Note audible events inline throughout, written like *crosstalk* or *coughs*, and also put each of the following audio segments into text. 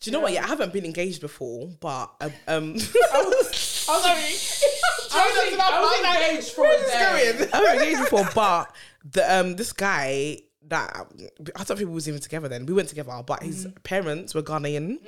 Do you know what? Yeah, I haven't been engaged before, but um, um *laughs* I was, in, I was engaged for a day. I haven't engaged before, but the um this guy that I don't think we was even together then. We weren't together, but his Mm-hmm. parents were Ghanaian.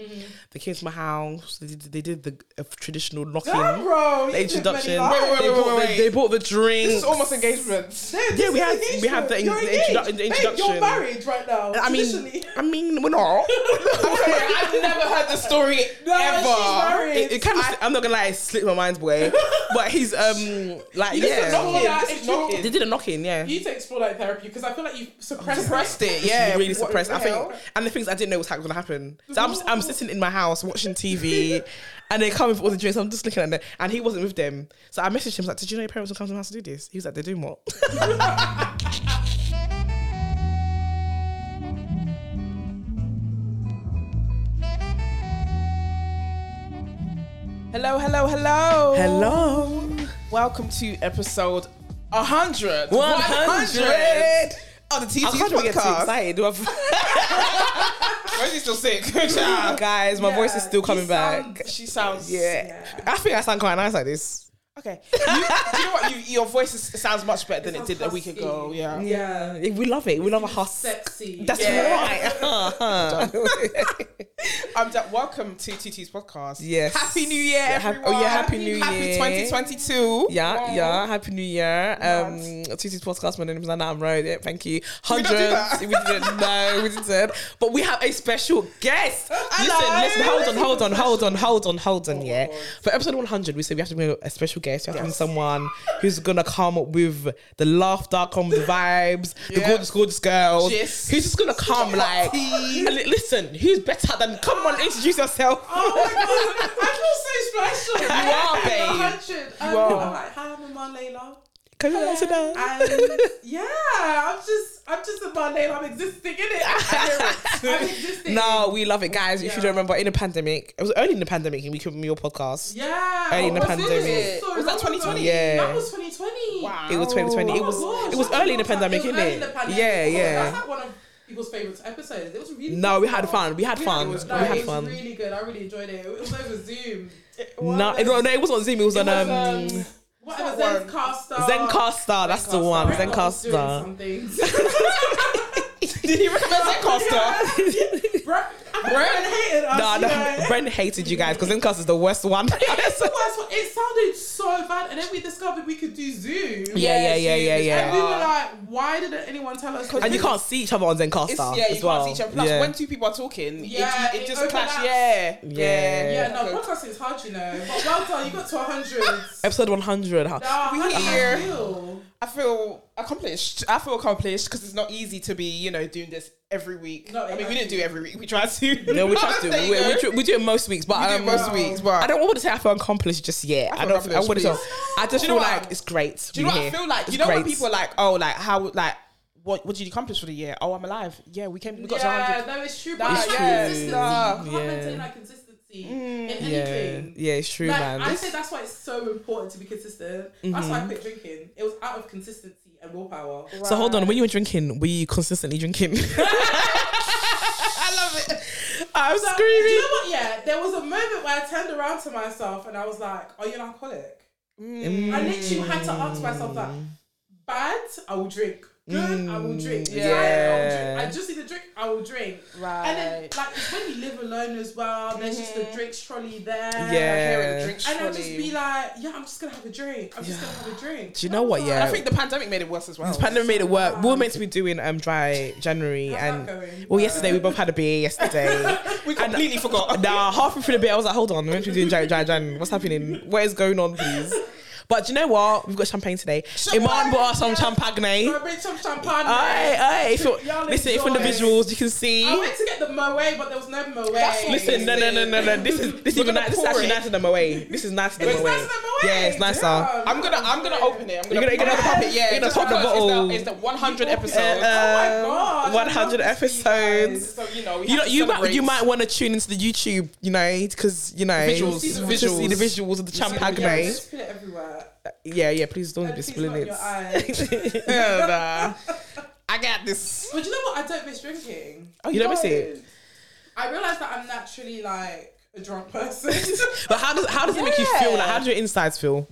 They came to my house. They did, they did the uh, traditional knocking, Damn, bro, you the did many introduction. lies. Wait, wait, they, wait, bought, wait, the- wait. they bought the drinks. It's almost engagement. Yeah, we had- we had the in- the introdu- the you're introduction. married right now. I mean, traditionally. I mean, we're not. *laughs* I've never heard the story No, she's ever. married. It, kind of, I'm not gonna lie, it slipped my mind's way. but he's *laughs* um like yeah, knock on that This is intro- knocking. they did a knocking, yeah. You need to explore that in therapy because I feel like you've suppressed, Suppressed it, Yeah. yeah. really What suppressed. the I think, hell? and the things I didn't know was going to happen. So I'm, I'm sitting in my house watching TV, and they come with all the drinks. I'm just looking at them, and he wasn't with them. So I messaged him like, "Did you know your parents will come to my house to do this?" He was like, "They do what?" Hello, hello, hello. *laughs* Hello, Welcome to episode 100. 100. of Oh, I the TT's can't even get too podcast. excited. I've- Why is he still *laughs* sick? Child. Guys, my Yeah. voice is still coming He back. sounds- she sounds. yeah. I think I sound quite nice like this. Okay. You, do you know what? You, your voice is, sounds much better than it, did a week husky. ago. Yeah. Yeah. We love it. We love a hustle. Sexy. That's Yeah. right. *laughs* Uh-huh. I'm da- welcome to TT's podcast. Yes. *laughs* Happy New Year, Yeah, hap- everyone. oh, yeah, Happy New Year. Happy 2022. Yeah, Wow. yeah. Happy New Year. Um, Tuesday's podcast. My name is Anna. I'm Road. Yeah, thank you. we not Hundreds. do We, that? didn't. No, we didn't. But we have a special guest. Hello. Oh, Listen, listen. Hold on, hold on, hold on, hold on, hold on. Yeah. For episode 100, we said we have to bring a special guest. We have to bring someone who's gonna come up with the laughter, come with the vibes, the Yeah. gorgeous, gorgeous girls. Yes. Who's just gonna come like? and li- listen, who's better than? Come on, introduce yourself. Oh my god, I feel so special. You are, babe. You um, are. I'm like, hi, I'm Amar Layla. Come on, sit down. And yeah, I'm just, I'm just Amar Layla. I'm existing in it. I'm existing. No, we love it, guys. If you Yeah. don't remember, in the pandemic, it was early in the pandemic, and we could your podcast. Yeah. Early in the oh, pandemic. this? So Was that long ago. 2020? Yeah. um, That was 2020. Wow. It was 2020. it Oh was my gosh, it was that's early in the a long time. pandemic, It was inn't early in it? the pandemic. Yeah, Oh, yeah. That's like one of people's favorite episodes. It was really. No, we good. had fun. We had fun. It We was, no, it had was fun. really good. I really enjoyed it. It was over Zoom. No, it- no, it was on Zoom. It was on um, was, um, Whatever That one. Zencaster. Zencaster. That's the one. *laughs* Zencaster. Zencaster. Did he recommend that Costa? Brent Brent hated *laughs* us. Nah, you no, know. Brent hated you guys because Zencaster is the worst one. *laughs* It's the worst one. It sounded so bad, and then we discovered we could do Zoom. yeah, yeah, yeah, yeah, And we yeah. were like, why didn't anyone tell us? And you can't see each other on Zencaster yeah, you as well. can't see each other. Plus, yeah. when two people are talking, Yeah, it, it, it just clash. overlaps. Yeah, Yeah. Yeah, no, podcasting is hard, you know. But well done, you got *laughs* to 100. episode one hundred. How Nah, We how do you here. feel? I feel accomplished. I feel accomplished because it's not easy to be, you know, doing this every week. No, I mean, we exactly. didn't do every week. We tried to. No, *laughs* we try to. There We, you we, go. tr- we do it most weeks, but We do um, most weeks, but I don't want to say I feel accomplished just yet. I, feel don't. I wouldn't. accomplished, Say, I just Do you feel know what? like it's great. Do you know we're what I here. feel like? It's You know when great. people are like, oh, like how, like what, what did you accomplish for the year? Oh, I'm alive. Yeah, we came. We got to 100. Yeah, no, it's true. But Nah, it's like yeah, consistency. nah. You can't Yeah. maintain that consistency in Mm. Yeah, anything. yeah, it's true, like, man. This- I Mm-hmm. say that's why it's so important to be consistent. That's why I quit drinking. It was out of consistency and willpower. So hold on, when you were drinking, were you consistently *laughs* *laughs* drinking? I love it. I'm So, Do you know what? Yeah, there was a moment where I turned around to myself and I was like, "Are you an alcoholic?" Mm. I literally had to ask myself that. Bad, I will drink. Good, I will drink. Mm, Tired, I will yeah. drink. I just need a drink, I will drink. Right. And then, like, it's when you live alone as well, there's just the drinks trolley there. Mm-hmm. Yeah. Hearing the drinks And I'll just trolley. be like, yeah, I'm just gonna have a drink. I'm just gonna have a drink. Do you know what? And Yeah, I think the pandemic made it worse as well. the pandemic made it work. We were meant to be doing um dry January, How's and that going? well, yesterday we both had a beer. Yesterday, we completely forgot. *laughs* nah, halfway through the beer, I was like, hold on, we're meant to be doing dry dry Jan. What's happening? What is going on, please? But do you know what? We've got champagne today. Iman brought us some champagne. I bring some champagne. Aye, aye. If you're, Y'all listen, if on the enjoy. visuals, you can see. I went to get the moe, but there was no moe. That's what- Listen, no, no, no, no, no. This is this is We're even gonna ni- this is pour actually it. nicer than Moe. This is nicer than It's Moe. nicer than Moe. Yeah, it's nicer. Yeah. I'm gonna, I'm gonna open it. I'm You're gonna, gonna- you're gonna pop pop it. it, Yeah, you're gonna just pop the because it's bottle. It's the, 100 episode. Oh my gosh, I love 100 to see you guys. Uh, episodes. so you know, we uh, You know, have to you might, celebrate. you might want to tune into the YouTube, you know, because you know Visuals, to visuals. see the visuals of the see the champagne. Yeah, just spill it everywhere. Yeah, yeah. Please don't And be please spilling not in it. your *laughs* eyes. Yeah, nah. I got this. Oh, But you know what? I don't miss drinking. You don't miss it. I realized that I'm naturally like a drunk person. *laughs* But how does how does it make you feel? Like how do your insides feel?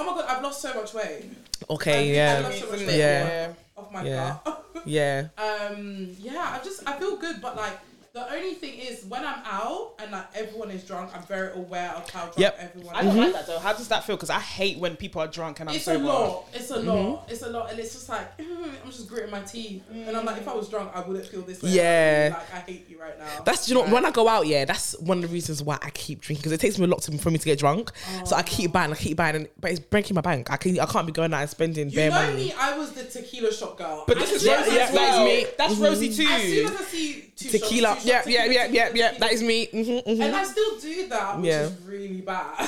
oh my god, I've lost so much weight. Okay, I yeah, love- Isn't Yeah. it? yeah. Off my Yeah. *laughs* gut. yeah. um, yeah, I just I feel good, but like the only thing is when I'm out and like everyone is drunk, I'm very aware of how drunk Yep. everyone I is. don't Mm-hmm. like that though. How does that feel? Because I hate when people are drunk and I'm It's a sober. lot. It's a Mm-hmm. lot. It's a lot, and it's just like *laughs* mm, I'm just gritting my teeth, and I'm like, if I was drunk, I wouldn't feel this way. Yeah. like I hate you right now. That's you know when I go out, yeah. That's one of the reasons why I keep drinking because it takes me a lot to, for me to get drunk. So I keep buying, I keep buying, and, but it's breaking my bank. I can I can't be going out and spending you bare know money. me. I was the tequila shot girl. But As this is soon Yeah, as I Rosie yeah, that is saw- as well. me. That's Mhm. Rosie As soon as too. I see two Tequila, shots, two yeah, shots, yeah, tequila, yeah, yeah, tequila, yeah. That is me. Mm-hmm, And I still do that, which Yeah. is *laughs* really bad.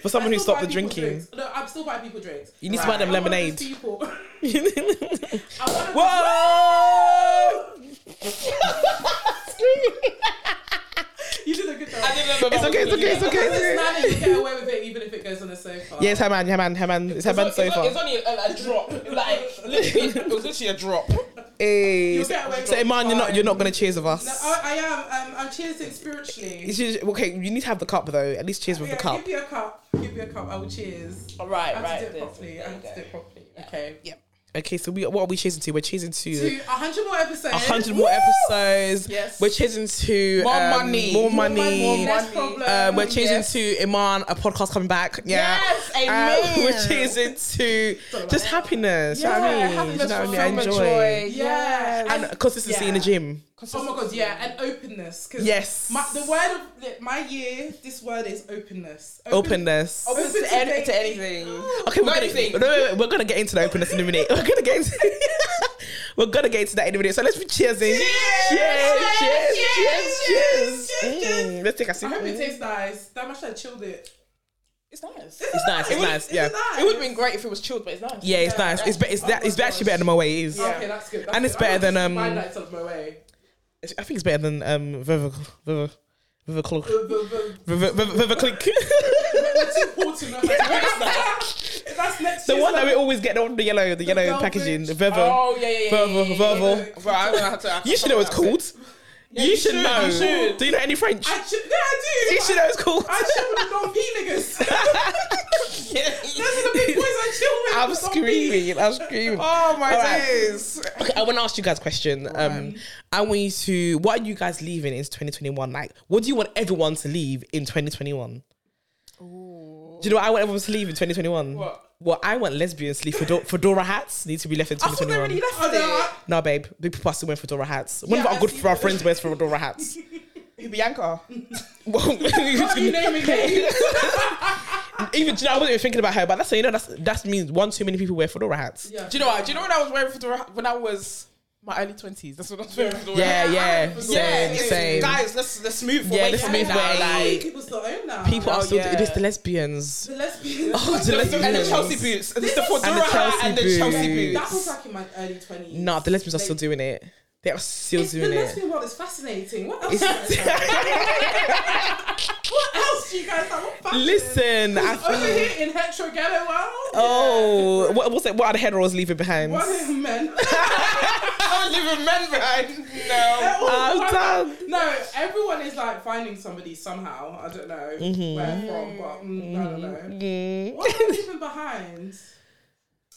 For someone who stopped the drinking. No, I'm still buying people drinks. You need to buy them I'm one of lemonade. those people. *laughs* mm-hmm. I'm one of those- Whoa! *laughs* You did a good job. It's okay, it's okay, it's okay. Because it's It's okay. not that you get away with it even if it goes on the sofa. Yeah, it's her man, her man, her man. It's her man so far. It's only a, a, a drop. Like literally, it was literally a drop. Hey, You'll get away so with Iman, you're not you're not gonna cheers with No, us. I, I am. Um, I'm cheersing spiritually. It's just- okay, you need to have the cup though. At least cheers with Yeah, the cup. Give me a cup. Give me a cup. I will cheers. I Right, have right. to do it there- properly. there I you have to go. do it properly. Okay. Okay, so we what are we chasing to? We're chasing To to 100 more episodes. a hundred more episodes. Yes. We're chasing to More um, money. More More money. money, more Less money. problem. Uh, we're chasing yes. to Iman, a podcast coming back. Yeah. Yes, Uh, amen. we're chasing to just happiness. you know what I mean? happiness, you know what I mean? fulfillment, Enjoy. joy. Yeah. And consistency in the Yeah. gym. Oh my god, yeah, and openness. 'cause Yes. my, the word of like, my year, this word is openness. Openness. Open Open to, any, to anything. Okay, we're Not gonna, anything. no, Oh, wait, wait, we're gonna get into the openness in a minute. *laughs* We're gonna get into we're gonna get into that in a minute. So let's be cheers in. Cheers, cheers, cheers, cheers, cheers. Mm, let's take a sip. I hope it Mm. tastes nice. That much I chilled it. It's nice. It's nice. It's would- nice. Is Yeah, it nice? It would have been great if it was chilled, but it's nice. yeah, it's Yeah. nice. It's be, it's that it's my actually gosh. better than my way it is. Okay, that's good. that's And it's good. I better than, might just um, buy nights of my way. It's- I think it's better than um Viva Viva Viva Clock The- the- the- Viva Viva, Viva Click. *laughs* We're too poor to know. If that's next the year's one that we level- always get on the yellow the yellow velvet. packaging the Viva. Oh yeah, yeah, yeah. yeah, Verbal, yeah, yeah, verbal. yeah. Bro, I'm gonna have to. I You should know what it's called. you, you should, should, know. you should. Do you know any French? I chi- yeah, I do. you should know it's called. I chill *laughs* with non-penigas. Those are the big boys I chill with. I'm the non-penigas. screaming. I'm screaming. *laughs* Oh my All right. days. Okay, I want to ask you guys a question. Um, I want you to. What are you guys leaving in 2021? Like, what do you want everyone to leave in 2021? Do you know what I want everyone to leave in 2021? What? Well, I want lesbians to leave fedora, fedora hats. Need to be left in I thought they 2021. already left Oh, no, it. I- no, babe. Big people are still wearing fedora hats. One Yeah, of our I good see for our that. friends wears fedora hats. *laughs* Bianca. *laughs* *laughs* Well, Are *laughs* you naming names? even do you know, I wasn't even thinking about her, but that's you know that's that means one too many people wear fedora hats. Yeah. Do you know what? Do you know when I was wearing fedora when I was my early twenties? That's what I was wearing fedora. Yeah, yeah, Yeah, same, it's- same. Guys, let's let's move. Yeah, away let's from move that. away. Like, people still own now. People are Oh, still yeah. it is the lesbians. the lesbians. Oh, *laughs* the the- and the lesbians. Chelsea boots, and the This is- fedora And the hat, and the Chelsea Chelsea boots. boots. That was like in my early twenties. No, the lesbians are still doing it. They are still It's the doing it. lesbian world is fascinating. What else? *laughs* is there? what else do you guys have? What fashion? Listen, I It's over feel, here in hetero ghetto world. oh, what what's it? What are the heteros leaving behind? One *laughs* in men. *laughs* I don't even remember. I *laughs* I'm done. No, everyone is like finding somebody somehow. I don't know where Mm-hmm. from, but mm, I don't know. Mm. What am I leaving behind?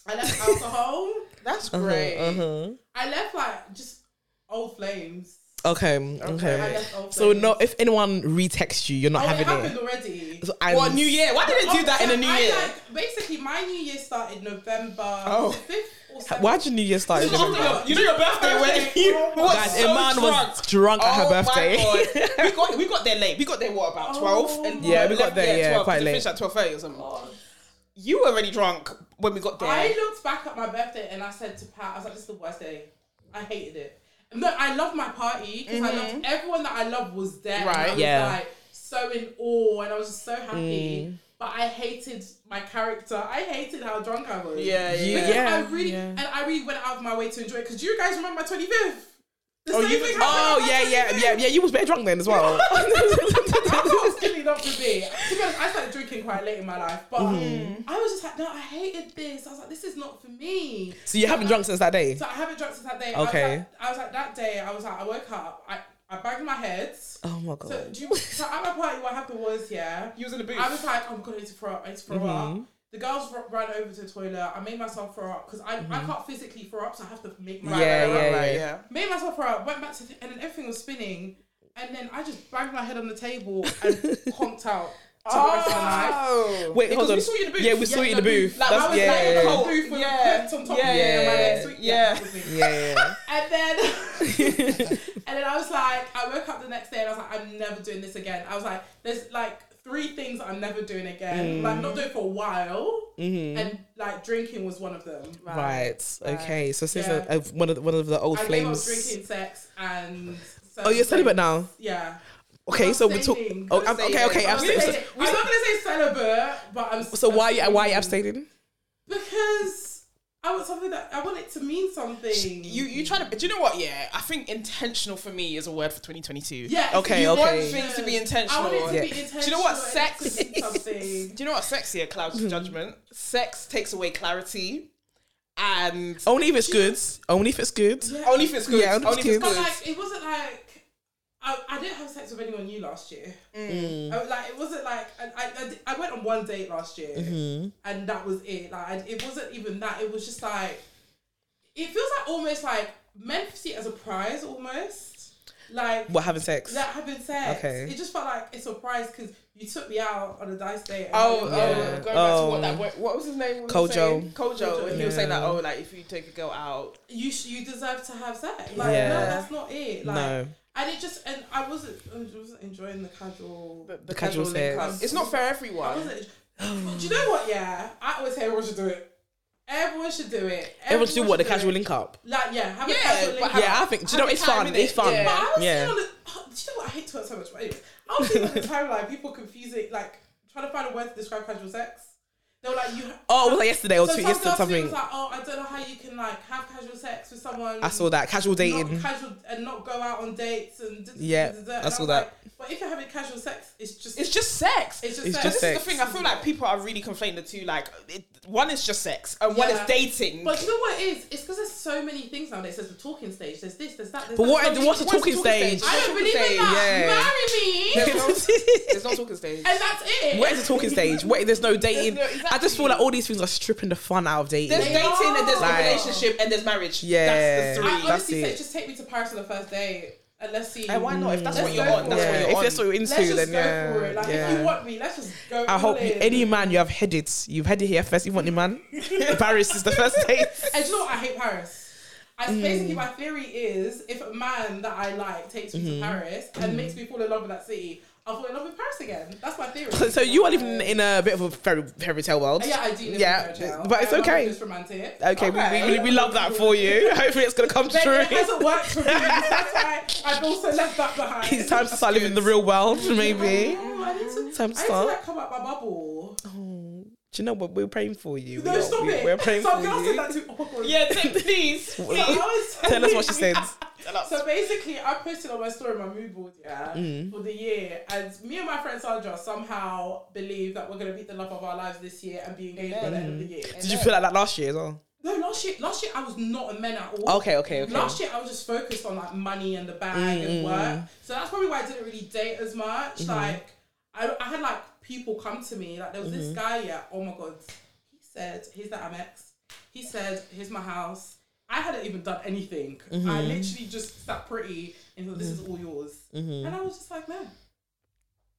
I left *laughs* alcohol. That's great. Uh-huh. I left like just old flames. Okay, okay. I left old So flames. no, if anyone retexts you, you're not Oh, it having happened it. already. So I'm- What New Year? Why did they do that in the New I, Year? Like, basically, my New Year started November Oh. fifth or seventh. Why'd your New Year start? in This is November? after your- You know your birthday when you was Guys, so Iman drunk. Oh was drunk at her birthday. *laughs* My God. we got we got there late. We got there what about Oh twelve? And my Yeah, we got there, yeah, 12, quite we late. Finished at twelve thirty or something. God. You were already drunk when we got there. I looked back at my birthday and I said to Pat, I was like, "This is the worst day. I hated it." No, I loved my party because Mm-hmm. I loved everyone that I loved was there. and I Right. was Yeah. Like so in awe, and I was just so happy. Mm. But I hated my character. I hated how drunk I was. yeah, You- yeah. yeah. I really and I really went out of my way to enjoy it because you guys remember my twenty fifth. The Oh, same you, thing happened on oh my yeah, yeah, 25th. yeah, yeah. You was very drunk then as *laughs* well. I *laughs* was killing up to be. To be honest, I started drinking quite late in my life, but Mm-hmm. I was just like, no, I hated this. I was like, this is not for me. so you haven't drunk since that day. So I haven't drunk since that day. Okay. I was, like, I was like that day. I was like, I woke up. I I banged my head. Oh my god. So, do you, so at my party, what happened was, yeah, You was in the booth. I was like, oh my god, I need to throw up. I need to throw Mm-hmm. up. The girls r- ran over to the toilet. I made myself throw up because I, I can't physically throw up, so I have to make my Mm-hmm. Yeah, throw up. yeah, yeah. Made myself throw up. Went back to the, and then everything was spinning. And then I just banged my head on the table and conked out. To the rest of the night. Oh. Wait, Because hold on. we saw you in the booth. Yeah, we saw you in the booth. Like, That's- I was yeah, like in yeah, the yeah. whole booth with Yeah. the clips on top Yeah. of me and my legs. So, Yeah. that was me. *laughs* yeah, yeah. And then, and then I was like, I woke up the next day and I was like, I'm never doing this again. I was like, there's like three things I'm never doing Mm. again. Like, not doing it for a while, and like drinking was one of them. Mm-hmm. Right. Okay. So since Yeah. uh, one of the, one of the old I gave up flames. drinking, sex, and Oh, you're celibate now. Yeah. Okay. I'm So we talk. abstaining. Oh, I'm I'm, okay. abstaining. Okay. I'm, I'm not so, gonna so, say- I'm not gonna say celibate, but I'm. so why abstaining. why are you abstaining? Because I want something that I want it to mean something. You you try to. Do you know what? Yeah, I think intentional for me is a word for 2022. yeah. Okay, you You want want okay. things to be I intentional. want it to Yeah. be intentional. Do you know what? and Sex- it to *laughs* mean something. Do you know what sex here clouds Mm-hmm. judgment? Sex takes away clarity, and Only if it's good. Only if it's good. only if it's Oh, good. Yeah, only if it's But good. like, it wasn't like I, I didn't have sex with anyone new last year. Mm. I was like, it wasn't like I, I- I, di- I went on one date last year, Mm-hmm. and that was it. Like, I, it wasn't even that. It was just like it feels like almost like men see it as a prize almost. Like What having sex? that having sex. Okay. It just felt like a surprise because you took me out on a dice date. and Oh, I- oh, Yeah. going back to what that what, what was his name? What Kojo. was he saying? Kojo. And he was Yeah. saying that oh, like if you take a girl out, you sh- you deserve to have sex. Like Yeah. no, that's not it. Like, No. And it just and I wasn't I wasn't enjoying the casual. the, The casual link sex. up- It's not for I everyone. wasn't. *sighs* do you know what? Yeah, I always say everyone should do it. Everyone should do it. Everyone should do what the should do casual it. link up. Like yeah, have Yeah, a casual link. but up. have- Yeah, I think. Do you know have it's a time fun. in It's it. fun. Yeah. But I was Yeah. seeing on the. *sighs* oh, Do you know what? I hate Twitter so much. But anyways, I was seeing on *laughs* the timeline people confusing like trying to find a word to describe casual sex. They were like you. Oh, it was like yesterday or So two, some yesterday girls something. was like, oh, I don't know how you can like have casual sex with someone. I saw that casual dating. Not casual and not go out on dates and. d- d- Yeah, d- d- d- I and saw was that. like, but if you're having casual sex, it's just It's just sex. it's just it's sex. just This is the sex. thing. I feel like people are really conflating the two. Like, it, one is just sex, and one is Yeah. dating. But you know what it is? It's because there's so many things nowadays. There's the talking stage. There's this. There's that. There's But that. what- There's what's something- the talking stage? I don't believe in that. Marry me, *laughs* There's no, *laughs* there's no talking stage. and that's it. Where is the talking stage? Where there's no dating. There's no- I just feel like all these things are stripping the fun out of dating. There's dating, and there's Like- a relationship, and there's marriage. Yeah. that's the I three. That's honestly say, it. just take me to Paris on the first day, and let's see. and why not? If that's Let's what you're go on, for that's it. what yeah. you're If on. that's what you're into, Let's then just go yeah. for it. Like yeah. if you want me, let's just go. I all hope you, in. any man you have headed, you've headed here first. You want your *laughs* man? Paris is the first date. And you know what? I hate Paris. I Mm. basically my theory is if a man that I like takes me Mm-hmm. to Paris and makes me fall in love with that city, I'll fall in love with Paris again. That's my theory. So, so you are living in a bit of a fairy, fairy tale world. Yeah, I do. Live Yeah, in Paris now. but it's I love okay. It's romantic. Okay, Okay. We, we, we love that for you. *laughs* Hopefully, it's gonna come But true. it hasn't worked *laughs* for me. That's why I've also left that behind. It's time to start living the real world, maybe. Oh, I need to, Time to I need to start. like, come out my bubble. Do you know what? We're praying for you. No, we are, stop we, it. We're praying Some for girl you. said that too. Oh, God. *laughs* Yeah, take- *laughs* please. So, I was Tell us what she said. So basically, I posted on my story my mood board, yeah, Mm. for the year, and me and my friend Sandra somehow believe that we're gonna meet the love of our lives this year and be engaged by the end of the year. Mm. Did you feel like that last year as well? No, last year, last year I was not a man at all. Okay, okay, Mm-hmm. okay. Last year I was just focused on like money and the bag and work, so that's probably why I didn't really date as much. Mm-hmm. Like, I, I had like people come to me, like there was Mm-hmm. this guy, yeah. Oh my god, he said, "Here's the Amex." He said, "Here's my house." I hadn't even done anything. Mm-hmm. I literally just sat pretty and thought, "This is all yours," Mm-hmm. and I was just like, "No."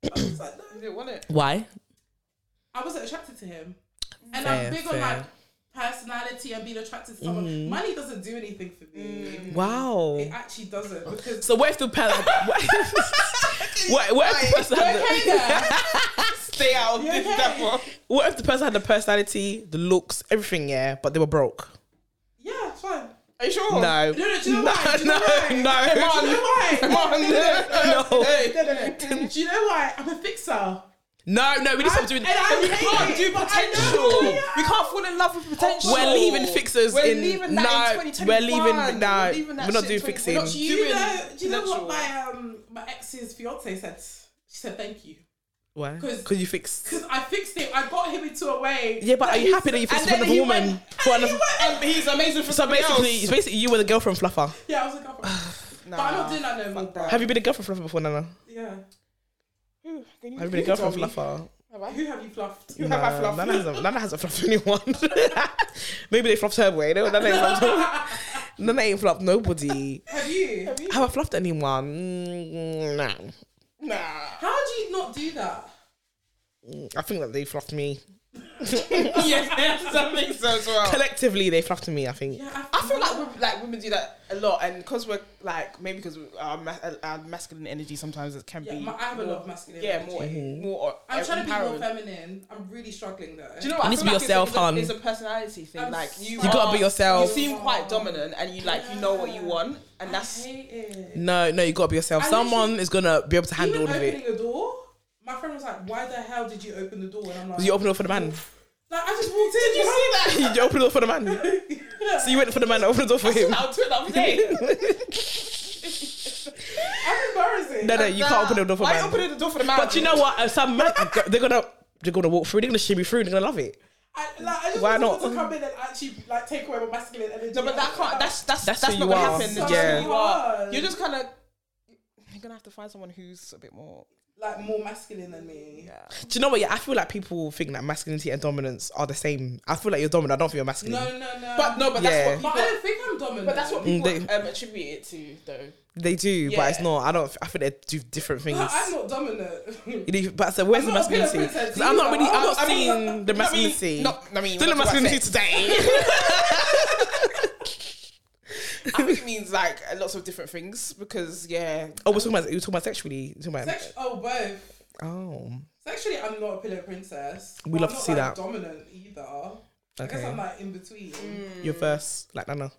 I was like, "No." Why? I wasn't attracted to him. And Fair, I'm big on fair. Mm-hmm. like personality and being attracted to someone. Money doesn't do anything for me. Wow. It actually doesn't because So what if the person? *laughs* What, what, what if the person had the, okay there. *laughs* Stay out of You this okay? devil. what if the person had the personality, the looks, everything? Yeah, but they were broke. yeah, it's fine. Are you sure? No. Oh, No, no, do you know why? Do you no, know why? *laughs* no, Do you know *laughs* why? *laughs* *laughs* no, no, No, no, no. Do you know why? I'm a fixer. no, no. We need to stop doing. And I We hate can't it, do but I potential. know, yeah. We can't fall in love with potential. We're leaving fixers We're in- leaving that no, in we're 2021. leaving- no, that we're not shit doing in 20 fixing. We're not Do you doing know? Do you know what potential. my um my ex's fiance said? She said thank you Why? 'Cause- Because you fixed. because I fixed him. I got him into a way. Yeah, but are you happy that you fixed and in front of then a he woman? went- *laughs* For another- *laughs* And he's amazing for so somebody basically, else. basically, you were the girlfriend fluffer. Um, *sighs* Yeah, I was like, oh, nah. But I'm not doing that no more, Fuck bro. that. Have you been a girlfriend fluffer before, Nana? *laughs* Yeah. Ooh, can you- Have you been a you tell girlfriend me. fluffer? Have I? Who have you *laughs* fluffed? *laughs* You have I fluffed? Nana hasn't, Nana hasn't fluffed anyone. *laughs* Maybe they fluffed her way. No, Nana ain't fluffed. Nana ain't fluffed nobody. Have you? Have you? Have I fluffed anyone? Mm, nah. Nah. How do you not do *laughs* that? I think that they fluffed me. *laughs* yes, I think so as well. Collectively, they fluffed me. I think. Yeah, I feel like women, like women do that a lot, and because we're like maybe because our, ma- our masculine energy sometimes it can yeah, be my, I have a more- lot of masculine. yeah energy. more Mm-hmm. more. I'm uh, trying to be more empowering. feminine. I'm really struggling though. Do you know what? You I need to feel be like it's a- yourself, it's a, hon. It's a personality thing. I'm like you, You gotta be are- yourself. You seem quite dominant, and you like you know what you want, and I that's hate it. No, no, you gotta be yourself. I Someone literally- is gonna be able to handle all of Even opening it. a door, my friend was like, "Why the hell did you open the door?" And I'm like, You open it for the man. *laughs* like, "I just walked in." you see that? you open it for the man. *laughs* So you went for the man, open the door for him. I'll do it *laughs* the other day. *laughs* I'm embarrassing. No, no, you can't open the door for Why the man. open the door for the man? But you know what? Uh, Some men, they're gonna, they're gonna walk through. They're gonna shimmy through. They're gonna love it. I, like, I just Why want someone not? to come in and actually like take away my masculine energy. No, but that can't. That's that's That's that's, who not you gonna are. happen. It's So just who you are. hard. You're just kind of. You're gonna have to find someone who's a bit more. like more masculine than me. Yeah. Do you know what? Yeah, I feel like people think that masculinity and dominance are the same. I feel like you're dominant. I don't feel you're masculine. No, no, no. But no, but Yeah. that's but what. I People, don't think I'm dominant. but that's what Mm, people they- um, attribute it to, though. They do, but it's Yeah. not. I don't. I think they do different things. But I'm not *laughs* dominant. *laughs* You know, but so where's I'm the not a pillar masculinity? princess, 'Cause I'm not either. really. I'm I'm not- I mean, seeing the masculinity. Not, I mean, Still the we're not talking masculinity about today. *laughs* sex. I think it means like lots of different things because yeah, oh, we're talking about. We're talking about sexually. We're talking about. Sex- oh, both. Oh, Sexually, I'm not a pillow princess. We but love to I'm not, see that. like, Dominant either. I guess Okay. I'm like in between. Mm. your verse, like Nana.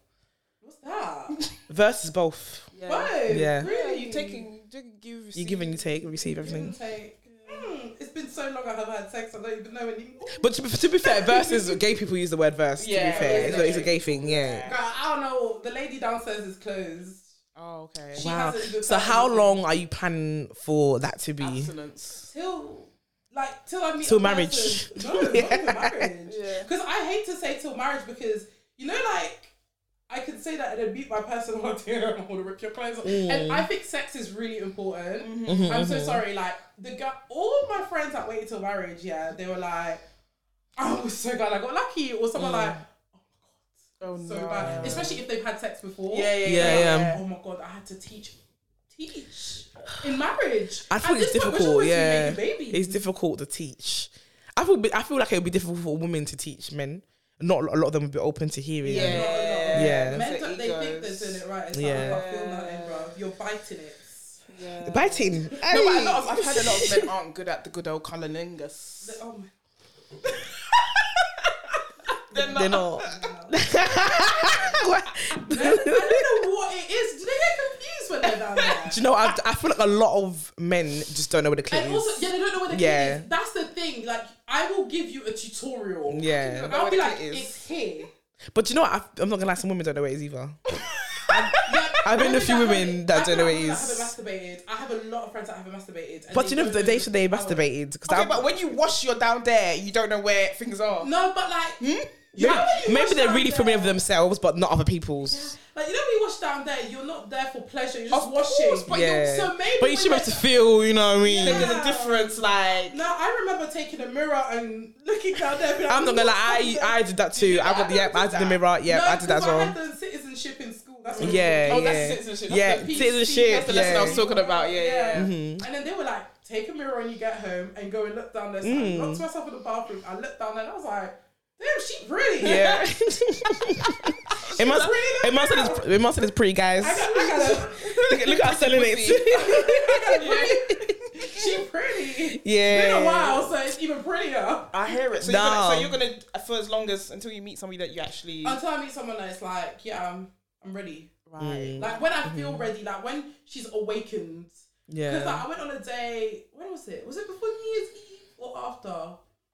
What's that? Verse is both. *laughs* yeah. Both. Yeah. Yeah, Really? you taking, you give, You give and you take, receive Give and everything. take. Hmm, it's been so long I haven't had sex. I don't even know anymore. But to be, to be fair, verses. Gay people use the word verse. to be Yeah, fair, it's, a, it's a exactly. gay thing. Yeah. Girl, I don't know. The lady downstairs is closed. Oh, okay. She Wow. hasn't even So found how anything. long are you planning for that to be? Abstinence. Till like till I meet Till a marriage. person. *laughs* No, not even marriage. Yeah. Because I hate to say till marriage because you know like. I can say that and then meet my person *laughs* all day and I want to rip your clothes off. Mm. And I think sex is really important. Mm-hmm. Mm-hmm. I'm so sorry. Like the guy, all my friends that waited till marriage, yeah, they were like, "I was so glad I got lucky," or someone Mm. like, Oh "So bad," especially if they've had sex before. Yeah, yeah, Yeah, yeah. yeah. um, Oh my god, I had to teach, teach in marriage. I feel At it's this point, we're difficult. supposed to be Yeah, making babies. it's difficult to teach. I feel. I feel like it would be difficult for women to teach men. Not a lot of them would be open to hearing. Yeah. Yeah. Men It's don't, the they think they're egos. doing it right. It's Yeah. like, "Oh, I feel nothing, bro. You're biting it. Yeah. Biting. No, but a lot of, I've heard a lot of men aren't good at the good old cunnilingus. They- Oh my They're They're not. What? God. I don't know what it is. Do they get confused when they're down there? *laughs* Do you know? I, I feel like a lot of men just don't know where the clit is. And also, yeah, they don't know where the Yeah. yeah. is. That's the thing. Like, I will give you a tutorial. yeah, I'll be Where the like, clit is. it's here. but do you know? What? I, I'm not gonna lie. Some women don't know where it is either. Yeah, I've been to a few haven't- women that I've don't got know where it women is. that haven't masturbated. I have a lot of friends that haven't masturbated. and But do you know don't the day today the power. masturbated because Okay, but when you wash your down there, you don't know where things are. No, but like, Hmm? maybe, you know when you maybe wash they're down really there- familiar with themselves, but not other people's. Like you know, when you wash down there, you're not there for pleasure. You're just Of course, washing. but yeah, so maybe but you should be when able to I- feel. You know what I mean? There's a difference, like. Now I remember taking a mirror and looking down there. being Like, I'm not gonna lie, I, I did that too. I got the yep, I did the mirror, yep, No, I did that as because I had well. the citizenship in school. That's what Yeah, Oh, yeah, that's citizenship. That's yeah, the PC, citizenship. That's the lesson I was yeah. Mm-hmm. talking about. Yeah, yeah. yeah. And then they were like, take a mirror when you get home and go and look down there. So Mm. I locked myself in the bathroom. I looked down there and I was like, damn, she pretty. Yeah. It must, it must, it's, it must, it's pretty, guys. I got, *laughs* I got a, Look, look at us selling it. she pretty. It's Yeah. been a while, so it's even prettier. I hear it. So, No. you're gonna, so you're gonna for as long as until you meet somebody that you actually Until I meet someone that's like, yeah, I'm, I'm ready. Mm. right. Like when I Mm-hmm. feel ready, like when she's awakened. Because Yeah. like, I went on a day. When was it? Was it before New Year's Eve or after?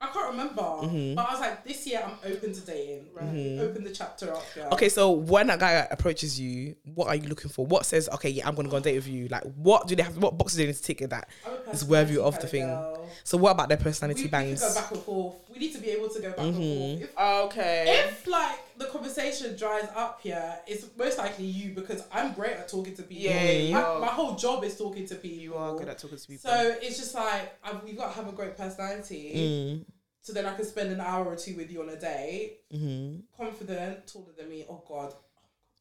I can't remember. Mm-hmm. But I was like, this year I'm open to dating. Right. Open the chapter up. Girl. Okay, so when that guy approaches you, what are you looking for? What says, okay, yeah, I'm gonna go on a date with you? Like, what do they have? What boxes do they need to tick in that? I'm a It's worthy personality of the type thing. girl. So what about their We personality need bangs? to go back and forth. We need to be able to go back Mm-hmm. and forth. If, Okay. if like the conversation dries up here, it's most likely you because I'm great at talking to people. Yeah, you my, are. my whole job is talking to people. you are good at talking to people. Mm. So it's just like I've, we've got to have a great personality. Mm-hmm. So then I can spend an hour or two with you on a date, Mhm. confident, taller than me. Oh God,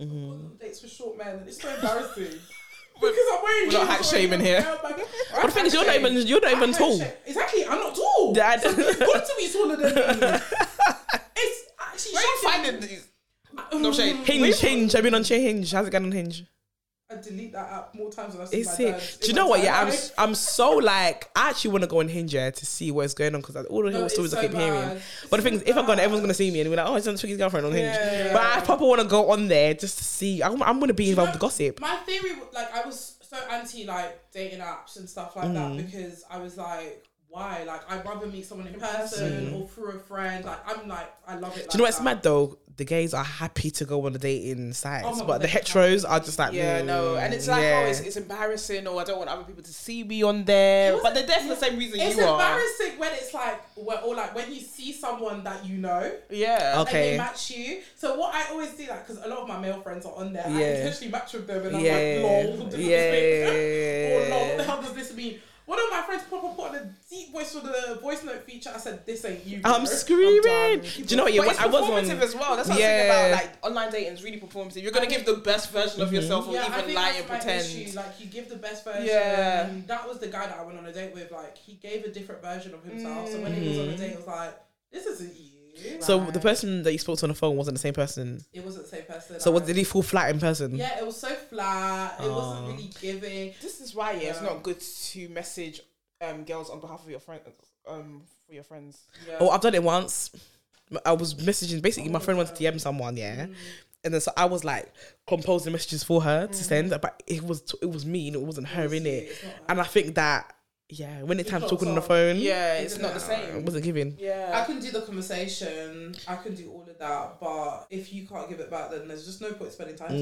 oh, Mm-hmm. God, dates with short men. It's so *laughs* embarrassing. because I'm wearing. we're not heels hack already, shaming I'm here. bare back- But the thing is, you're not even you're not I'm even hack tall. sha- Exactly, I'm not tall. Yeah, I so d- you've got to be taller *laughs* than me. it's actually Where are you shocking. Mm-hmm. finding these? No shade. Hinge, hinge. I've been on Chin Hinge. How's it going on Hinge? I delete that app more times than I see Is my it? dad's Do you in know my what? Yeah, time. I'm s- I'm so like I actually want to go on Hinge yeah, to see what's going on because all the No, horror it's stories I so keep hearing. bad. But the thing is, It's if so I'm gone, everyone's bad. gonna see me and be like, "Oh, it's on Twiggy's girlfriend on Hinge." Yeah. But I probably want to go on there just to see. I'm, I'm gonna be involved with gossip. My theory, w- like, I was so anti like dating apps and stuff like Mm. that because I was like, why? Like, I'd rather meet someone in person or through a friend. Like, I'm like, I love it. Like Do you know what's that. mad though? The gays are happy to go on the dating sites, Oh my but God, the they- heteros are just like, Yeah, mm, no, and it's like, yeah. oh, it's, it's embarrassing, or I don't want other people to see me on there. It But they're wasn't- there for the same reason It's you are. embarrassing when it's like, well, or like when you see someone that you know. Yeah. and Okay. they match you. So what I always do, like, because a lot of my male friends are on there, I Yeah. intentionally match with them, and I'm Yeah. like, lol, what does this Yeah. mean? *laughs* or lol, what the hell does this mean? One of my friends proper put on a deep voice for the voice note feature. I said, "This ain't you." I'm bro." screaming. done. Do you know what? Yeah, But it's I was performative on. as well. That's what I'm Yeah. Mm-hmm. thinking about. Like online dating is really performative. You're gonna give the best version of yourself, or Yeah, I even think lie that's and my pretend. issue. Like you give the best version. Yeah. And That was the guy that I went on a date with. Like he gave a different version of himself. So when he was on a date, it was like, "This isn't you." Mm. So the person that you spoke to on the phone wasn't the same person. it wasn't the same person. So I- was did he fall flat in person? Yeah, it was so flat. It wasn't really giving. This is why yeah, it's Um, not good to message um, girls on behalf of your friends. Um, for your friends. Yeah. Oh, I've done it once. M- I was messaging basically my friend wanted to DM someone, yeah. And then so I was like composing messages for her to send, but it was t- it was me and it wasn't her in it. it's not her. And I think that yeah, when it's time to clocks talking on the on. phone, Yeah, it's not the it same. wasn't giving. *laughs* I Yeah. can do the conversation. I can do all of that, but if you can't give it back, then there's just no point spending time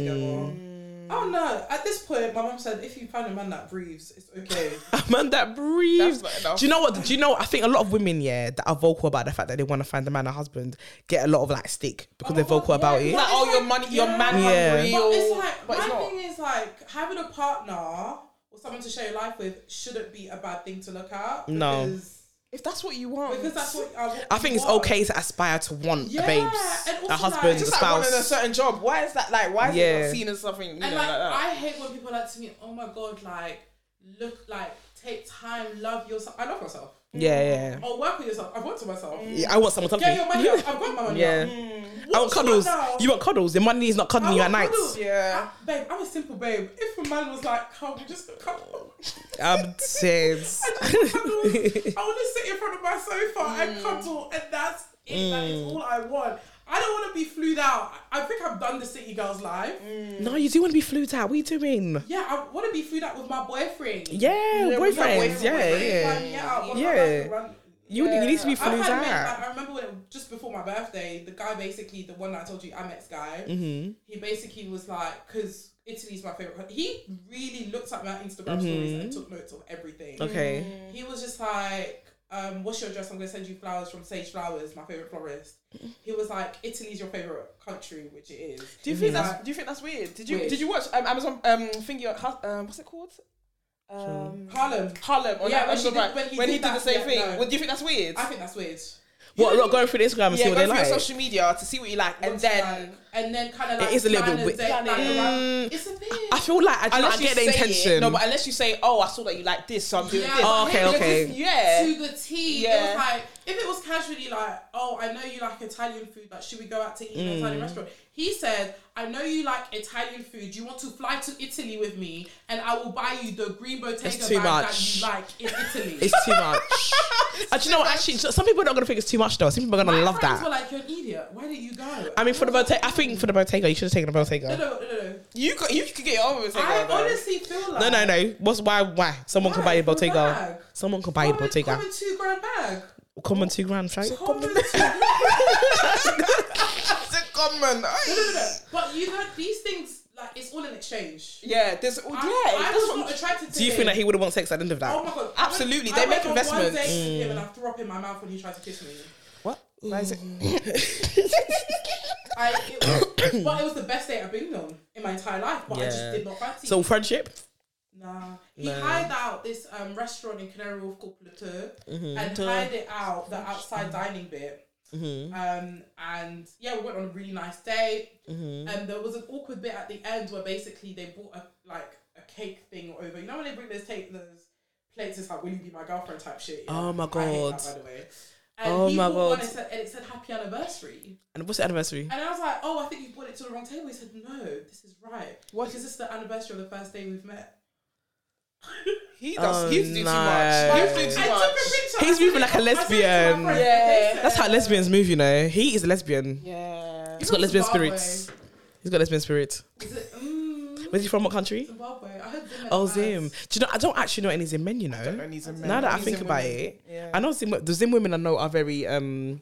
together. Oh no! At this point, my mum said, "If you find a man that breathes, it's okay." man that breathes. That's not enough. Do you know what? Do you know? I think a lot of women, yeah, that are vocal about the fact that they want to find a man a husband, get a lot of like stick because they're vocal yeah, about it. Like, But oh, it's your like- money, your yeah. man Yeah. hungry. but or- it's like but my it's not. thing is like having a partner or someone to share your life with shouldn't be a bad thing to look at. No. because, If that's what you want, because that's what I, I think it's okay to aspire to want Yeah, a babes, and also, a like, husband, just a It's like wanting a spouse. certain job. Why is that like? Why is it Yeah. not seen as something? You know, And like, like, that? I hate when people are like to me, "Oh my god, like look, like take time, love yourself. I love myself. yeah, yeah. Or work with yourself. I work to myself. Yeah, I want someone to Get me. your money up. I've got my money Yeah. up. Mm. I want What do you want cuddles. now? You want cuddles. Your money is not I cuddling you at want night. cuddles. Yeah. I- Ah, babe, I'm a simple babe. If a man was like, "Come, we just come." *laughs* I'm dead. *laughs* I just cuddle. I want to sit in front of my sofa Mm. and cuddle, and that's it. That is all I want. I don't want to be flued out. I I think I've done the city girls live. no, you do want to be flued out. What are you doing? Yeah, I want to be flued out with my boyfriend. Yeah, we got boyfriends. boyfriends, Yeah, boyfriends. yeah. Find me out. What Yeah. am I like to run- You, need- you need to be I've flued had men, out. like, I remember when it, just before my birthday, the guy basically, the one that I told you, Amex guy, he basically was like, because Italy's my favorite. He really looked at my Instagram stories and took notes of everything. Okay. He was just like, um, what's your address? I'm going to send you flowers from Sage Flowers, my favorite florist. He was like, Italy's your favorite country, which it is. Do you think that's Do you think that's weird? Did you Weird. Did you watch um, Amazon um thingy um what's it called? Um, Harlem? Harlem. On Yeah, that when she did- Amazon Prime. when he when did he did the that, same yeah, thing. no. Well, do you think that's weird? I think that's weird. What? Look, going through the Instagram and see yeah, what they go through like. your social media to see what you like, and What's then like- and then kind of like is a little plan bit a weird. date, plan Planning. around- It's a thing. I feel like I, I unless you get the say it- intention. no, but unless you say, "Oh, I saw that you like this, so I'm doing Yeah. this." Oh, okay, Because okay. it's- Yeah. to the T. It Yeah. was like if it was casually like, oh, I know you like Italian food. Like, should we go out to eat in an Mm. Italian restaurant? He said, I know you like Italian food. You want to fly to Italy with me, and I will buy you the green bottega It's too bag much. that you like *laughs* in Italy. it's too much. and do you know what? Actually, so- some people are not gonna think it's too much though. Some people are My gonna love friends that. Were like, you're an idiot. Why didn't you go? I mean, for the bottega, I think for the bottega, you should have taken the bottega. no, no, no, no. You got, you could get on with it. I though. honestly feel like No, no, no. What's why? Why someone could Why? buy a For Bottega? bag. Someone could buy a Common, Bottega. common two grand bag. *laughs* Come on, two grand, right? Common two *laughs* grand. That's a common. But you know, these things, like, like it's all an exchange. Yeah, there's yeah. I, I that's was what- not attracted to Do you him. think that he would have want sex at the end of that? Oh my god! Absolutely, I they went- make I went on one investments. date with him and I threw up in my mouth when he tried to kiss me. what? Why is it? I, it was, *coughs* but it was the best date I've been on in my entire life. But I Yeah. just did not *laughs* fancy. So it. friendship. nah, he hired out this um, restaurant in Canary Wharf called Mm-hmm. Plateau and hired it out the outside dining bit. Um, and yeah, we went on a really nice date. Mm-hmm. And there was an awkward bit at the end where basically they brought a like a cake thing over. You know when they bring those cake those plates, it's like "Will you be my girlfriend?" type shit. yeah. Oh my I hate God. that, by the way. And Oh he my bought one God. and, said, and it said happy anniversary. And what's the anniversary? And I was like, oh, I think you brought it to the wrong table. He said, no, this is right. What? Because it's the anniversary of the first day we've met. He does. Oh, he's do too no. much. He's do I too took a much. picture. He's I sent moving it- like a I sent it to lesbian. my friends, and Yeah. they That's how said- lesbians move, you know. He is a lesbian. Yeah. He's from got lesbian Zimbabwe. spirits. He's got lesbian spirit. Is it, mm, Where's he from? What country? Zimbabwe. I heard Zim. Oh, and Zim. Do you know? I don't actually know any Zim men. You know. Now that I think about it, Yeah. I know Zim. The Zim women I know are very um,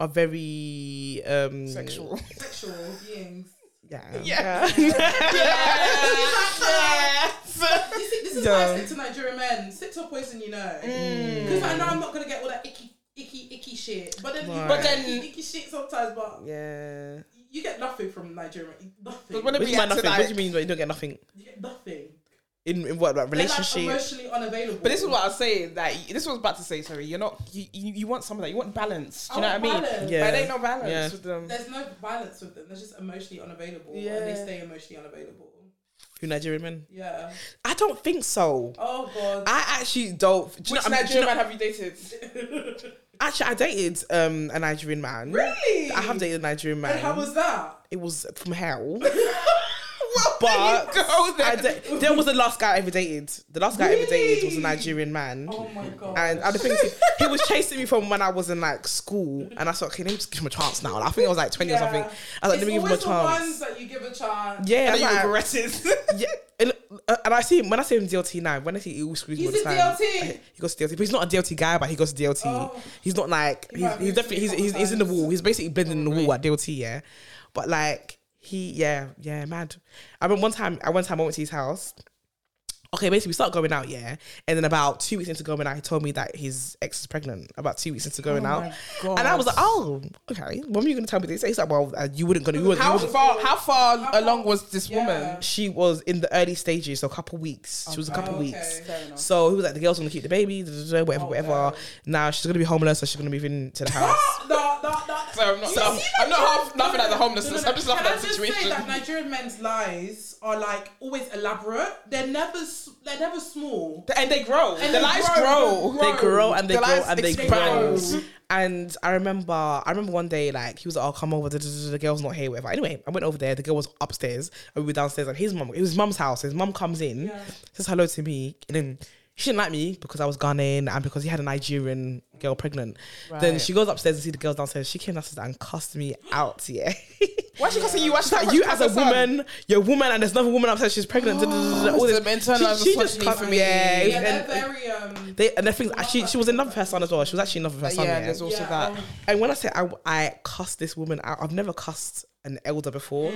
are very um sexual. Sexual beings. *laughs* Yeah. Yeah. *laughs* You see, this is why I Yeah. Mm. stick to Nigerian men. Stick to a poison you know. Mm. Because I know I'm not going to get all that icky, icky, icky shit. But then, you Right. but But then then- icky, icky shit sometimes, but Yeah. you get nothing from Nigerian men. Nothing. But when it- What do you mean nothing? React to What do you like- mean? Like, you don't get nothing you get nothing. in, in what like They're, like, relationship? emotionally unavailable. But this is what I was saying. That this was about to say. Sorry, you're not. You, you, you want some of that. You want balance. Do you know I what I mean? want balance. Yeah. But they no balance Yeah. with them. There's no violence with them. They're just emotionally unavailable. And they Yeah. stay emotionally unavailable. Who Nigerian men? Yeah. I don't think so. Oh god. I actually don't. Do you Which know, what I mean? Do you Nigerian know- man have you dated? actually, I dated um a Nigerian man. really? I have dated a Nigerian man. And how was that? it was from *laughs* hell. well, But there you go then. I da- there was the last guy I ever dated. The last guy I ever dated was a Really? Nigerian man. Oh my god. And I think he was chasing me from when I was in like school, and I thought, okay, let me just give him a chance now. I think I was like twenty or something. Yeah. I was like, let it's me give him a always the chance. ones that you give a chance. Yeah, and I'm then you like- regret it. yeah, and, uh, and I see him when I see him in DLT now. When I see he always screws me all He's the a time. DLT. He goes to DLT, but he's not a DLT guy. But he goes to DLT. Oh. He's not like He he's, might be he's definitely he's, screwed he's, he's in the sometimes. wall. He's basically blending in the wall at DLT. Yeah, but like he yeah yeah mad. I remember one time I one time I went to his house. Okay, basically we start going out, yeah, and then about two weeks into going out, he told me that his ex is pregnant. About two weeks into Oh going out, and I was like, "Oh, okay. When were you gonna tell me this?" He's like, "Well, uh, you wouldn't gonna. You wouldn't, you How wouldn't- Uh-huh. far? How far How far- along was this Yeah. woman? she was in the early stages, so a couple weeks. She was a couple Okay. Oh, weeks. Fair enough. So he was like, the girl's gonna keep the baby, da, da, da, whatever, whatever. wow. Now she's gonna be homeless, so she's gonna move into *laughs* the house. No, no, no. Sorry, I'm not. You laugh- see I'm not Nigerian- half laughing at the homelessness. I'm just laughing Can at the I just say situation. that Nigerian men's lies are like always elaborate. They're never, s- they're never small. *laughs* And they grow. And the they lies grow, grow. they they grow and they The grow lies and they grow. expand. And I remember, I remember one day, like he was like, "Oh, come over." da, da, da, The girl's not here, whatever. Anyway, I went over there. The girl was upstairs, and we were downstairs. And his mum, it was his mum's house. His mum comes in, Yeah. says hello to me, and then she didn't like me because I was Ghanaian and because he had a Nigerian girl pregnant. Then Right. she goes upstairs and see the girls downstairs. She came downstairs and cussed me out. Yeah, *laughs* Why she cussing you? Why she like cussing you as a woman, you're a woman, and there's another woman upstairs. She's *gasps* pregnant. da, da, da, da, da, all it's this. the mentalized She, she just misogyny cut for me. me. Yeah, Yeah, they're and- very um. they and the thing she she was in love with her son as well. She was actually in love with her son. Uh, Yeah, yeah. there's also Yeah, that. um, And when I say I, I cussed this woman out, I've never cussed an elder before.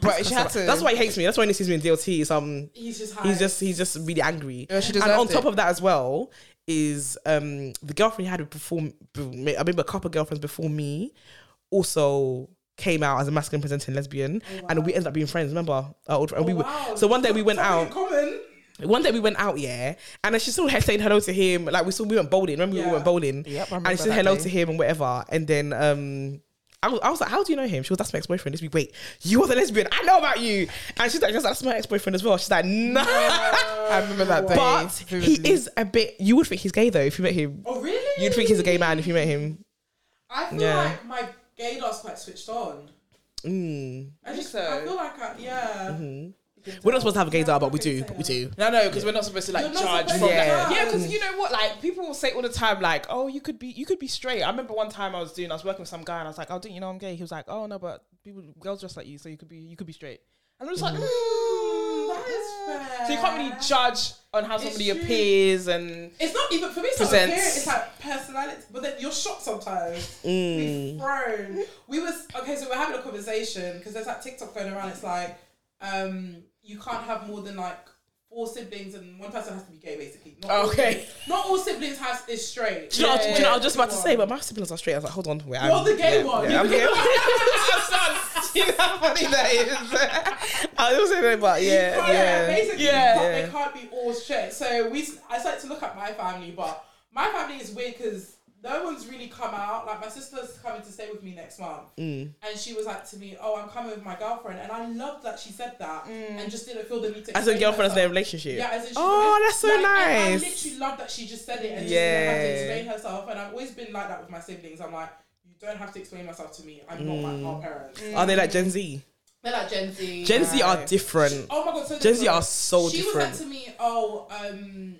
But she had to. That's why he hates me. That's why when he sees me in DLT, he's um He's just high. he's just he's just really angry. Yeah, she and deserved on top it. of that as well is um the girlfriend he had before me- I remember a couple of girlfriends before me also came out as a masculine presenting lesbian Oh, and we ended up being friends remember Our old, and we were- wow. so one day we went Something out in common. one day we went out, yeah, and then she still had saying hello to him. Like we still we went bowling. Remember Yeah. we went bowling? and Yep, I she remember said that hello day. to him and whatever. And then um I was, I was like, how do you know him? She was, that's my ex-boyfriend. This week, wait, you are the lesbian. I know about you. And she's like, "Yes, that's my ex-boyfriend as well. She's like, no. *laughs* I remember that day. but vividly. he is a bit, you would think he's gay though if you met him. Oh really? You'd think he's a gay man if you met him. I feel Yeah. like my gaydar's quite switched on. Mm. I just so? I feel like I, yeah. Mm-hmm. We're not supposed to have a gay dog, but we do. But we do. No, no, because we're not supposed to like You're not judge supposed from to that. judge. Yeah, because you know what? Like people will say all the time, like, "Oh, you could be, you could be straight." I remember one time I was doing, I was working with some guy, and I was like, "Oh, do you know I'm gay?" He was like, "Oh no, but people, girls dress like you, so you could be, you could be straight." And I'm just like, mm, That is fair. So you can't really judge on how somebody true. appears, and It's not even for me. It's not Presents. appearance, It's like personality, but then you're shocked sometimes. Mm. We've thrown. We was okay. So we're having a conversation because there's that TikTok going around. It's like um, you can't have more than like four siblings, and one person has to be gay, basically. Not all- Okay. not all siblings has is straight. Do you, know, do you know what I was just about to One. say? But my siblings are straight. I was like, hold on, wait. You're I'm- the gay yeah, one. Yeah, I'm *laughs* *laughs* gay. you know how funny that is. I was saying that, but yeah, yeah, yeah. basically, Yeah. yeah, they can't be all straight. So we, I started to look at my family, but my family is weird because no one's really come out. Like my sister's coming to stay with me next month, Mm. and she was like to me, "Oh, I'm coming with my girlfriend," and I loved that she said that, and just didn't feel the need to. Mm. As a explain girlfriend, as herself. their relationship. Yeah, as in she's Oh, like- that's so like, I- nice. I literally love that she just said it and just didn't have Yeah. to explain herself. And I've always been like that with my siblings. I'm like, you don't have to explain myself to me. I'm not like our parents. Are they like Gen Z? They're like Gen Z. Mm. Gen Z are different. Oh my god, so Gen Z different. are so she different. was like to me, oh, um,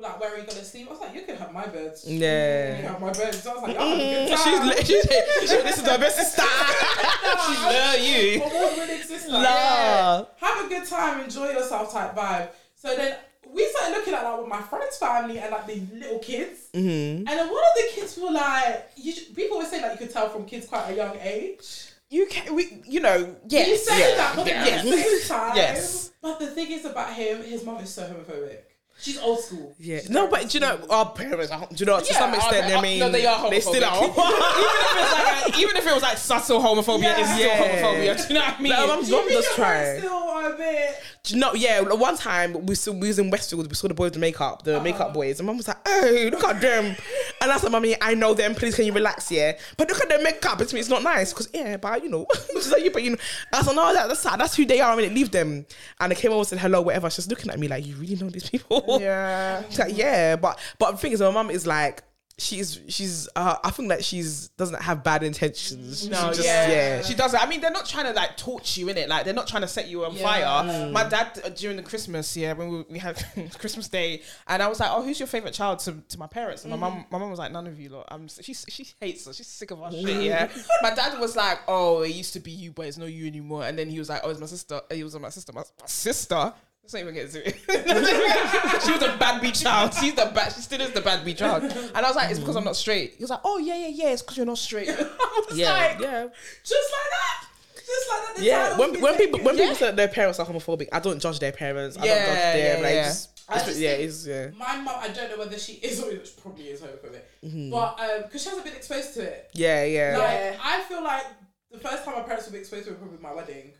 like where are you gonna sleep? I was like, you can have my beds. You can Yeah. have my beds. I was like, y'all have a good Mm. She's time. li- she's she's this is my best *laughs* sister. she love you. But what really exists, like, Love. yeah. Have a good time, enjoy yourself type vibe. So then we started looking at like with my friend's family and like the little kids. Mm. Mm-hmm. And then one of the kids were like, you should, people always say that you could tell from kids quite a young age. You can, we, you know, yes. You say yeah, that, but yeah. at the same time. Yes. But the thing is about him, his mom is so homophobic. She's old school. Yeah. No, but do you know our parents? Are, do you know what, to Yeah, some extent? our- I mean, no, they are They still homophobic. are. even if it's like a, *laughs* even if it was like subtle homophobia, it's still Yeah. homophobia. *laughs* Do you know what I mean? Like, my Do mum's you mum think does your try. parents still are a bit? *laughs* Do you know? Yeah. One time we saw, we was in Westfield. We saw the boys with the makeup, the makeup boys, and mum was like, "Oh, look at them." And I said, "Mummy, I know them. Please, can you relax? Yeah. But look at their makeup. It's it's not nice because yeah, but you know, *laughs* she's like, yeah, but you know." I said, "No, that, that's that's who they are. I mean, leave them." And I came over and said hello, whatever. She's looking at me like, "You really know these people?" *laughs* yeah. She's like, yeah, but but the thing is, my mum is like. She's she's uh, I think that she's doesn't have bad intentions. She No, just- yeah. yeah. she does. it. I mean, they're not trying to like torture you in it. Like they're not trying to set you on Yeah. fire. Mm. My dad uh, during the Christmas, yeah, when we, we had *laughs* Christmas Day, and I was like, "Oh, who's your favorite child?" To, to my parents, and my mum, my mum was like, "None of you lot." I'm s- she she hates us. She's sick of us. Shit, *laughs* yeah. my dad was like, "Oh, it used to be you, but it's not you anymore." And then he was like, "Oh, it's my sister." He was my sister. My, my sister. Let's not even get into it. *laughs* she was a bad B child. She's the bad. She still is the bad B child. And I was like, "It's because I'm not straight." He was like, "Oh yeah, yeah, yeah. It's because you're not straight." I was yeah, like, yeah. Just like that. Just like that. the Yeah, titles when be *laughs* when taken. people when Yeah. people say their parents are homophobic, I don't judge their parents. I Yeah, don't judge them. yeah, like, yeah. It's, I it's- just yeah, think- it's yeah. My mum, I don't know whether she is or which probably is homophobic, but because she hasn't been exposed to it. Yeah, Mm-hmm. yeah. Like Yeah. I feel like the first time my parents will be exposed to it probably my wedding,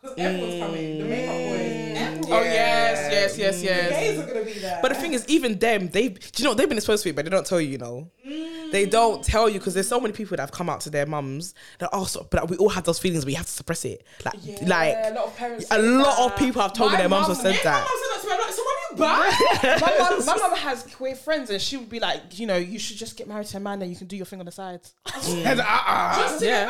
because everyone's coming, the makeup Mm. boys, everyone. Oh yes, yes, yes, The yes. gays are gonna be there. but the thing is, even them, they do you know they've been exposed to it, but they don't tell you. You know, Mm. they don't tell you because there's so many people that have come out to their mums that also, but we all have those feelings, but you have to suppress it. Like, like lot of parents. a lot of people have told me My their mums mum- have said yeah, my that. mum said that to me. I'm like, so when are you back? My *laughs* mum, my mum has queer friends, and she would be like, you know, you should just get married to a man, and you can do your thing on the side. And, mm. uh-uh. Just to Yeah. get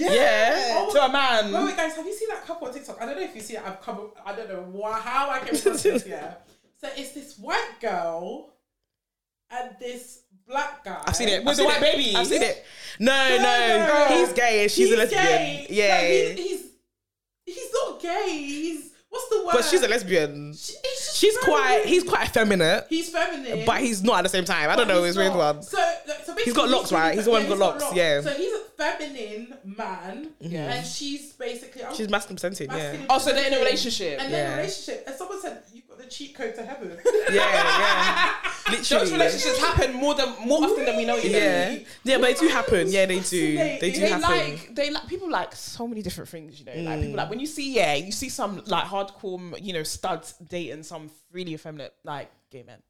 *laughs* Yeah. Oh *laughs* to a man. Wait, wait, guys, have you seen that couple on TikTok? I don't know if you see it. I've come. I don't know why, how I came across this. *laughs* Yeah. So it's this white girl and this black guy. I've seen it With I've the seen white it. baby. I've seen it. No, No, no, no. he's gay and she's He's a lesbian. gay. Yeah, No, he's, he's he's not gay. He's what's the word? but she's a lesbian. She- he's just She's very- quite. He's quite effeminate. He's feminine. But he's not at the same time. I don't But know. he's It's weird not. one. So, like, so basically He's got locks, right? He's the one who got locks, yeah. Mm-hmm. So he's a feminine man, Yeah. and she's basically I She's masculine presenting. Yeah. Masculine Oh, so they're in a presenting. relationship. And they're in Yeah. a relationship. And someone said, You've got the cheat code to *laughs* heaven. Yeah, yeah. Literally. Those relationships happen more than more often than we know. You know? Yeah. Yeah, but they do happen. Yeah, they do. They do They happen. Mm. like they like people like so many different things, you know. Like people like when you see yeah, you see some like hardcore you know studs dating some really effeminate like gay men,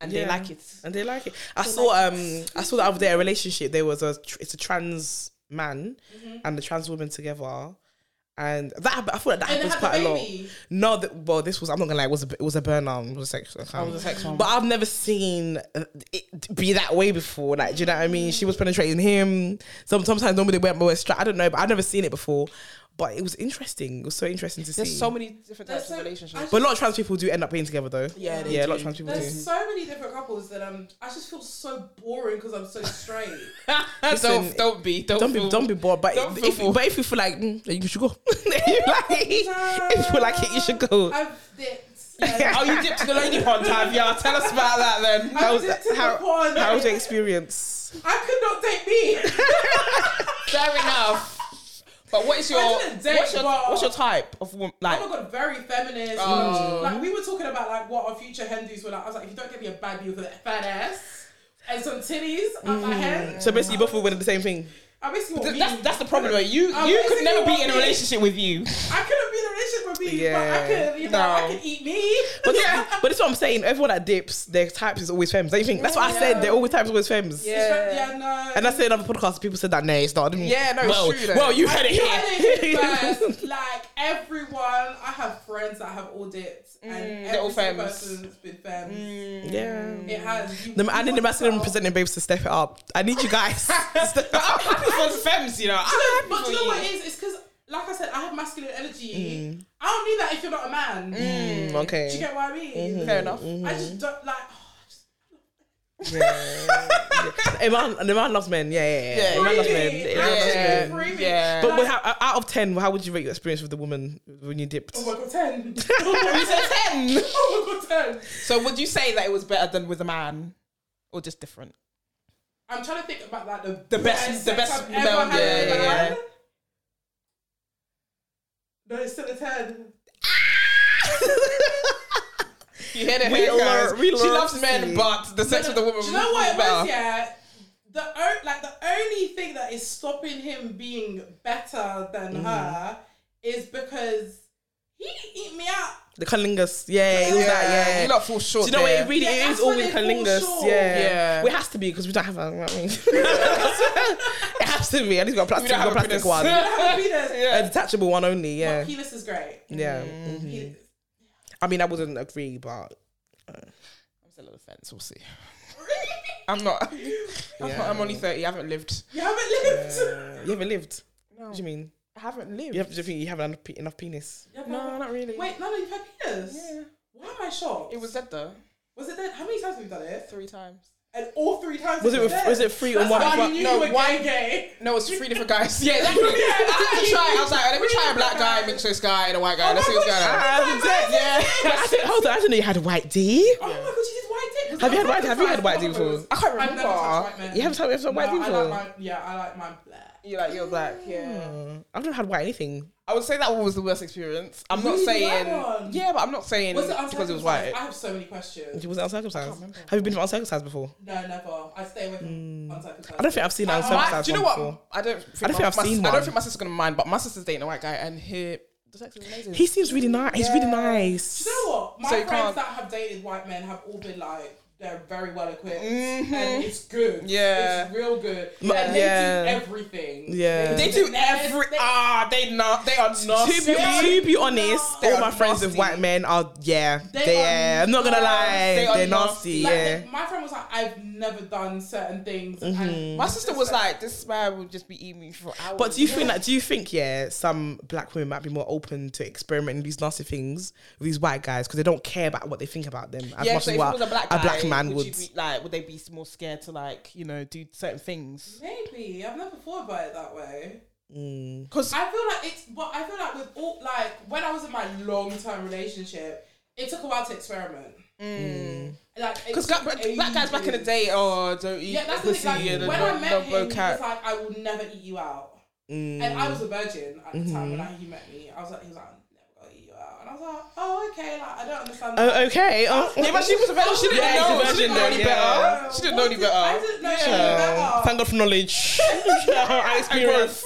and they Yeah. like it. and they like it. I saw um I saw the other day a relationship. There was a tr- it's a trans man and a trans woman together, and that hap- I thought that, that And they happens had the quite a lot. baby. No, th- well this was I'm not gonna lie it was a, it was a burnout. It was a sex. I Oh, was a sex one. But I've never seen uh, it be that way before. Like do you know what I mean? She was penetrating him. Some sometimes normally they went more straight. I don't know, but I've never seen it before. But it was interesting. It was so interesting to see. There's so many different There's types so- of relationships. I but a lot of trans people do end up being together though. Yeah, they yeah, a lot do. of *laughs* trans people do. There's so many different couples that um, I just feel so boring because I'm so straight. *laughs* Listen, don't don't be don't, don't be feel- don't be bored. But Don't feel if bored. but if you feel like mm, then you should go, *laughs* if you like it, if you like it, you should go. I've dipped. Yeah. *laughs* oh, you dipped to the lady pond time, yeah. Tell us about that *laughs* then. I've was- *laughs* dipped to how- the pond. How was your experience? *laughs* I could not date me. Fair enough. But what is your I didn't date, what's your, but- what's your type of woman? Like, Oh my god, very feminist. Mm. Oh. Like we were talking about like what our future Hindus were like. I was like, if you don't get me a baddie with a fat ass and some titties on my head, Mm. So basically, both of you went the same thing. I basically want th- me. that's that's the problem. though. You I you could basically never want be in a me. relationship with you. I couldn't be in a relationship with me, Yeah. but I could, you know, I No. could eat me. But yeah. but that's what I'm saying. Everyone that dips, their types is always femmes. Don't you think? That's what I said. They're always types, always femmes. It's like, yeah, no. And I *laughs* said another podcast, people said that. Nah, it's not. I didn't- Yeah, no, it's well, true, though. Well, you had it You here. had it here *laughs* first. like everyone, I have friends that have all dips, Mm. and they're all every single femmes. person's been femmes. yeah. It has. You, Mm. The, I need the masculine presenting babes to step it up. I need you guys. to step it I'm up. happy for the femmes, you know. I'm happy But for do you know you. what it is? It's because, like I said, I have masculine energy. I don't need that if you're not a man. Mm, Do you okay. Mm-hmm. get what I mean? Fair enough. I just don't like. A man, a man loves men. Yeah, yeah, yeah. Yeah. A man loves men. Really? A man loves Yeah, men. Yeah. yeah. But with how, out of ten, how would you rate your experience with the woman when you dipped? Oh my *laughs* god, ten. You said *laughs* ten. oh my god, ten. So would you say that it was better than with a man, or just different? I'm trying to think about like the, The best- the sex best I've male- ever had yeah, with a yeah, man. yeah. No, it's still a ten. You hear it We here, learn- guys. we She learn loves to men, see. but the sex No, with the woman. Do you know what is it better. was? Yeah, the o- like the only thing that is stopping him being better than Mm-hmm. her is because he didn't eat me out. The cunnilingus. Yeah, it was that. Yeah. you lot fall short. Do you know what there. it really Yeah, it is? that's Always why they fall cunnilingus. short. Yeah. Yeah. Well, it has to be because we don't have a, you know what I mean? *laughs* it has to be. At least we got a plastic, we got don't a have a plastic penis. one. I have a *laughs* penis. A detachable one only. But Yeah. penis is great. Yeah. Mm-hmm. Mhm. Penis- I mean, I wouldn't agree, but I'm still on the fence. We'll see. I'm not. *laughs* I'm, not- I'm only thirty. I haven't lived. *laughs* You haven't lived. Uh, you haven't lived. No, What do you mean? I haven't lived. You have, do you think you haven't had enough penis? You haven't- No, not really. Wait, no, no, you've had penis. Yeah. Why am I shocked? It was dead though. Was it dead? How many times have you done it? Three times. And all three times. Was it with, was dead. was it free on That's one? how I one- knew no, you were one- gay, Oh gay. No, it's three different guys. Yeah, exactly. *laughs* I had to try. I was like, let me try a black guy, mix this guy, and a white guy. Let's see what's going on. Ah, dead. *laughs* I said, hold on, I didn't know you had white D. Oh my god, you did white dick. Was Have it you had white? Have you had uncircumcised? white D before? I can't I've never remember. touched white men. You haven't had you haven't had white D No, I before. like my, yeah, I like my black. You're like you're black. Yeah. Mm. I've never had white anything. I would say that one was the worst experience. I'm not Really? That saying one? yeah, but I'm not saying because it was uncircumcised? white. I have so many questions. You was uncircumcised. Have you been uncircumcised before? No, never. I stay away from uncircumcised. Mm. I don't think I've seen I- I- Uh, My, uncircumcised. do you know one what? before. I don't. Think I don't my- think I've my, seen I one. don't think my sister's gonna mind, but my sister's dating a white guy, and he the sex is amazing. He seems really nice. He's really Yeah. nice. Do you know what? My So you friends can't- that have dated white men have all been like, they're very well equipped Mm-hmm. and it's good. Yeah. It's real good. Ma- and they yeah. do everything. Yeah. they do every ah. They not. They are not. to, be, to be honest, They all are my friends with nasty. white men are yeah, They they, are are, I'm not gonna lie, They they are are nasty. Like, yeah, Mm-hmm. the- my friend was like, I've never done certain things. And My sister was like, "This man would just be eating me for hours." but do you think that? Do you think yeah, some black women might be more open to experimenting these nasty things with these white guys because they don't care about what they think about them as yeah, much as so if it what was a black, a guy, black man would, would. you be, like, would they be more scared to like you know do certain things? Maybe. I've never thought about it that way. Mm. Because I feel like it's, but I feel like with all, like, when I was in my long term relationship, it took a while to experiment. Mm. Like, it because took black, black guys back in the ages. day, oh, don't eat Yeah, that's the pussy. thing. Like, and when I met don't blow him, he was cat. like, "I will never eat you out," and I was Mm. a virgin at the time Mm-hmm. when I, he met me. I was like, he was like, "I'm never gonna eat you out," and I was like, "Oh, okay." Like, I don't understand. that. oh, okay. Oh, Yeah, but she was *laughs* a virgin. She didn't Yeah, know. she's a she virgin didn't know though, any yeah. better. She didn't know any better. I didn't know any Uh, better. thank God for *laughs* knowledge *laughs* and experience.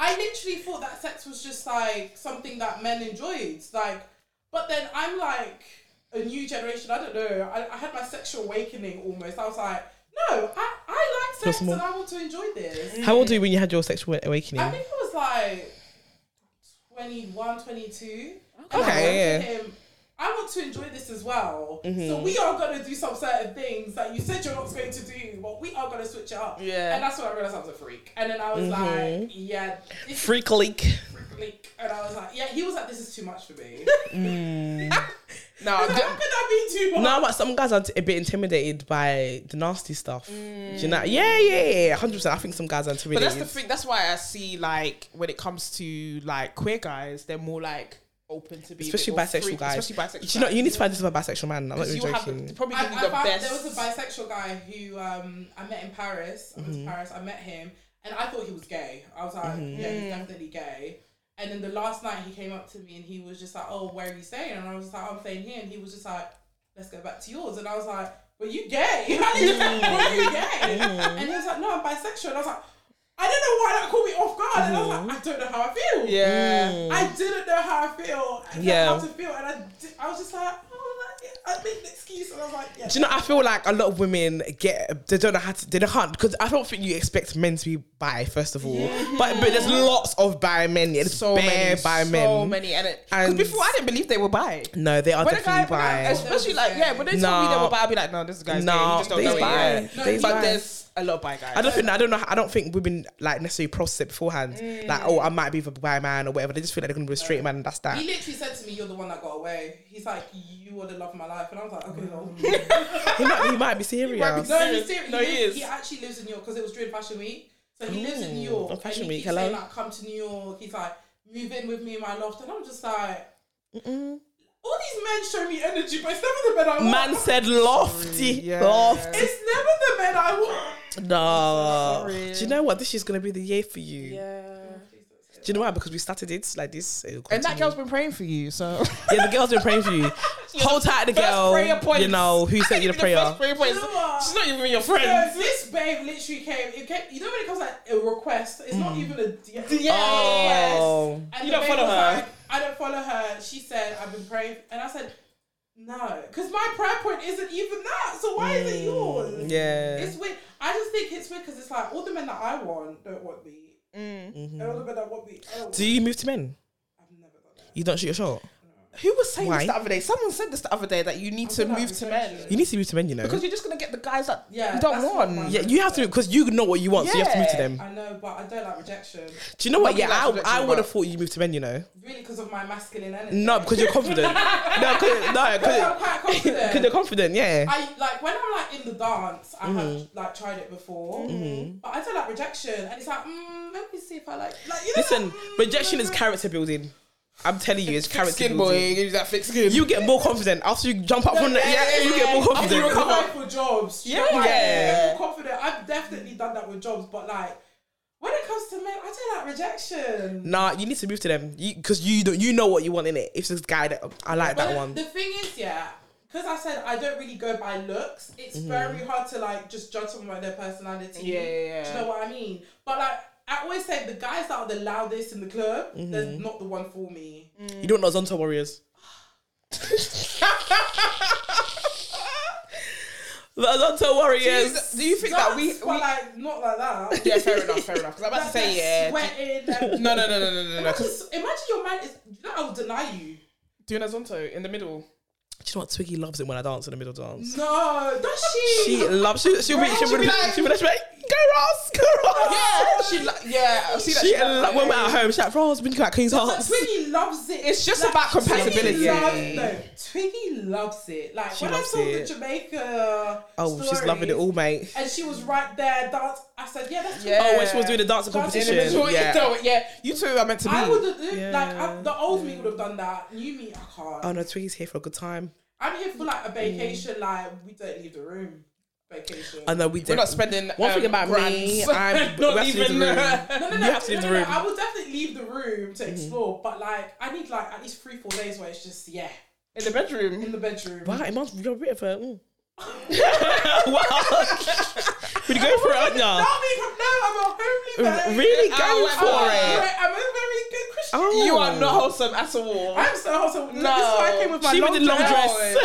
I literally thought that sex was just like something that men enjoyed. Like, but then I'm like a new generation. I don't know. I, I had my sexual awakening almost. I was like, no, I, I like sex Just more- and I want to enjoy this. How old were you when you had your sexual I awakening? think I was like 21, 22. And I Okay, yeah. said to him, I want to enjoy this as well. So Mm-hmm. we are going to do some certain things that you said you're not going to do, but we are going to switch it up. Yeah. Mm-hmm. And that's when I realized I was a freak. And then I was like, yeah, this is Freak leak. freak leak. And I was like, yeah, he was like, this is too much for me. Mm. *laughs* *laughs* No, How could I'm- that be too much? No, but some guys are t- a bit intimidated by the nasty stuff. Do you know? Yeah, yeah, yeah. Hundred percent. I think some guys are Mm. but intimidated. that's the thing. That's why I see like when it comes to like queer guys, they're more like open to be, a bit especially more bisexual free- guys. Especially bisexual. Do you know, you need to guys. find this about bisexual man. I'm not even You'll have joking. the- probably I, give you I the found best. there was a bisexual guy who um, I met in Paris. I went to Paris. I met him, and I thought he was gay. I was like, yeah, he's definitely gay. And then the last night he came up to me and he was just like, oh, where are you staying? And I was like, "Oh, I'm staying here. And he was just like, let's go back to yours. And I was like, but you gay? *laughs* I didn't were you gay? And he was like, no, I'm bisexual. And I was like, I don't know why that caught me off guard. And I was like, I don't know how I feel. Yeah. I didn't know how I feel. I didn't Yeah. know how to feel. And I, di- I was just like, oh, like, yeah, I made an excuse. And I was like, yeah. Do you know? I feel like a lot of women get they don't know how to they don't can't because I don't think you expect men to be bi first of all. But but there's lots of bi men. It's so many, bi so men. many, and because And- before I didn't believe they were bi. No, they are When a guy, definitely when I- bi. especially like yeah, when they told me they No. were bi, I'd be like, no, this guy's gay. You No, just don't they's know it bi. yet. They's but bi. there's a lot of bi guys. I don't think I don't know I don't think women like necessarily process it beforehand. Like Mm. oh, I might be with a bi man or whatever. They just feel like they're gonna be a straight man and that's that. He literally said to me, you're the one that got away. He's like, you were the love of my life. And I was like, okay, lol. He might he might be serious. No, he's serious. No, he, he lives- is. he actually lives in New York because it was during Fashion Week. So he lives in New York. on Fashion and he Week, keeps saying, hello. like, come to New York. He's like, move in with me in my loft. And I'm just like, all these men show me energy, but it's never the men I want. Man said lofty, loft. *laughs* it's never the men I want. *laughs* No. Sorry. Do you know what? This is gonna be the year for you. Yeah. Do you know why? Because we started it like this. it'll And that continue. girl's been praying for you, so yeah, the girl's been praying for *laughs* you. Hold tight, the First girl. prayer points. You know who sent you the Even *laughs* the prayer. first prayer points. You know what? She's not even your No, friend. this babe literally came. It came. You know when it comes like a request, it's not even a DM. Oh. And You the don't babe follow was her? Like, I don't follow her. She said I've been praying, and I said no, because my prayer point isn't even that. So why is it yours? Mm, Yeah. It's weird. I just think it's weird because it's like all the men that I want don't want me. And all the men that want me, I don't Mm-hmm. Do want- you move to men? I've never done that. You don't shoot your shot. Who was saying Why? this the other day? Someone said this the other day that you need to gonna move have to to men change You need to move to men. You know. because you're just gonna get the guys that Yeah, you don't that's want. not my- yeah, you have to because you know what you want, so you have to move to Yeah. them. I know, but I don't like rejection. Do you know what? Nobody Yeah, likes I, rejection, I would have but- thought you moved to men. You know. Really, because of my masculine energy. No, because you're confident. no, cause, no, I'm because quite confident. you're confident. Yeah. I like when I'm like in the dance, I have Mm-hmm. like tried it before, but I don't like rejection, and it's like mm, let me see if I like. like you know, Listen, mm, rejection is mm, character building. I'm telling you, it's Thick character skin boy, building. give you that thick skin. You get more confident after you jump up from the. Yeah, you get more After you confident. apply for jobs, Yeah. yeah, like, Yeah. yeah. confident. I've definitely done that with jobs, but like when it comes to men, I don't like rejection. Nah, you need to move to them because you, don't you know what you want in it. It's this guy that I like But that the- one. The thing is, yeah, because I said I don't really go by looks. It's very hard to like just judge someone by their personality. Mm-hmm. Yeah, yeah, Do yeah. you know what I mean? But like. I always say the guys that are the loudest in the club, they're Mm-hmm. not the one for me. Mm. You don't know Zonta Warriors. *laughs* the Zonta Warriors. Do you think that we? Dance, but we like not like that. yeah, fair enough, fair enough. Because I'm about to Like, say they're yeah. sweating. and- *laughs* *laughs* No, no, no, no, no, no, no. 'cause Imagine, imagine your man is. You know, I will deny you. doing a zonto in the middle. Do you know what Twiggy loves it when I dance in the middle dance? No, does she? She loves. She, she'll be. She'll She'll be be. like- She'll be like, go Ross, go Ross. Yeah, she li- yeah. I've seen that. She, She loves like, it. when we're at home, she's like, Ross, when you go at King's But Hearts. Twiggy loves it. It's just about compatibility. Twiggy loves, no, Twiggy loves it. Like when I loves saw it. the Jamaica. Oh, she's loving it stories, all, mate. And she was right there. Dance. I said, yeah, that's. Yeah. Oh, when she was doing the dancing Dancing competition. in the middle, yeah. yeah. yeah, you two are meant to be. I would have Yeah. like I, the old me would have done that. New me, I can't. Oh no, Twiggy's here for a good time. I'm here for like a vacation. Like we don't leave the room. Vacation. *laughs* I know we We're did. not spending. One um, thing about me, grands. I'm we *laughs* not have to leave the room. even. No, no, You no, have to leave no, the no, room. Mm-hmm. no, I will definitely leave the room to explore, but like I need like at least three, four days where it's just yeah in the bedroom. in the bedroom. Wow, Iman's you're a bit of a. *laughs* Mm. *laughs* wow. Would you go for it, aren't ya? Not me from no, I'm a Uh, homely man. Really I going would- I for would- it. I'm a very good Christian. Oh. You are not wholesome at all. I'm so wholesome. No, No. this is why I came with my She long with the long dress. dress. *laughs* Yes.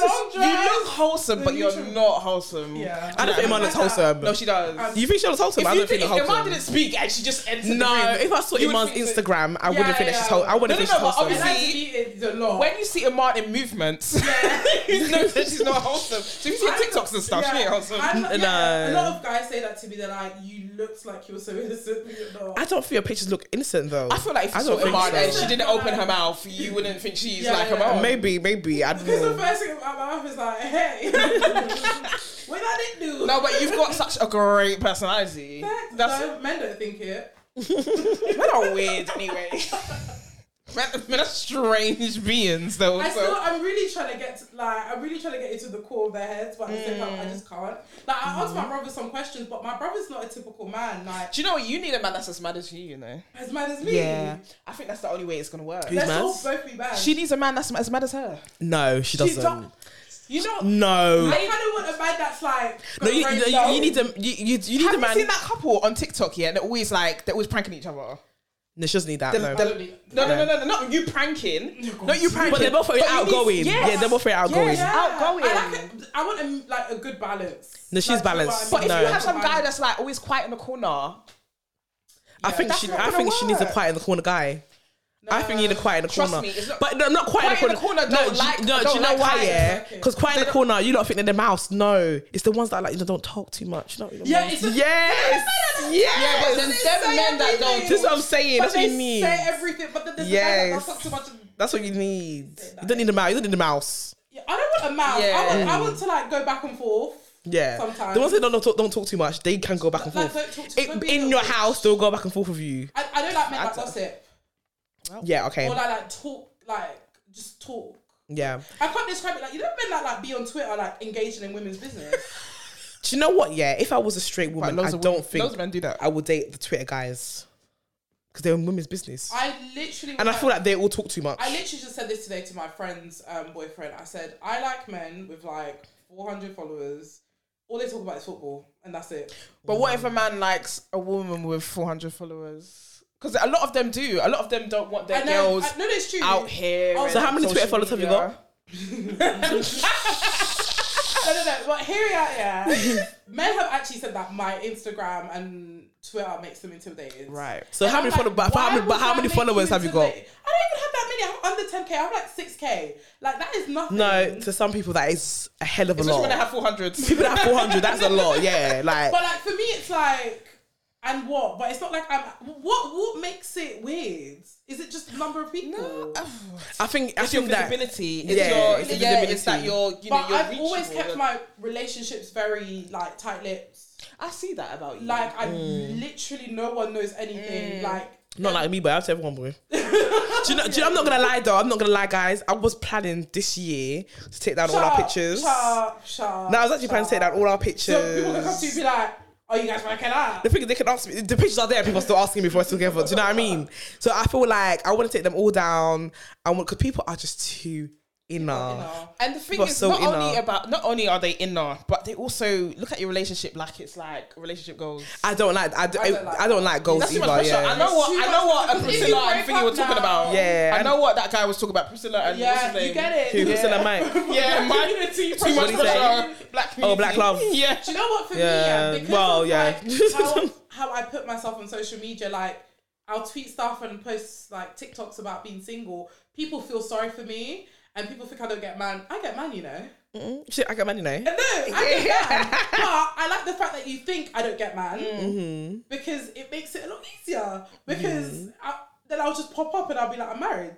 The long dress. You look wholesome, but you're neutral- not wholesome. Yeah. I don't think Iman is wholesome. No, she does. Um, you think she was wholesome? if I you don't think, think if she's wholesome. Iman didn't speak and she just entered the no, room, if I saw you would Iman's think so. Instagram, I Yeah, wouldn't think that yeah. she's wholesome. I wouldn't No, no, think she's no, but wholesome. and obviously- I delete it a lot. *laughs* When you see Iman in movements, *laughs* you know that she's not wholesome. So if you see her TikToks and stuff, she ain't wholesome. I'm not- yeah, No. uh, A lot of guys say that to me. They're like, "You looked like you were so innocent, but you're not." *laughs* I don't feel your pictures look innocent though. I feel like if you I saw don't think Iman so. and she didn't open her mouth, you wouldn't think she's Yeah, like yeah. Iman. maybe, maybe I don't Because the know. first thing out my mouth is like, "Hey, *laughs* what I didn't do." No, but *laughs* you've got such a great personality. Facts, That's though. men don't think it. *laughs* men are weird anyway. men, men are strange beings though. I so- still, I'm really trying to get, to, like, I'm really trying to get into the core of their heads, but at the same time, I Mm. just can't. Like, I asked Mm-hmm. my brother some questions, but my brother's not a typical man. Like, Do you know what? You need a man that's as mad as you, you know. as mad as me. I think that's the only way it's gonna work. Who's Let's mad? all both be bad. She needs a man that's as mad as her. *laughs* No, she She doesn't. don't- you know, no. I kind of want a man that's like. no, you, got you, a you, brain need a you, you, you need Have a you man. seen that couple on TikTok yet? They're always like they're always pranking each other. No, she doesn't need that. The- no. the- Probably. no, no, no, no, no, not you pranking. God. Not you pranking. But they're both very But you need- outgoing. yes. Yeah, they're both very outgoing. Yes, outgoing. I like it. I want a, like a good balance. No, she's Like, you know what I balanced. mean? but if No. you have some guy that's like always quiet in the corner, I think that's she. not I gonna think she needs a work. quiet in the corner guy. I think you need a quiet in the Trust corner. me, it's not- but no, not quiet, in the corner. don't do- like- no, do don't you know like why? quiet. Yeah, Okay. because quiet in the corner, you don't think they're the mouse. No, it's the ones that like you know, don't talk too much. You know, you know Yeah, mouse. it's the- yes, yes. *laughs* yeah, but then They them say men that everything. don't. This is what I'm saying. But That's what they you need. say everything. But then there's a guy that Yes. talks too much. That's what you need. You don't need a mouse. You don't need a mouse. Yeah, I don't want a mouth. Yeah. I, want, I want to like go back and forth. Yeah. Sometimes. The ones that don't talk, don't talk too much, they can go back and Like, forth. don't talk to- In- don't be a in little your bitch. house, they'll go back and forth with you. I, I don't like men that gossip Yeah, okay. or like like talk like just talk. yeah. I can't describe it. Like you know men that like be on Twitter like engaging in women's business. Do you know what? Yeah, if I was a straight woman, loads I of don't women- think loads of men do that. I would date the Twitter guys because they're in women's business, I literally and I feel like they all talk too much. I literally just said this today to my friend's um, boyfriend. I said, I like men with like 400 followers. All they talk about is football, and that's it. But what if a man likes a woman with 400 followers? Because a lot of them do. A lot of them don't want their I know, girls I know it's true. out here. Oh, and so how many social Twitter followers have you media. got? No, no, no. But here we are, *laughs* yeah. men have actually said that my Instagram and Twitter makes them intimidated. Right. so how I'm many like, follow- but how why many, but would how that many make followers have you got? intimidated? I don't even have that many. I have under 10k. I have like 6k. Like that is nothing. No, to some people that is a hell of a Especially lot. when they have 400. people that have *laughs* four hundred, that's a lot. Yeah, like But like for me, it's like, and what? But it's not like I'm. What? What makes it weird? Is it just the number of people? I think I It's your think that *laughs* visibility. It's Yeah, your it's it's the yeah, it's that visibility. your you know but your I've always reachable. kept my relationships very like tight lipped. I see that about you. Like I Mm. literally, no one knows anything. Like Not like me, but I'll tell everyone, *laughs* boy. do you know? Do you know, I'm not gonna lie though. I'm not gonna lie, guys. I was planning this year to take down all our pictures. Sharp, sharp. No, I was actually planning to take down all our pictures. So people can come to you and be like, "Are you guys working out?" the thing is, they can ask me. The pictures are there. People are still asking me for us together. Do you know what I mean? So I feel like I want to take them all down. I want because people are just too inner. and the thing People are is, so not only inner. about not only are they inner, but they also look at your relationship like it's like relationship goals. I don't like. I, do, I don't I, like don't like goals That's too either. much pressure. yeah. I know Too what I much know what a pressure. If you Priscilla and break Thingy were up talking now- about. Yeah, I and- know what that guy was talking about. Priscilla and what's his Yeah, name? you get Who it. who's in the mic? *laughs* Yeah, man, too What much did he say? pressure. Black community. Oh, black love. *laughs* Yeah. Do you know what for Yeah, me? Yeah, because well, of, yeah. like, how, *laughs* how I put myself on social media, like I'll tweet stuff and post like TikToks about being single. People feel sorry for me, and people think I don't get man. I get man, you know. Shit, I got money now. No, I get man, *laughs* but I like the fact that you think I don't get man Mm-hmm. because it makes it a lot easier. Because I, then I'll just pop up and I'll be like, I'm married.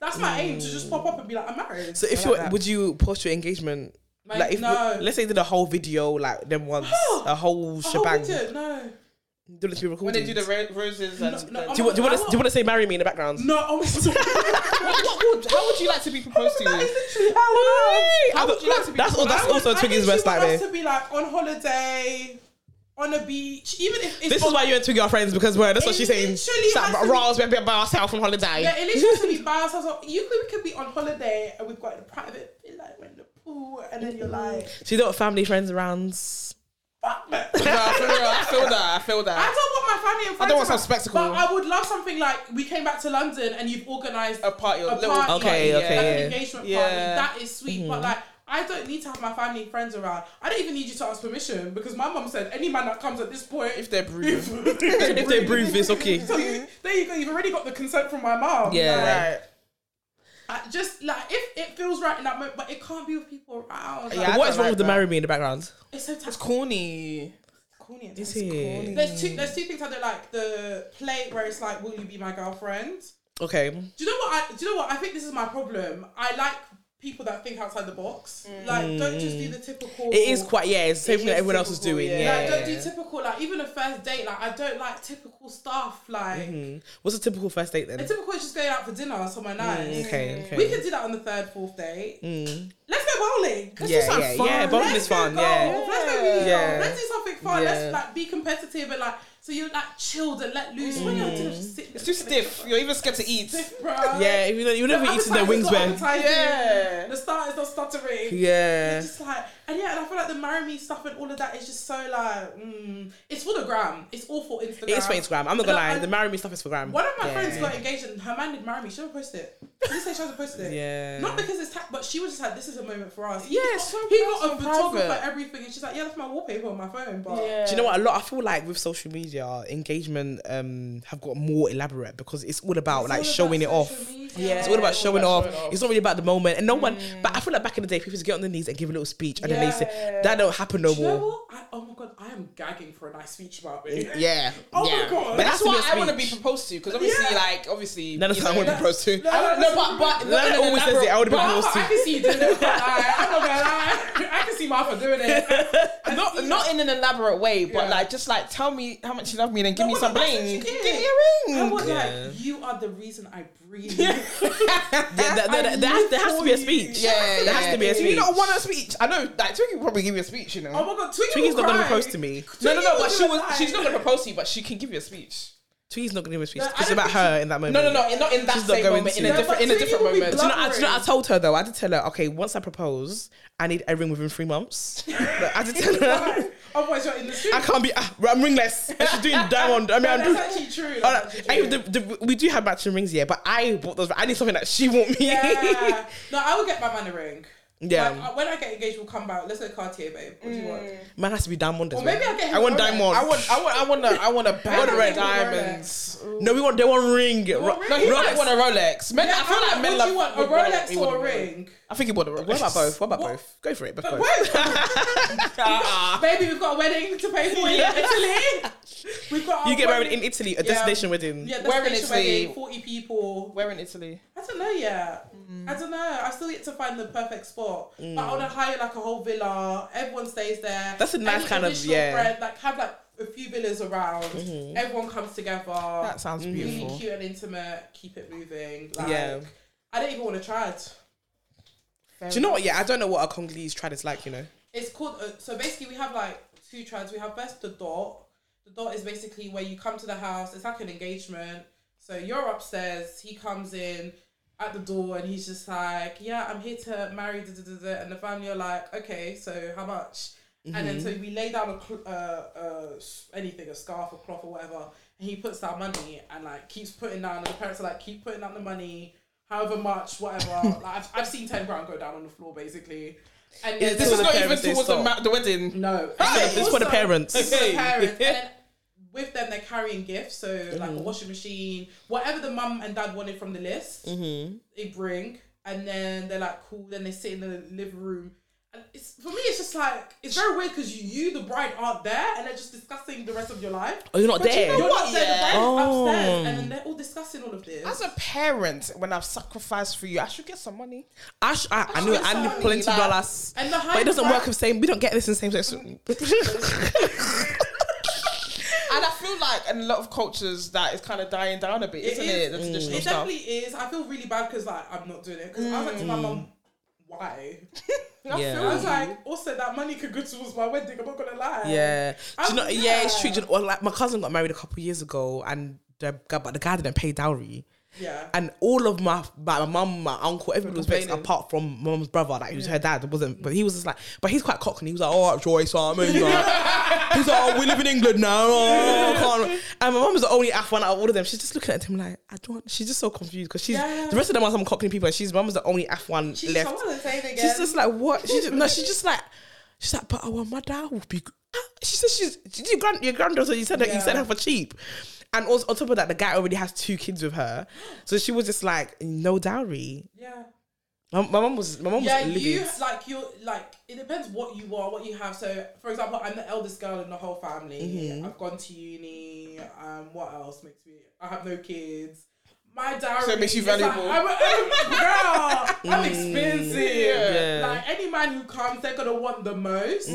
That's my aim to just pop up and be like, I'm married. So if you were- would you post your engagement? Like, Like if no. let's say you did a whole video like them *gasps* once a whole oh, we shebang did, no. do it to be recorded. When they do the ro- roses and no, the- do you, want- I'm not- do you want to I want- do you want to say marry me in the background? No, oh *laughs* my God. What would- how would you like to be proposed *laughs* to? *laughs* How would you like to be That's all. That's I would- also I Twiggy's literally best want us nightmare. to be like on holiday, on a beach, even if it's This not- is why you and Twiggy are friends because we're. That's what It she's saying. literally She's has like, to be- Ross, we're by ourselves on holiday. Yeah, it literally has to be by ourselves. Or You could, we could be on holiday and we've got a private villa, we're in the pool, and then you're like, So you don't have family friends around. fuck man. No, for real, I feel that. I feel I that. don't want my family and friends. I don't want around, some spectacle. But I would love something like we came back to London and you've organised A party, A a little party. Okay, party, okay, like yeah. an engagement Yeah. party. That is sweet, but like. I don't need to have my family and friends around. I don't even need you to ask permission because my mum said any man that comes at this point, If they're *laughs* bruised, if they *laughs* breathe, it's okay. so you, there you go. You've already got the consent from my mom. Yeah. right? Like, I just like if it feels right in that moment, but it can't be with people around. Like, Yeah, But I what don't is wrong like with the that. marry me in the background? It's so It's tough. corny. corny. and Is tough. it There's two. There's two things I don't like. The play where it's like, "Will you be my girlfriend?" okay? Do you know what? I, do you know what? I think this is my problem. I like people that think outside the box. Like, don't just do the typical. Mm. It is quite yeah. It's the same It thing that is everyone else is typical, doing. yeah. Yeah. Like, don't do typical. Like, even a first date. Like, I don't like typical stuff. Like, What's a typical first date then? a typical is just going out for dinner somewhere nice. Mm, Okay. Okay. We could do that on the third, fourth date. Hmm. Let's go bowling. Let's yeah, just have yeah, fun. yeah. Bowling Bowling Let's is go fun. golf. Yeah. Let's go really Yeah. golf. Let's do something fun. Yeah. Let's like be competitive and like so you're like chilled and let loose. When you're at dinner, Mm. just sit. It's too stiff. You're even scared to eat. bro. Yeah. If you don't, you never eaten their wings, man. man. Yeah. The start is not stuttering. Yeah. It's just like, and yeah, and I feel like the marry me stuff and all of that is just so like, mm, it's for the gram. It's all for Instagram. It's for Instagram. I'm not gonna No, lie. and The marry me stuff is for gram. One of my Yeah. friends got engaged and her man did marry me. She never posted it. She didn't say she hasn't posted it. Yeah. Not because it's ta- but she was just like, this is a moment for us. Yes, he got, he he got got a on photographer private. everything, and she's like, yeah, that's my wallpaper on my phone. But Yeah. Do you know what? A lot. I feel like with social media, engagement um have got more elaborate because it's all about It's like all showing about it off. social media. Yeah. It's all about It's all showing about off. showing off. It's not really about the moment. And no one. But I feel like back in the day, people used to get on their knees and give a little speech, and then they say Yeah. that don't happen no Do you know more. what? I, oh my god, I am gagging for a nice speech about me. *laughs* Yeah. Oh my yeah. God. But But That's it has why I to want a to be speech. proposed to because obviously, Yeah. like, obviously, None of you the time I know, want to be proposed to. I don't- no, but but no, Lana no, no, always no, says bro. it, I would have been But- proposed Martha, *laughs* I can see you doing it. Like, I'm not gonna lie. I can see Martha doing it. *laughs* Not not in an elaborate way, but Yeah. like just like tell me how much you love me, then give No, me but some that's what bling. she Give did. me I a ring. was Yeah. like, you are the reason I breathe. *laughs* Yeah, there, there, there, there has, there has to be a speech. Yeah, there has yeah. to be a Do speech. you not want a speech? I know, like Twiggy will probably give you a speech, you know. Oh my god, Twiggy Twiggy's will not gonna cry. propose to me. Twiggy no, no, no, will but do she it was live. *laughs* she's not gonna propose to you, but she can give you a speech. Twiggy's not gonna give a speech. No, I It's don't about think her in that moment. No, no, no, and not in that She's not same going moment, in to. a No, different, but in a Twiggy different will be moment. Do you know, I, do you know, I Blabbering. told her though. I did tell her, okay, once I propose, I need a ring within three months. Like, I did tell her, Otherwise, you're in the street. I can't be. ah, I'm ringless. And she's doing diamond. I mean, I'm That's doing. actually true. Oh, That's no, actually I, true. the, the, we do have matching rings, yeah, but I bought those. I need something that she won't me. Yeah. No, I will get my man a ring. Yeah. Like, uh, when I get engaged, we'll come back. Let's go Cartier, babe. What do you want? *laughs* Man has to be diamond. As Or well. maybe I'll get him I want a ring. diamond. I want, I want, I want a, I want a bag a of ring. diamonds. no, we want. They want ring. want Ro- ring? No, he Rolex. might want a Rolex. Men, I feel I'm like men what love. do you want? A would want Rolex he would or a want ring? I think he bought a Rolex. What about both? What about What? both? Go for it. Both. But both. wait, baby, we've got a wedding to pay for Yeah. in Italy. We've got. You our get married wedding- in Italy, a Yeah. destination wedding. Yeah, Where in that's station Italy? wedding, forty people. Where in Italy? I don't know yet. Mm. I don't know. I still yet to find the perfect spot. But I want to hire like a whole villa. Everyone stays there. That's a nice Any kind of- additional yeah. Mm-hmm. Friend, like have like a few villas around. Everyone comes together. That sounds beautiful. really cute and intimate. Keep it moving. Like, Yeah. I don't even want to try it. Do you know what? Yeah, I don't know what a Congolese trad is like. You know. It's called. Uh, so basically, we have like two trads. We have first the dot. The dot is basically where you come to the house. It's like an engagement. So you're upstairs. He comes in at the door, and he's just like, "Yeah, I'm here to marry." Da, da, da, da. And the family are like, "Okay, so how much?" And then so Mm-hmm. we lay down a cl- uh, uh, s- anything, a scarf, a cloth, or whatever. And he puts down money and like keeps putting down. And the parents are like, "Keep putting down the money." However much, whatever. *laughs* like, I've, I've seen ten grand go down on the floor, basically. And Is then- Till This is the not even parents say towards the, stop. ma- the wedding. no, It's for the parents. It's for the Hey. parents. *laughs* And then with them, they're carrying gifts, so like Mm-hmm. a washing machine, whatever the mum and dad wanted from the list, Mm-hmm. they bring, and then they're like cool. Then they sit in the living room, and it's for me, it's just like it's very weird because you, you, the bride, aren't there, and they're just discussing the rest of your life. Oh, you're not But you there. know You're what? not there. The Yeah. bride Oh. is upstairs, and then they're all discussing all of this. As a parent, when I've sacrificed for you, I should get some money. I, sh- I, I knew I need sorry, plenty like- dollars. and the But it doesn't high- work the same. We don't get this in same sex. *laughs* *laughs* And I feel like in a lot of cultures that is kind of dying down a bit, It isn't is. Mm. it? The traditional It stuff. Mm. definitely is. I feel really bad because like I'm not doing it because I was like to my mum, why? *laughs* I Yeah. feel I was like like, also that money could go towards my wedding. I'm not gonna lie. yeah. Do you know, Oh, yeah, it's true. yeah. Do you know, well, like, my cousin got married a couple years ago, and the guy, but the guy didn't pay dowry. yeah. And all of my my my mum, my uncle, everybody was paying complaining. apart from my mum's brother, like who's her dad, wasn't. But he was just like, but he's quite cockney. He was like, oh, Joyce, so I mean, he's like, *laughs* oh, we live in England now. oh, I can't. And my mum was the only F one out of all of them. She's just looking at him like, I don't. She's just so confused because she's Yeah. the rest of them are some cockney people, and she's mum was the only F one She's left. I wasn't saying again. She's just like, what? She's just, no, she's just like, she's like, but our mother would be. good." *gasps* She says she's she's your grand your granddaughter. You said that you said Yeah. her for cheap, and also on top of that, the guy already has two kids with her, so she was just like, no dowry. yeah. My, my mom was my mom Yeah, was you livid. like you're like it depends what you are, what you have. So, for example, I'm the eldest girl in the whole Mm-hmm. family. I've gone to uni. Um, what else makes me? I have no kids. my diary. So it makes you is like, valuable. I'm, *laughs* a- girl, Mm. I'm expensive. Yeah. Like any man who comes, they're gonna want the most.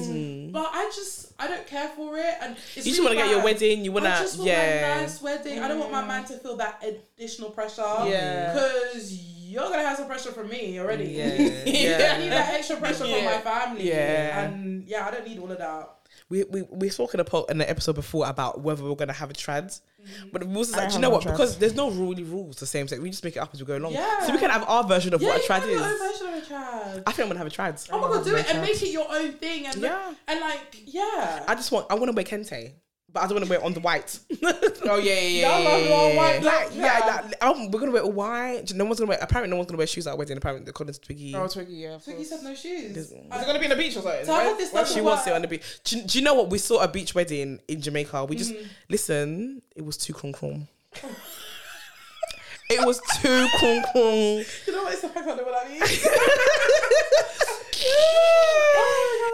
But I just I don't care for it, and it's Mm-hmm. You just really want to get your bad. wedding. You want I to, just want my yeah. Mm. nice wedding. I don't want my man to feel that additional pressure. Yeah. Because you're going to have some pressure from me already. *laughs* Yeah, yeah. I need that extra pressure from my Yeah. family. Yeah. And yeah, I don't need all of that. We we we spoke in a po- in the episode before about whether we're gonna have a trans, Mm-hmm. but we was I like, do you have know no what? trans. Because there's no really rules the same sex. We just make it up as we go along. Yeah. So we can have our version of Yeah, what you a trans can have is. your own version of a trans. I think I'm gonna have a trans. Oh my god, do it and make it your own thing. And look- Yeah. and like, yeah. I just want. I want to wear kente, but I don't want to wear it on the white. *laughs* Oh yeah, yeah, yeah. Y'all love yeah, your own yeah. white like yeah, yeah. like, um, we're gonna wear it white. No one's gonna wear. Apparently, no one's gonna wear shoes at our wedding. Apparently, according to Twiggy. Oh, Twiggy, yeah. of So you course. said no shoes. Doesn't- Is it gonna be in the beach or something? So I had this Where- other She one- wants it on the beach. Do, you- do you know what? We saw a beach wedding in Jamaica. We Mm. just listen. It was too krum krum. *laughs* it was too krum krum. *laughs* you know what? It's the fact I know what I mean. *laughs*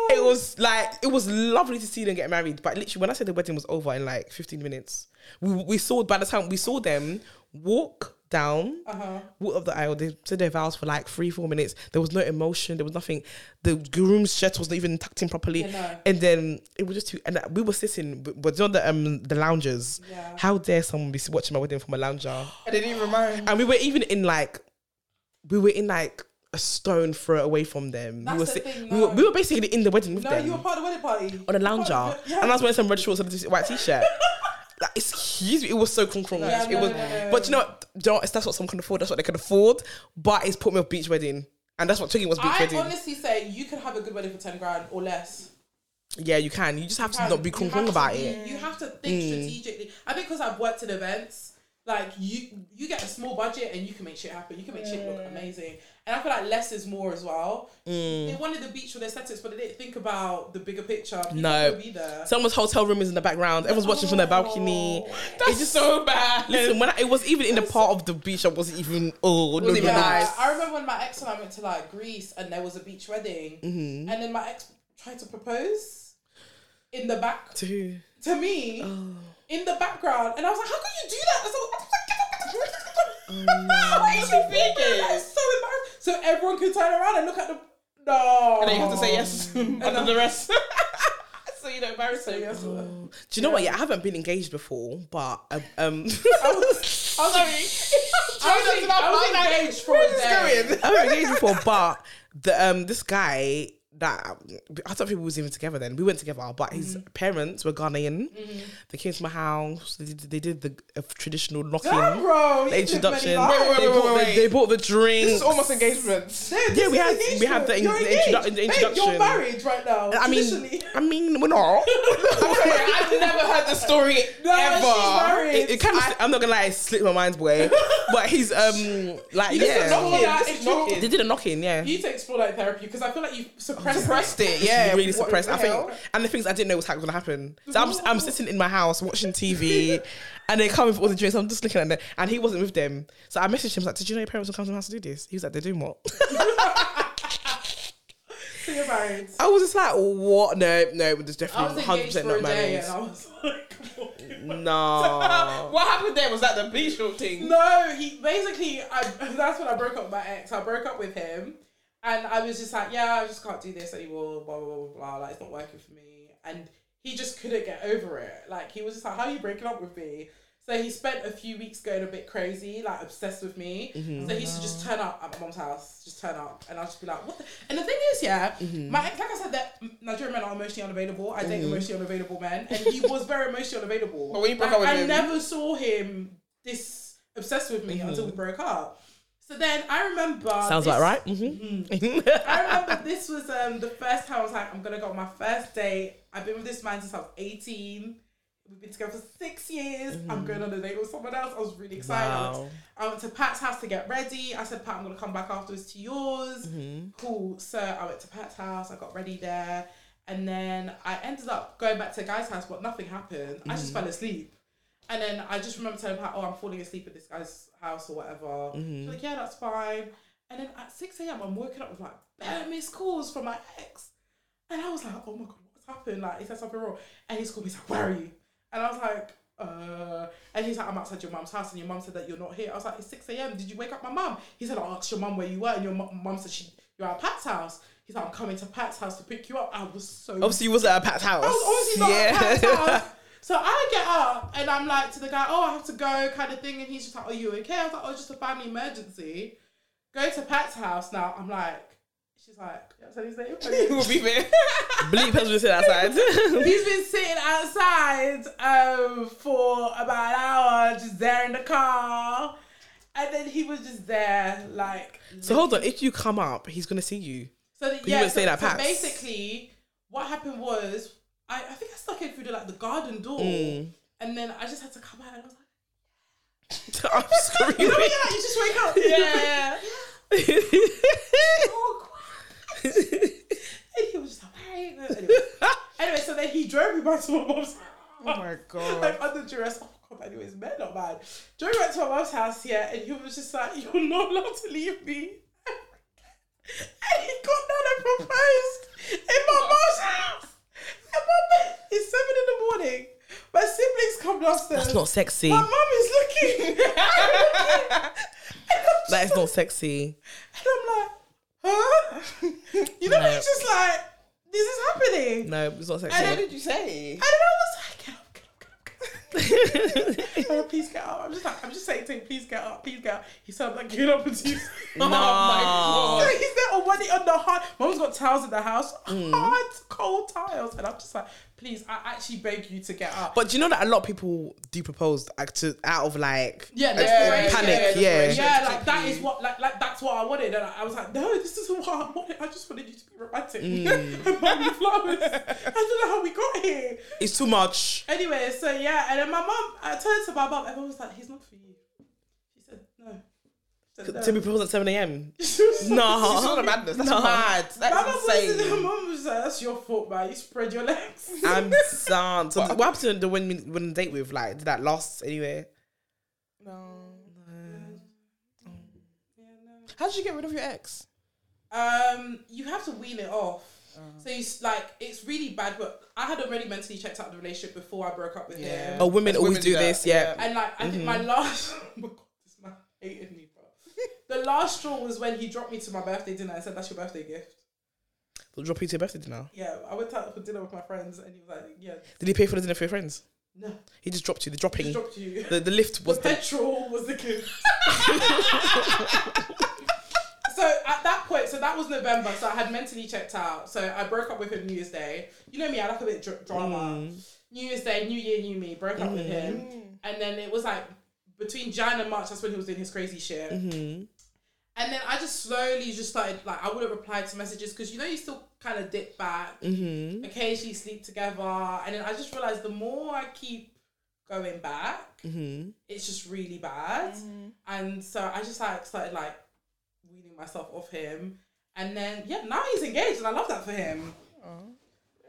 It was like it was lovely to see them get married, but literally when I said the wedding was over in like 15 minutes, we, we saw by the time we saw them walk down Uh-huh. walk up the aisle. They said their vows for like three, four minutes. There was no emotion. There was nothing. The groom's shirt wasn't even tucked in properly. Yeah, no. And then it was just too. And uh, we were sitting, but but on the um the loungers. Yeah. How dare someone be watching my wedding from a lounger? I didn't even mind. And we were even in like, we were in like a stone throw away from them. That's we were the sit- thing, we, were, no. we were basically in the wedding with No, them you were part of the wedding party. on a lounger, Yeah. and I was wearing some red shorts and a white *laughs* t-shirt. like, excuse me, it was so concrete. Yeah, it no, was, no, no. but you know, what? Do you know what? It's- that's what someone can afford. That's what they can afford. But it's put me off beach wedding, and that's what Twiggy was beach I wedding. honestly say you could have a good wedding for ten grand or less. yeah, you can. You just have to Have- not be you have concrete to about be- it. Mm. You have to think strategically. I think because I've worked in events, like you, you get a small budget and you can make shit happen. You can make shit look amazing. And I feel like less is more as well. Mm. They wanted the beach for the aesthetics, but they didn't think about the bigger picture. People No. could be there. Someone's hotel room is in the background. Everyone's watching from their Oh, balcony. That's just *laughs* so bad. Listen, when I, it was even in the part of the beach, I wasn't even. Oh, no, no, even no. yeah, nice. I remember when my ex and I went to like Greece and there was a beach wedding, Mm-hmm. and then my ex tried to propose in the back To who? to me in the background, and I was like, "How could you do that?" And so, I was like, "Get the- get the- get the- *laughs* What is she thinking? That is so embarrassing. So everyone could turn around and look at the no. *laughs* And then you have to say yes under the rest. Oh. so you don't embarrass So him. yes. Do you know what? Yeah, I haven't been engaged before, but um, *laughs* um I was, I was like, *laughs* I was, Joseph's in- not I was mine. engaged for Where a is this day. *laughs* going? I haven't engaged before, but the um this guy that um, I thought people was even together then. We went together, but his parents were Ghanaian. They came to my house. They did, they did the uh, traditional knocking, Damn, bro. you the did many introduction. lives. Wait, wait, they, wait, bought, wait, the- wait. they bought the drinks. It's almost *laughs* engagement. Damn, this Yeah, we is had- engagement. we had the in- You're the engaged. introdu- the Babe, introduction. you're married right now. I mean, *laughs* traditionally. I mean, we're not. Okay, I've never heard the story No, she's ever. married. It, it kind of. I'm not gonna lie, it slipped my mind's way. But he's um like It's not all yeah. that. This is It's not- knocking. They did a knocking, yeah. *laughs* You need to explore that in therapy because I feel like you've suppressed, Pressed it, yeah, yeah. really What suppressed. the I think, hell? and the things I didn't know was going to happen. So I'm, I'm sitting in my house watching *laughs* TV, and they come with all the drinks. I'm just looking at them, and he wasn't with them. So I messaged him like, "Did you know your parents will come to my house to do this?" He was like, "They're doing what?" So *laughs* you're married. I was just like, "What? No, no, there's I definitely was 100 engaged percent for not a day and married." I was like, *laughs* *laughs* walking back. No, what happened there was that the beach room thing. no, he basically, I, *laughs* that's when I broke up with my ex. I broke up with him and I was just like, yeah, I just can't do this anymore, blah, blah, blah, blah, blah. Like, it's not working for me. And he just couldn't get over it. Like, he was just like, how are you breaking up with me? So he spent a few weeks going a bit crazy, like obsessed with me. So he used to just turn up at my mom's house, just turn up, and I'd just be like, "What?" The? And the thing is, yeah, my ex, like I said, that Nigerian men are emotionally unavailable. I date emotionally unavailable men, and he was very emotionally unavailable. But when you broke Like, up with I him- never saw him this obsessed with me until we broke up. So then I remember Mm-hmm. sounds this- about right. Mm-hmm. I remember this was um the first time I was like, I'm gonna go on my first date. I've been with this man since I was 18. We've been together for six years. I'm going on a date with someone else. I was really excited. Mm-hmm. Wow. I went to Pat's house to get ready. I said, Pat, I'm gonna come back afterwards to yours. Mm-hmm. Cool. So I went to Pat's house, I got ready there, and then I ended up going back to the guy's house, but nothing happened. I Mm. just fell asleep. And then I just remember telling Pat, oh, I'm falling asleep at this guy's house or whatever. She's like, yeah, that's fine. And then at 6 a.m., I'm waking up with like bare missed calls from my ex. And I was like, oh my God, what's happened? Like, is there something wrong? And he's called me, he's like, where are you? And I was like, uh, and he's like, I'm outside your mum's house, and your mum said that you're not here. I was like, it's 6 a.m. Did you wake up my mum? He said, I asked your mum where you were, and your mum mum said she, you're at Pat's house. He's like, I'm coming to Pat's house to pick you up. I was so Obviously, you was at a Pat's house. I was obviously not at Pat's house. So I get up and I'm like to the guy, oh, I have to go, kind of thing. And he's just like, are you okay? I was like, oh, it's just a family emergency. Go to Pat's house now. I'm like, she's like, yeah, so he's like, *laughs* We'll be there. Bleep has been sitting outside. *laughs* He's been sitting outside um, for about an hour, just there in the car. And then he was just there, like. so hold on, if you come up, he's gonna see you. *laughs* So that, you yeah, wouldn't so, say that so pass. basically, what happened was I, I think I stuck it through the, like the garden door, and then I just had to come out and I was like, *laughs* I'm you screaming. know, when you're like, Oh, you just wake up, *laughs* yeah. oh, *laughs* crap. and he was just like, "Wait." anyway. anyway, so then he drove me back to my mom's. Oh my god. like under duress. Oh god, anyways, men not bad. Joey went to my mom's house, yeah, and he was just like, You're not allowed to leave me. and he got down and proposed in my mom's house. And my mom, it's seven in the morning. My siblings come downstairs. That's not sexy. my mum is looking. *laughs* I'm looking. And I'm, just, That is not sexy. and I'm like, huh? *laughs* you know, No. it's just like, this is happening. No, it's not And what sexy. did you say? And then I was like, get up, get up, get up, get up. Oh, please get up. *laughs* I'm just like, I'm just saying to him, please get up, please get up. He said, I'm like, get up and do No. So he's there on one knee on the hard. Mom's got towels in the house, hard, cold tiles. And I'm just like, please, I actually beg you to get up. But do you know that a lot of people do propose like, to, out of like yeah, yeah, desperation. panic? Yeah. Yeah, like that is what, like, like that's what I wanted, and I, I was like, no, this is what I wanted. I just wanted you to be romantic *laughs* Mm. and buy me flowers. I don't know how we got here. it's too much. Anyway, so yeah, and then my mom, I turned to my mom, and mom was like, he's not for you. She said, no. She said, To be no. *laughs* proposed at seven a.m. She was like- No, It's not a madness. That's No. mad. My mom, That's was, *laughs* my insane. mom was like, that's your fault, man. You spread your legs. *laughs* *laughs* I'm done. So what happened to the when we when the date with like did that last anywhere? No. Yeah, no. How did you get rid of your ex? Um, you have to wean it off. So you s- like it's really bad, but I had already mentally checked out the relationship before I broke up with him. Oh, women As always women do do that, this. Yeah. And like, I think my last, *laughs* oh my god, this man hated me, bro. the last straw was when he dropped me to my birthday dinner and said, "That's your birthday gift." They'll drop you to your birthday dinner. Yeah, I went out for dinner with my friends, and he was like, "Yeah, Did he pay for the dinner for your friends? no, He just dropped you. The he dropping. dropped you." The, the lift was the *laughs* the. petrol was the gift. so at that point, so that was November. So I had mentally checked out. So I broke up with him New Year's Day. You know me, I like a bit dr- drama. New Year's Day, New Year, New Me. Broke up with him, and then it was like between Jan and March. That's when he was doing his crazy shit. And then I just slowly just started like I wouldn't reply to messages because you know you still kind of dip back, occasionally sleep together, and then I just realized the more I keep going back, it's just really bad. And so I just like started like weaning myself off him, and then yeah, now he's engaged, and I love that for him.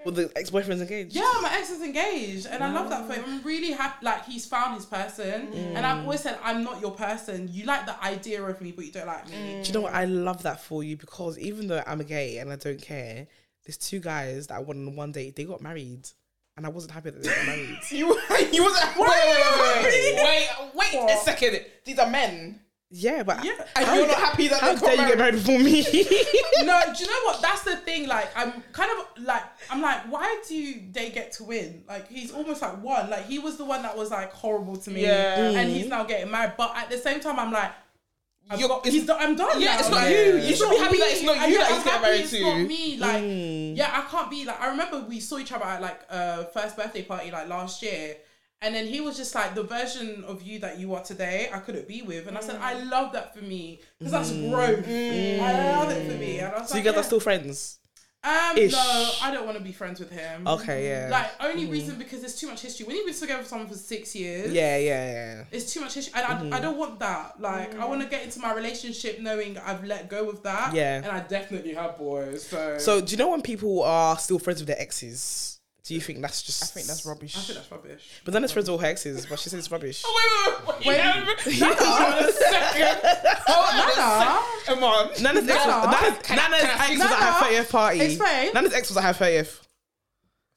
Well, the ex boyfriend's engaged. Yeah, my ex is engaged, and I love that for him. I'm really happy. Like he's found his person, and I've always said I'm not your person. You like the idea of me, but you don't like me. Do you know what? I love that for you because even though I'm gay and I don't care, there's two guys that I went on one date. They got married, and I wasn't happy that they got married. You, *laughs* you was wait, wait, wait, wait, wait, wait a second. These are men, Yeah, but Yeah. and you're not happy that how they dare you got get married. married before *laughs* me? no, do you know what? That's the thing. Like, I'm kind of like, I'm like, why do they get to win? Like, he's almost like one. Like, he was the one that was like horrible to me, Yeah. Mm. and he's now getting married. But at the same time, I'm like, I've You're- got, it's- he's do- I'm done. Yeah, now. it's not Like, you. You it's should be happy that it's not I- you that I'm he's getting happy married it's to. not me. Like, Mm. yeah, I can't be like. I remember we saw each other at like uh first birthday party like last year. And then he was just like the version of you that you are today. I couldn't be with, and I said, Mm. I love that for me because that's growth. I love it for me. And I Mm. was so you like, guys yeah. are still friends? Um, Ish. no, I don't want to be friends with him. Okay, yeah, Like, only reason because there's too much history. When you've been together with someone for six years, yeah, Mm. yeah, yeah. it's too much history. And I, I don't want that. Like, I want to get into my relationship knowing I've let go of that. Mm. Yeah. And I definitely have boys. So, So do you know when people are still friends with their exes? Do you think that's just? I think that's rubbish. I think that's Oh, rubbish. But then it's friends with all her exes, but she says it's rubbish. Wait, wait, wait, wait. Nana, Hold on a second. Hold on Nana, a second. Come on. Nana's ex was, Nana, Nana's, can I- Nana's can I ex was speak? at her Nana, thirtieth party. explain. Nana's ex was at her thirtieth.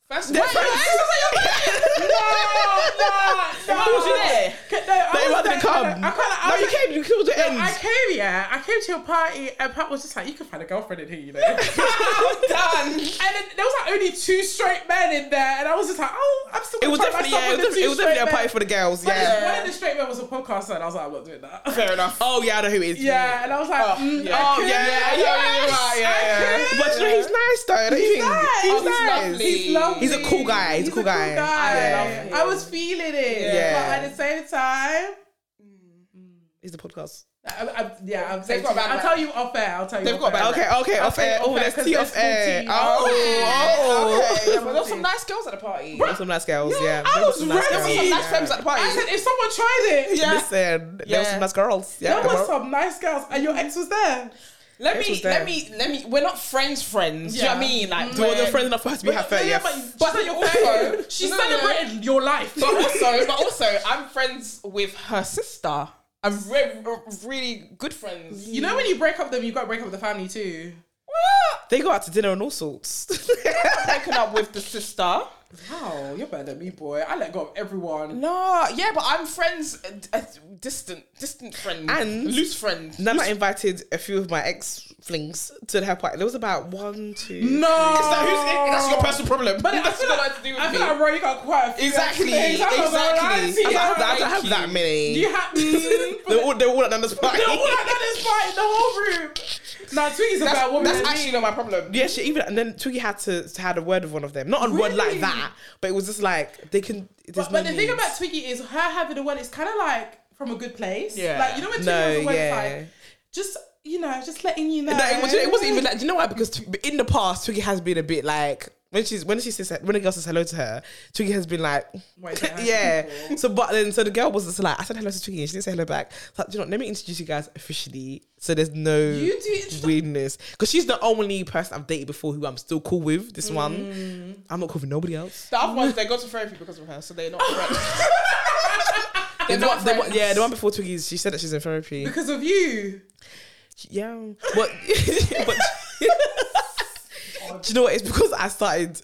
First They're wait, friends. wait, wait, wait, wait, wait. was you there? Like, why did it come? I kind of. No, you came. You killed the I ends. came, yeah. I came to your party, and Pat was just like, "You can find a girlfriend in here, you know." and Done. then there was like only two straight men in there, and I was just like, "Oh, I'm still." It gonna was try definitely myself yeah. It with was, the def- it was two definitely a straight party men." for the girls. One of the- One Yeah. of the straight men was a podcaster, and I was like, "I'm not doing that." Fair enough. Oh yeah, I know who it is. Yeah, and I was like, Oh, mm, yeah. I Oh, could, yeah, I yeah, could. yeah, right, yeah, I yeah. could. But you know, he's nice though. Don't you think? nice. He's He's nice. lovely. He's lovely. He's a cool guy. He's a cool guy. Yeah. I, love him. I was feeling it. Yeah. But at the same time, He's the podcast. I, I, yeah, I'm They've got a bad I'll rap. tell you off air. I'll tell you. They've off got a air. bad Okay, okay, off Okay, air. Oh, off air, let's 'cause see there's off full air. tea. Oh, Okay. But there were some nice girls at the party. oh. Some nice girls. Yeah, I there were was some nice ready. girls. There were some nice Yeah. femmes at the party. I said if someone tried it, Yeah. Listen, there were Yeah. some nice girls. Yeah, there were some nice girls, and your ex was there. Let This me, was there. let me, let me. We're not friends, friends. Yeah. Do you know what I mean? Like, Well, we're- they're friends enough for us to be happy. Yeah, But but you're also- also she No, no, no. celebrated your life. But *laughs* also, but also, I'm friends with her sister. I'm re- re- really good friends. you know when you break up them, you got to break up with the family too. What? they go out to dinner and all sorts. *laughs* Breaking up with the sister. Wow, you're better than me, boy. I let go of everyone. No, yeah, but I'm friends, uh, uh, distant, distant friend, And- loose friend. Nana invited a few of my ex flings to her party. There was about one, two. No, Is that who's- that's Oh. your personal problem. But I that's feel got like, nothing to do with I feel me. like Roy, you got quite a few Exactly, things. I'm not gonna lie to exactly. I you. don't have, that- I Yeah, don't have thank that you. many. You have *laughs* They were all, they were all at Nana's party. no all like that is fighting the whole room. Now Tweety's That's, about women. that's and me. actually not my problem. Yeah, she even and then Twiggy had to, to had a word with one of them. Not a word Really? like that, but it was just like they can. there's But, but no the thing needs. about Twiggy is her having the one is kind of like from a good place. Yeah. Like you know when Twiggy No, has a one, it's yeah. like just you know, just letting you know. No, it, was, it wasn't even that. Do you know why? Because Tw- in the past, Twiggy has been a bit like when she's when she says when a girl says hello to her, Twiggy has been like, *laughs* Why is it happening? yeah. So but then so the girl was just like, I said hello to Twiggy, and she didn't say hello back. So, do you know, let me introduce you guys officially. So there's no You do introduce- weirdness because she's the only person I've dated before who I'm still cool with. This Mm. one, I'm not cool with nobody else. The other ones, they go to therapy because of her, so they're not *laughs* friends. they're The not one- the one- friends. yeah, the one before Twiggy's, she said that she's in therapy. because of you. Yeah, but *laughs* but do you know what? It's because I started.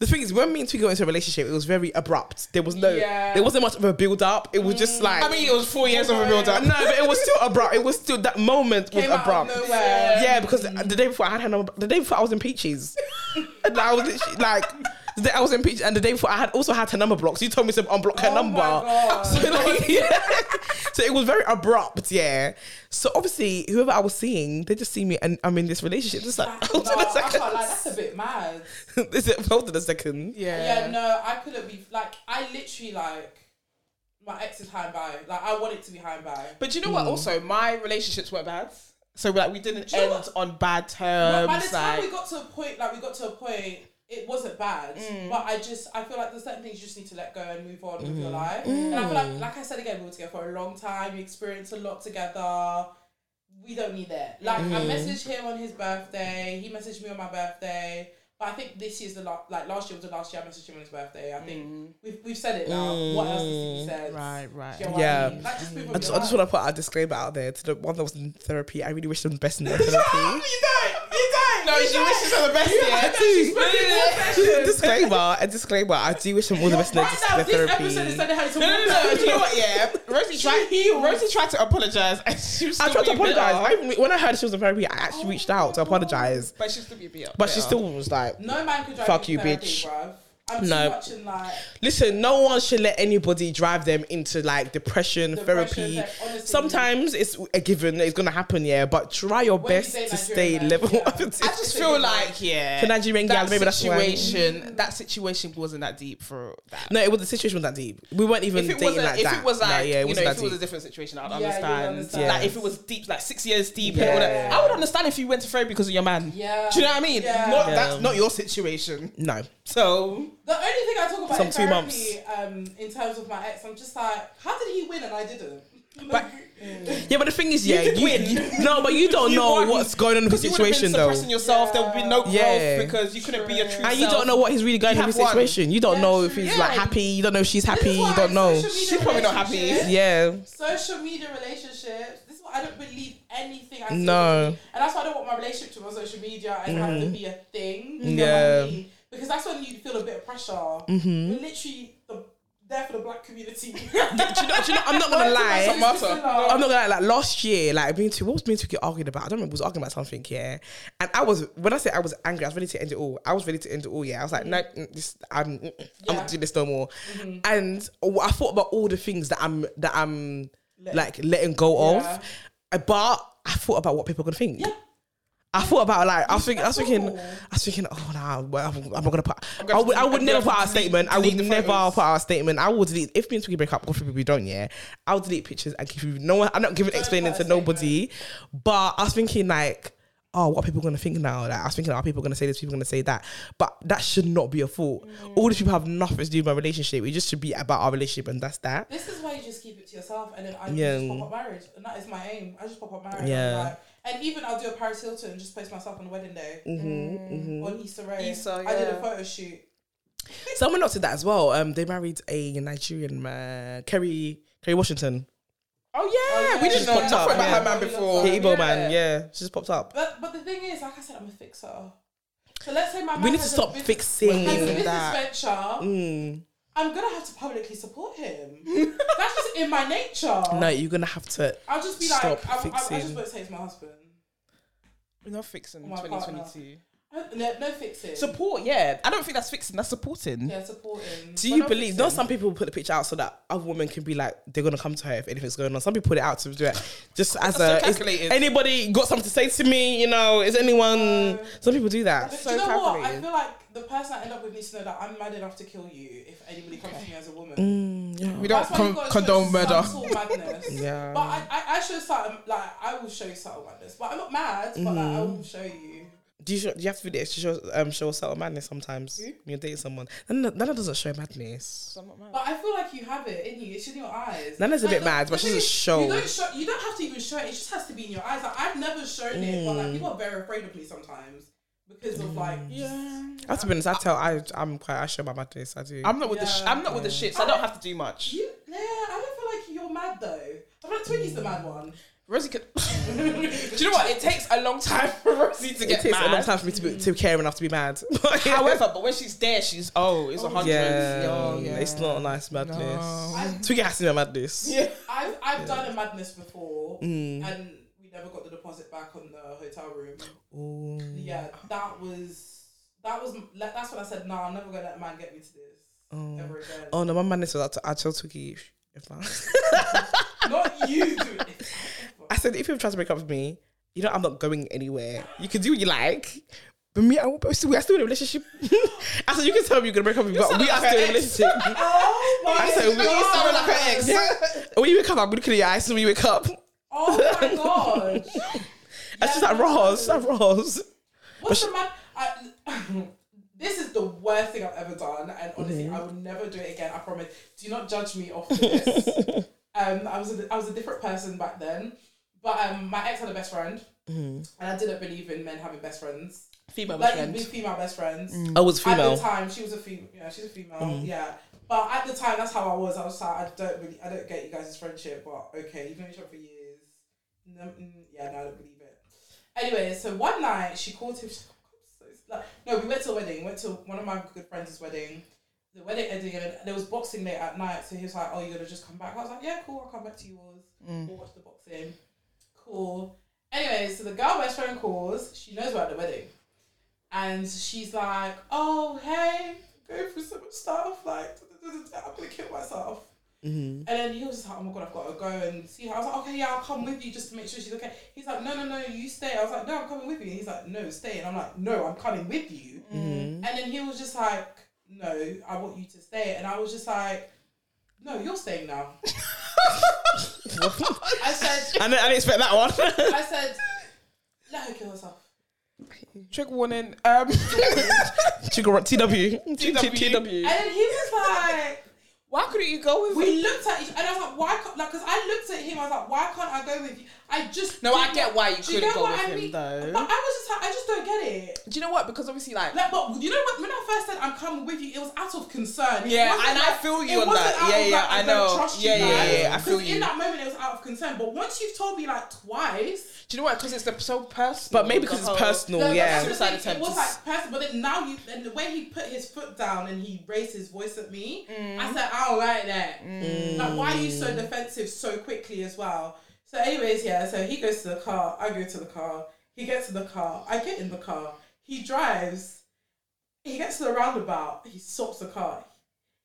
The thing is, when me and Twiggy got into a relationship, it was very abrupt. There was no, Yeah. there wasn't much of a build up. It was just like, Mm. I mean, it was four years of a build up. no, but it was still abrupt. It was still that moment was Came out of abrupt. nowhere. Yeah, because the, the day before I had her number, the day before I was in *laughs* Peaches, and I was literally, like, the day I was in Peaches, and the day before I had also had her number blocked. So you told me to unblock her Oh my number. God. *laughs* So, like, *laughs* so it was very abrupt, yeah. So obviously, whoever I was seeing, they just see me, and I'm in this relationship. Just like, No, hold on a I *laughs* can't lie, second. that's a bit mad. Is it hold on a second? Yeah. no, I couldn't be like I literally like my ex is high and by. Like I want it to be high and by. But you know what? Also, my relationships weren't bad, so like we didn't you know end what? on bad But terms. by the time Um, like, we got to a point, like we got to a point, it wasn't bad. Mm. But I just, I feel like there's certain things you just need to let go and move on Mm-hmm. with your life. And I feel Mm. like, like I said again, we were together for a long time. We experienced a lot together. We don't need that. Like I Mm-hmm. messaged him on his birthday. He messaged me on my birthday. But I think this year's the last. Like last year was the last year I messaged him on his birthday. I think we've, we've said it now. What else is he said? Mm. right, right. Yeah. Like, just move on I with just, I your just *laughs* life. want to put a disclaimer out there to the one that was in therapy. I really wish them the best in *laughs* their therapy. You don't. You don't. no, you she don't. wishes her the best. Yeah, She's No, no, no, no. Just a disclaimer, a disclaimer. I do wish them all the best in their Right now, their this episode therapy. is sending her to No, no, no, no. Do you know what? Yeah, Rosie tried. healed. Rosie tried to apologize, and she was. I still tried to being bitter. apologize. I even, when I heard she was in therapy, I actually reached out to apologize, but she still be bitter. but she still was like, No man could drive Fuck me you, to therapy, bitch. Bruv. I'm No. too much in like "Listen, no one should let anybody drive them into like depression, Depression, therapy. like, honestly. Sometimes it's a given; it's gonna happen, yeah. But try your When you best say to stay Nigerian man, level yeah. *laughs* up. and I just It's a feel good like yeah. To Nigerian that girls, maybe that's why. situation. That situation wasn't that deep for that. No, it was the situation wasn't that deep. We weren't even If it dating wasn't, like if that. it was like, No, yeah, it you know, wasn't if that it was a deep. different situation, I'd Yeah, you'd understand. understand. Like if it was deep, like six years deep, Yeah. and all that, I would understand if you went to therapy because of your man. Yeah. Do you know what I mean? Yeah. Not Yeah. that's not your situation. no. So the only thing I talk about Some in two therapy, months. um, in terms of my ex, I'm just like, how did he win and I didn't? *laughs* But- Yeah, but the thing is, yeah, did you, win. you- no, but you don't You know won. what's going on in the because you would have been situation though, suppressing yourself, there would be no growth Yeah. because you couldn't be your true and you self. don't know what he's really going You through in the have won. situation. You don't Yeah, know true. if he's Yeah. like happy. You don't know if she's happy. You don't know. She's probably not happy. Yeah, Social media relationships. This is why I don't believe anything I see. No. Mm-hmm. And that's why I don't want my relationship to be on social media and have to be a thing. You know Yeah. Mm-hmm. what I mean? Because that's when you feel a bit of pressure. But Literally, the, the there for the black *laughs* community. do you know, do you know, I'm not gonna *laughs* It's lie. just Martha. about- I'm not gonna lie, like last year, like me too. What was me too get argued about? I don't remember. Was arguing about something, yeah. And I was when I say I was angry, I was ready to end it all. I was ready to end it all, yeah. I was like, no, mm, this, I'm, mm, I'm Yeah. not doing this no more. And I thought about all the things that I'm that I'm like letting go Yeah. of, but I thought about what people are gonna think. Yeah. I thought about like I was thinking, I was That's thinking, all. I was thinking, oh nah, well, I'm, I'm not gonna put. gonna I would, I delete- would I'm gonna never put out a delete- statement. I delete would the never photos. put out a statement. I will delete if me and Twiggy break up. God forbid we don't. Yeah, I'll delete pictures and keep you. No, one- I'm not giving explaining put to a statement. nobody. But I was thinking like. Oh, what are people gonna think now? Like, I was thinking, are people gonna say this? People gonna say that? But that should not be a fault. Mm. All these people have nothing to do with my relationship. It just should be about our relationship, and that's that. This is why you just keep it to yourself, and then I Um, Yeah. just pop up marriage, and that is my aim. I just pop up marriage. Yeah. I'm Like, and even I'll do a Paris Hilton and just place myself on the wedding day Mm-hmm, on Issa Rae. Issa, I yeah. did a photo shoot. Someone noted that as well. Um, they married a Nigerian man, Kerry Kerry Washington. Oh yeah, yeah, we didn't She's know popped nothing up, about yeah. her man before. The Igbo Yeah. man, yeah, she just popped up. But but the thing is, like I said, I'm a fixer. So let's say my man We need to has a stop business- fixing has a business that. venture. Mm. I'm gonna have to publicly support him. That's just in my nature. No, you're gonna have to. I'll just be Stop like, I, I, I fixing. just won't say it's my husband. We're not fixing Oh My partner. 2022. I- No, no fixing. Support, yeah. I don't think that's fixing. That's supporting. yeah, supporting. Do you believe? Not some people put the picture out so that other women can be like they're gonna come to her if anything's going on. Some people put it out to do it just as so a. is calculated. anybody got something to say to me? You know, is anyone? some people do that. But so do you know what? I calculated. feel like the person I end up with needs to know that I'm mad enough to kill you if anybody comes to me as a woman. Mm. We That's don't why con- you've got to show condone some murder. sort of madness. *laughs* Yeah. But I, I, I show some like I will show subtle madness. But I'm not mad. But like, I Mm. will show you. Do you, show, do you have to do the extra show, um, show subtle madness sometimes when you're dating someone? Nana, Nana doesn't show madness. But I feel like you have it in you. It's in your eyes. Nana's a Like, bit the- mad, the but she thing doesn't is, show. You don't show. You don't have to even show it. It just has to be in your eyes. Like, I've never shown it, but like Mm. people are very afraid of me sometimes because of like. Yeah. I have to be honest. I tell I I'm quite. I show my madness. I do. I'm not with the. Sh- Yeah. I'm not with the shits. I don't have to do much. You, yeah, I don't feel like you're mad though. I feel like Twiggy's the mad *laughs* one. Rosie could. *laughs* do you know what? It takes a long time for Rosie to it get takes mad. a long time *laughs* for me to be, to care enough to be *laughs* mad. However, but when she's there, she's oh, it's a hundred. yeah, Oh, yeah. it's not a nice madness. I, Twiggy has seen a *laughs* madness. Yeah. I've I've done a madness before, and we never got the deposit back on the hotel room. Ooh. Yeah, that was that was like, that's when I said, "Nah, I'm never gonna let a man get me to this ever again." Oh no, my madness was that I told Twiggy if *laughs* I, Not you. Doing it. I said if you try to break up with me, you know I'm not going anywhere. You can do what you like. But me, I, we're still, we're still in a relationship. *laughs* I said, you can tell me you're going to break up with me, but sound we are like still in a an ex. *laughs* relationship. Oh my I said, god! we- You sound like an ex. And when you wake up, I'm looking at your eyes. And when you wake up, Oh my god! *laughs* that's just like Ross, like Ross. What's the man? I, *coughs* this is the worst thing I've ever done, and honestly, I will never do it again. I promise. Do not judge me off of this. *laughs* um, I was a, I was a different person back then, but um, my ex had a best friend, Mm-hmm. and I didn't believe in men having best friends. Female like friend. with female best friends. I Mm. Oh, was At the female. Mm. time, she was a female. Yeah, she's a female. Yeah. But at the time, that's how I was. I was like, I don't really, I don't get you guys' friendship, but okay, you've known each other for years. No, mm, yeah, no, I don't believe it. Anyway, so one night she called him. She's like, "Oh, "I'm so s-" like, no, we went to a wedding. Went to one of my good friends' wedding. The wedding ended, and there was boxing day at night. So he was like, "Oh, you're gonna just come back?" I was like, "Yeah, cool. I'll come back to yours. Mm. We'll watch the boxing. Cool." Anyway, so the girl best friend calls. She knows we're at the wedding and she's like, "Oh, hey, going through so much stuff. Like, I'm gonna kill myself." And then he was just like, "Oh my god, I've got to go and see her." I was like, "Okay, yeah, I'll come with you just to make sure she's okay." He's like, "No, no, no, you stay." I was like, "No, I'm coming with you." And he's like, "No, stay." And I'm like, "No, I'm coming with you." And then he was just like, "No, I want you to stay." And I was just like, "No, you're staying now." I said, I didn't, I didn't expect *laughs* that one. "I said, let her kill herself." Trigger warning. *laughs* Um. Chigor- TW. TW. And then he was like. Why couldn't you go with? We looked at each and I was like, why can't, like, because I looked at him, I was like, why can't I go with you? I just. No, I did get not- why you Do you couldn't know go what with I him, mean? though. But I was just like, I just don't get it. Do you know what? Because obviously, like, Like, but you know what? When I first said I'm coming with you, it was out of concern. It Yeah, wasn't and I like- feel it you on wasn't that. out Yeah, of, yeah, like, I don't know. trust Yeah, yeah, guys. yeah, yeah, I feel 'Cause you. In that moment, it was out of concern. But once you've told me like twice, do you know what? Because it's the, so personal. But maybe because the it's whole- personal, but yeah. that's the Suicide thing, It attempts. was like personal, but then now you and the way he put his foot down and he raised his voice at me, I said, "Oh oh right there. Like why are you so defensive so quickly as well? So anyways, yeah. So he goes to the car. I go to the car. He gets to the car. I get in the car. He drives. He gets to the roundabout. He stops the car.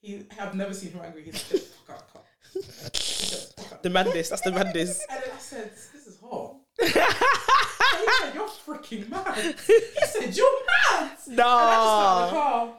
He, I've never seen him angry. He's like, "Get the fuck out of the car." The madness. That's the madness. And then I said, This is *laughs* hot. And he said, You're freaking mad. He said, You're mad. And I just got in the No. car.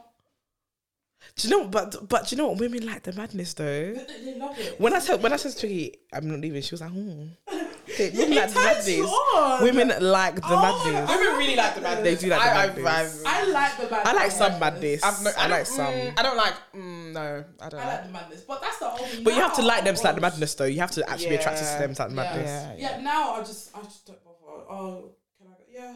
Do you know? But but do you know what women like the madness though. They- They love it. When I said when I said to Twiggy, I'm not leaving. She was like, hmm. *laughs* They- women like It the turns you madness. on. Women like the Oh my madness. God. Women really like the madness. They do like the I- I've- madness. I've- I like the madness. I like some madness. I've no- I, don't- like some. mm, I don't like. Mm, no, I don't. I like the madness. But that's the only But you have to now, like them to like the bro. madness though. You have to actually be attracted to Oh, Yeah. them to like the Yeah. madness. Yeah, yeah. Yeah, now I just I just don't bother. Oh, can I go? Yeah.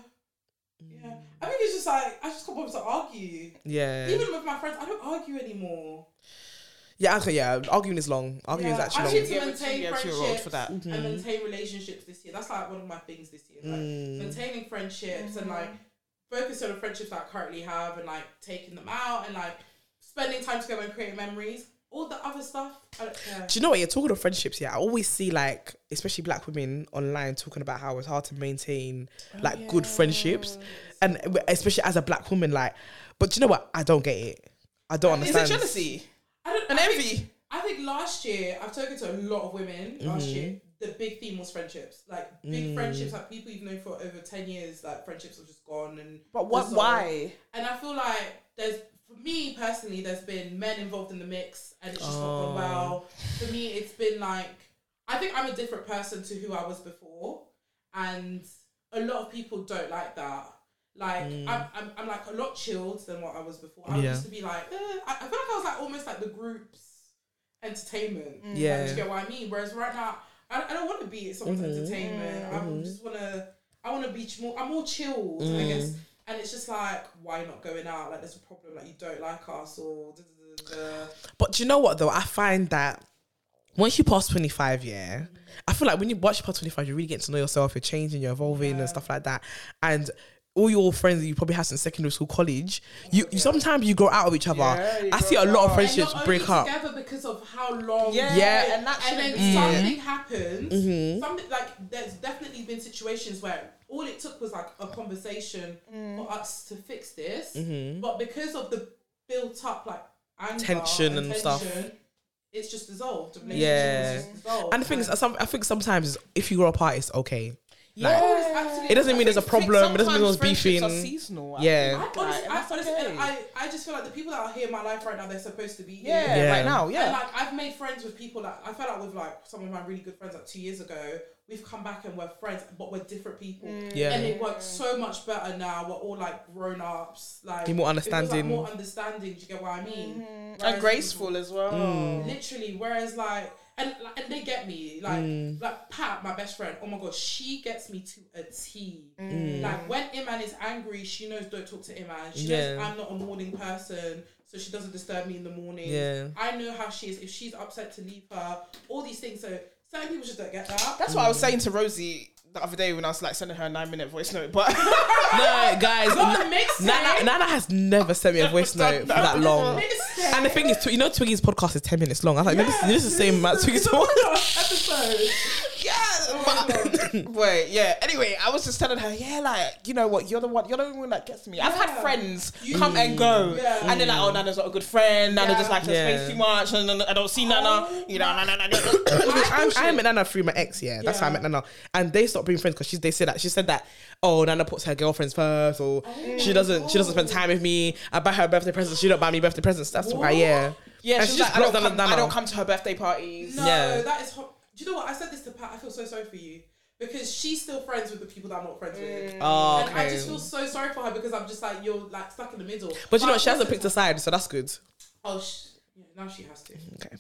Yeah. I Mm. think it's just like I just can't bother to argue. Yeah. Yeah. Even with my friends, I don't argue anymore. Yeah, okay, yeah. Arguing is long. Arguing Yeah. is actually I long. should You get with maintain two- yeah, two-year-old friendships for that. and maintain relationships this year. That's like one of my things this year. Like Mm. maintaining friendships and like focusing on the friendships that I currently have and like taking them out and like spending time together and creating memories. All the other stuff, I don't care. Do you know what? You're talking of friendships, yeah. I always see like, especially black women online talking about how it's hard to maintain Oh, like good friendships, and w- especially as a black woman, like. But do you know what? I don't get it. I don't Is understand. it jealousy I don't. and I think- envy? I think last year I've spoken to a lot of women. Last Mm-hmm. year, the big theme was friendships, like Mm. big friendships, like people you've known for over ten years. Like friendships have just gone and But what? dissolved. Why? And I feel like there's, for me personally, there's been men involved in the mix, and it's just not gone well. For me, it's been like I think I'm a different person to who I was before, and a lot of people don't like that. Like I'm, I'm, I'm like a lot chilled than what I was before. I Yeah. used to be like, eh, I, I feel like I was like almost like the group's entertainment. Like, Yeah. do you get what I mean? Whereas right now, I, I don't want to be someone's entertainment. I just want to, I want to be ch- more, I'm more chilled, I guess. And it's just like, why not going out? Like, there's a problem. Like, you don't like us or. Da, da, da, da. But do you know what though? I find that once you pass 25, yeah, I feel like when you watch past 25, you really get to know yourself, you're changing, you're evolving and stuff like that. And all your friends that you probably had since secondary school, college, you, you sometimes you grow out of each other. Yeah, you I see a grow lot of out. And you're friendships only break up. together because of how long. Yeah. and that And then shouldn't be- Mm-hmm. something happens. Something like there's definitely been situations where all it took was like a conversation Mm. for us to fix this, Mm-hmm. but because of the built up like anger Tension and stuff. tension, it's just dissolved. The relationship Yeah. is just dissolved. And the thing is, some, I think sometimes if you grow apart, it's okay. Yeah. Oh, it's absolutely- It doesn't mean there's a problem. It doesn't mean someone's Sometimes beefing. friendships are seasonal. I Yeah. I think, honestly, like, and I, that's honestly okay. and I, I just feel like the people that are here in my life right now, they're supposed to be here. yeah, Yeah. right now, And yeah. like I've made friends with people that I felt like with like some of my really good friends like two years ago. We've come back and we're friends, but we're different people. Yeah. And it works so much better now. We're all like grown ups. Like Be more it feels like understanding. more understanding. Do you get what I mean? and Whereas- graceful as well. Mm. Literally. Whereas like and like, and they get me. Like Mm. like Pat, my best friend. Oh my god, she gets me to a T. Mm. Like when Iman is angry, she knows don't talk to Iman. She knows Yeah. I'm not a morning person, so she doesn't disturb me in the morning. Yeah. I know how she is. If she's upset, to leave her. All these things. So certain people just don't get that. That's what Mm. I was saying to Rosie the other day when I was like sending her a nine minute voice note, but *laughs* No, guys, Not Na- a mixtape. Nana, Nana has never sent me a *laughs* voice note for that long. Mixtape. And the thing is, Tw- you know, Twiggy's podcast is 10 minutes long. I was like, no, this, this is the same *laughs* as *laughs* Twiggy's It's a podcast. podcast episode. yeah, my but, wait, yeah. Anyway, I was just telling her, yeah, like you know what, you're the one, you're the one that gets me. I've had Yeah. friends come and go, Yeah. and they're like, oh, Nana's not a good friend. Nana Yeah. Oh just likes her Yeah. space too much, and I don't see Nana. You know, Nana, Nana. *coughs* I'm, I met Nana through my ex, yeah. That's how I met Nana. And they stopped being friends because they said that she said that, oh, Nana puts her girlfriends first, or she doesn't she doesn't spend time with me. I buy her birthday presents, she don't buy me birthday presents. That's why, yeah. Yeah, And she she just was like, I don't, blocked come, Nana. I don't come to her birthday parties. No, Yeah. that is. Ho- Do you know what I said this to Pat? I feel so sorry for you because she's still friends with the people that I'm not friends with. Oh, And I okay. just feel so sorry for her because I'm just like you're like stuck in the middle. But you know, what? she I hasn't wasn't- picked a side, so that's good. Oh, sh- yeah, now she has to. Okay.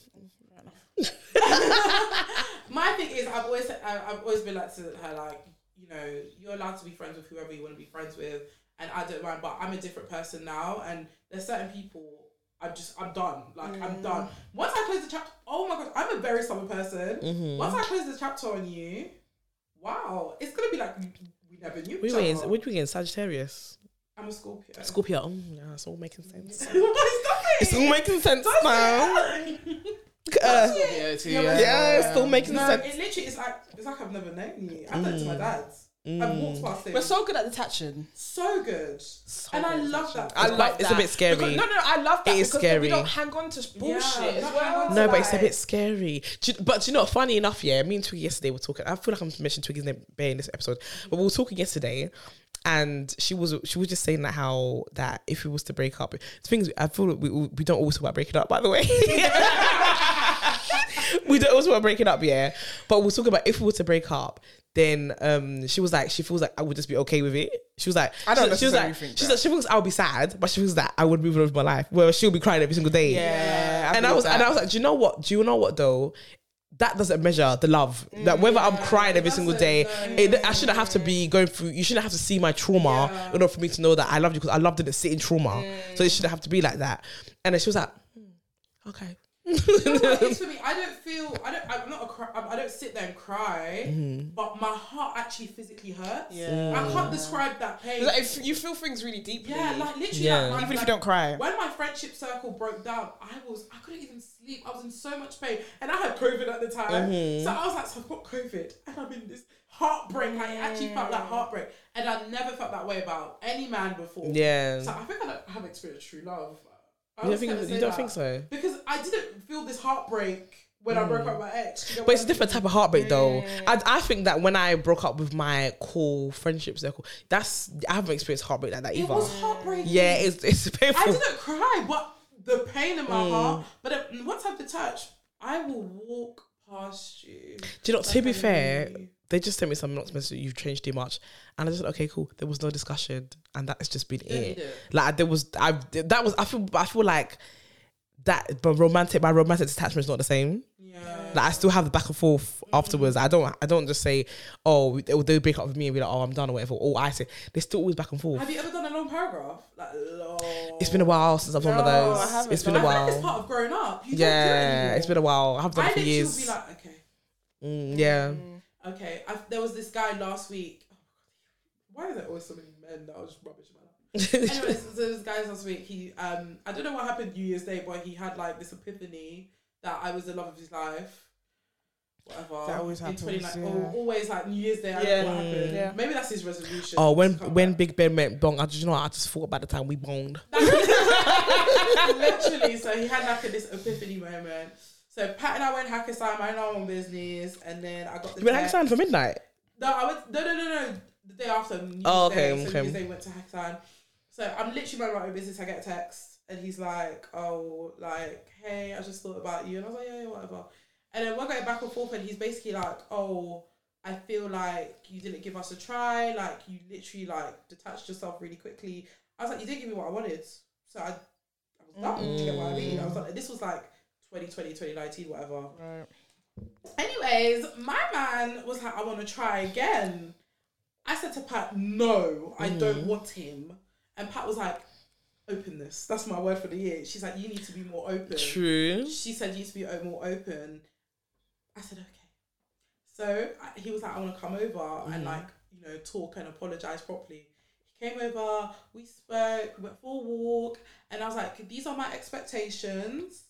*laughs* My thing is, I've always I- I've always been like to her like you know you're allowed to be friends with whoever you want to be friends with, and I don't mind. But I'm a different person now, and there's certain people. I'm just, I'm done. Like, I'm done. Once I close the chapter, oh my gosh, I'm a very stubborn person. Mm-hmm. Once I close the chapter on you, wow, it's gonna be like we, we never knew. We each were in, other. what we in Sagittarius? Oh, I'm a Scorpio. *laughs* Scorpio. Mm, yeah, it's all making sense. Stop it! It's all making sense Stop now. it! Yeah. Yeah, too, Yeah, yeah. but- Yeah, it's still making No, sense. it literally is like it's like I've never known you. I've done it to my dad's. I've walked past him. We're so good at detaching. so good. and I love that. I quite- love *laughs* it's a that. bit scary. Because- no, no, no, I love that. It is because then We scary. don't hang on to bullshit as don't hang well. on to No, but it's a like- bit scary. Do you- but do you know, what? funny enough, yeah, me and Twiggy yesterday were talking. I feel like I'm mentioning Twiggy's name Bay in this episode, but we were talking yesterday, and she was she was just saying that how that if we was to break up, the thing is, I feel like we we don't always talk about breaking up. By the way. *laughs* We don't always talk about breaking up, yeah. But we'll talk about if we were to break up, then um she was like, she feels like I would just be okay with it. She was like, I don't she was necessarily like, think she's that. like, she thinks I'll be sad, but she feels that I would move on with my life. Where she'll be crying every single day Yeah, and I feel was and that. I was like, do you know what? Do you know what though? That doesn't measure the love. That whether I'm crying every single day, doesn't, it, I shouldn't have to be going through. You shouldn't have to see my trauma Yeah. in order for me to know that I loved you because I loved it. Sit in trauma, so it shouldn't have to be like that. And then she was like, hmm, okay, *laughs* You know what it is for me. I don't feel. I don't. I'm not a. Cry, I don't sit there and cry. But my heart actually physically hurts. Yeah. I can't describe that pain. Like, if you feel things really deeply. yeah, like literally. Yeah. Like, even if you like, don't cry. When my friendship circle broke down, I was I couldn't even sleep. I was in so much pain, and I had COVID at the time. Mm-hmm. So I was like, so I've got COVID, and I'm in this heartbreak. I actually felt that heartbreak, and I never felt that way about any man before. yeah. So I think I don't have experienced true love. you I don't was think gonna you say don't that. think so? Mm. Because I didn't feel this heartbreak when I broke up with my ex. You know But what it's a I different mean? type of heartbreak, though. I, I think that when I broke up with my cool friendship circle, that's I haven't experienced heartbreak like that It either. was heartbreaking. yeah, it's it's painful. I didn't cry, but the pain in my Mm. heart. But it- once I've detached, I will walk past you. Do you know? To be Like, I fair, really- they just sent me some not message. You've changed too much, and I just said, okay, cool. There was no discussion, and that has just been need it. it. Like there was, I that was. I feel, I feel like that. But romantic, my romantic detachment is not the same. Yeah. Like I still have the back and forth afterwards. I don't, I don't just say, oh, they'll, they'll break up with me and be like, oh, I'm done or whatever. Or I say, they're still always back and forth. Have you ever done a long paragraph? Like long. It's been a while since I've done one No, of I those. haven't It's been Oh. I a feel *laughs* done- like it's while. part of growing up. You Yeah, don't do it anymore. it's been a while. I have I done it for literally will be years. like, okay, Mm, yeah. *laughs* okay. i there was this guy last week. Oh, Why are there always so many men that are just rubbish in my life? *laughs* Anyways, so this guy last week, he um I don't know what happened New Year's Day, but he had like this epiphany that I was the love of his life. Whatever. That always In happens, 20, like, yeah. al- always like New Year's Day, I Yeah. don't know what happened. Yeah. Maybe that's his resolution. Oh, when to come when back. Big Ben went bong, I just you know I just thought about the time we boned. *laughs* literally, so he had like a, this epiphany moment. So Pat and I went hacker sign, minding our own business, and then I got the You went text- hanging for midnight. No, I went. No, no, no, no. The day after. New Oh, Year's okay, Day, okay. So New Year's Day went to Hackathon. So I'm literally running my own business. I get a text, and he's like, "Oh, like, hey, I just thought about you," and I was like, "Yeah, yeah whatever." And then we're going back and forth, and he's basically like, "Oh, I feel like you didn't give us a try. Like, you literally like detached yourself really quickly." I was like, "You didn't give me what I wanted, so I, I was done." Do you get what I mean? I was like, "This was like 2020, 2019, whatever." Right. Anyways, my man was like, I want to try again. I said to Pat, no, I don't want him. And Pat was like, openness. That's my word for the year. She's like, you need to be more open. True. She said, you need to be o- more open. I said, okay. So I, he was like, I want to come over and like, you know, talk and apologize properly. He came over, we spoke, went for a walk. And I was like, these are my expectations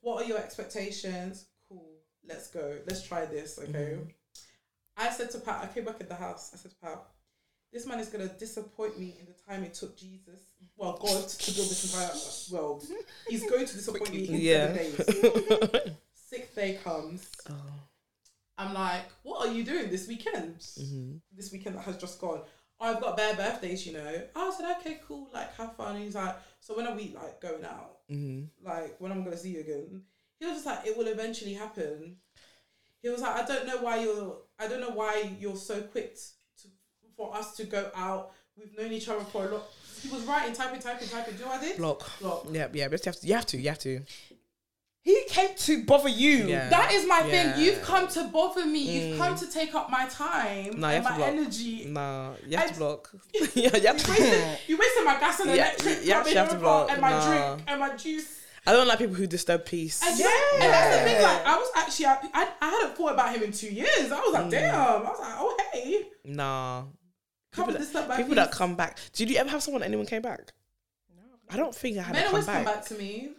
what are your expectations? Cool, let's go. Let's try this, okay? I said to Pat, I came back in the house. I said to Pat, this man is gonna disappoint me in the time it took Jesus, well, God, to build this entire world. He's going to disappoint me in Yeah. seven days. Sixth day comes. I'm like, what are you doing this weekend? This weekend that has just gone. Oh, I've got bare birthdays, you know. I said, okay, cool, like have fun. He's like, so when are we like going out? like when I'm gonna see you again. He was just like, it will eventually happen. He was like, I don't know why you're, I don't know why you're so quick to, for us to go out. We've known each other for a lot. He was writing, typing, typing, typing. Do you know what I did? Block. Block. Yeah, yeah, but you have to, you have to, you have to. He came to bother you. Yeah. That is my Yeah. thing. You've come to bother me. You've come to take up my time No, you have and to my block. energy. *laughs* Nah, you have I- to block. *laughs* yeah, you have You to. wasted, you wasted my gas and Yeah, electric you actually have to carbon and my block. Nah. drink and my juice. *laughs* I don't like people who disturb peace. And, yeah. and that's the thing, like, I was actually, I, I, I hadn't thought about him in two years. I Mm. was like, damn. I was like, oh, hey. Nah, Come People to this up by people that peace. come back. Did you ever have someone anyone came back? No, I don't think I had Men a come always come back. back to me.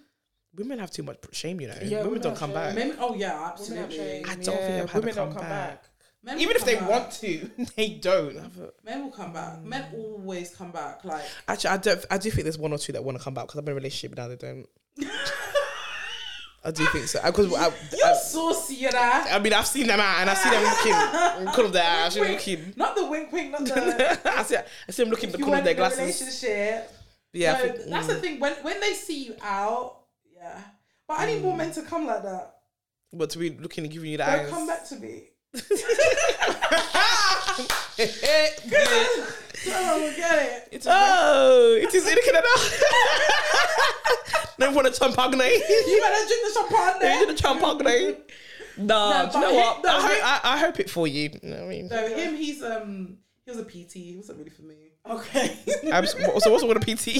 women have too much shame, you know. Yeah, women, women don't have come shame. back. Men, oh yeah, Women have absolutely. shame, I don't think I've had a women don't come comeback. back. Men will Even if come they back. *laughs* want to, they don't. men will come back. Men Mm. always come back. *laughs* Like *laughs* Actually, I don't. I do think there's one or two that want to come back because I'm in a relationship now. They don't. I do think so. Because I, you're I, saucy, you know. I mean, I've seen them out and I see them looking. *laughs* Because of their eye, I see them Wink, looking. Not the wink, *laughs* wink, not the. I see. I see them *laughs* looking if the you corner of weren't their in a glasses. relationship. Yeah, I no, think- that's the thing. When when they see you out, yeah. But I need more men to come like that. but to be looking and giving *laughs* you the Don't eyes. come back to me. *laughs* oh, Oh, get it. it is looking at Never want to champagne. You better drink the champagne. They did a champagne. Nah, No, do you but know he- what? no, I, he- hope, I, I hope it for you. You know what I mean, No, him. He's um. He was a PT. He wasn't really for me. *laughs* Okay. I'm, *laughs* so what's wrong with a PT?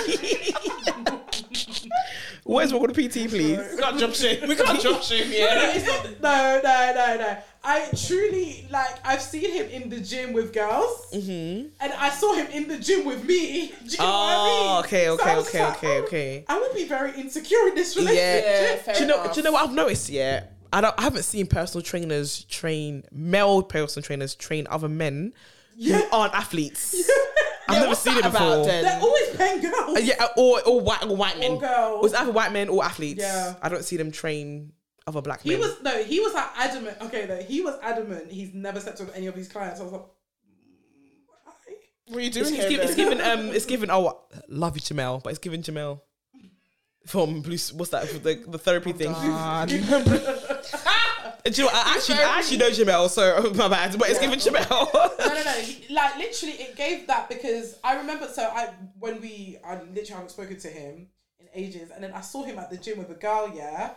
*laughs* Where's wrong with a PT, please? We can't jump shame. We can't jump shame. *laughs* No, Yeah. it's not- no, no, no, no. I truly like. I've seen him in the gym with girls, and I saw him in the gym with me. *laughs* Do you know Mm-hmm. Oh, what I mean? okay, So okay, I was just okay, like, okay, oh, okay. I would be very insecure in this relationship. Yeah. fair do you know? enough. Do you know what I've noticed? Yeah, I don't. I haven't seen personal trainers train male personal trainers train other men who *laughs* aren't athletes. I've *laughs* Yeah, never what's seen it that about before. then? They're always paying girls. Uh, Yeah, or or white or white men. girls. It's either white men or athletes. Yeah. I don't see them train other black He men. was no, he was like adamant. Okay, though he was adamant. He's never slept with any of his clients. I was like, why? What are you doing It's, it's, here? given, it's then? given. Um, it's given. Oh, love you, Jamel, but it's given Jamel from Blue. S- What's that? The, the therapy thing. Ah, mm, Uh, Do you know, what? I actually, I actually know Jamel, so *laughs* my bad. But it's given Jamel. no, no, no. He- Like literally, it gave that because I remember. So I when we I literally haven't spoken to him in ages, and then I saw him at the gym with a girl, yeah,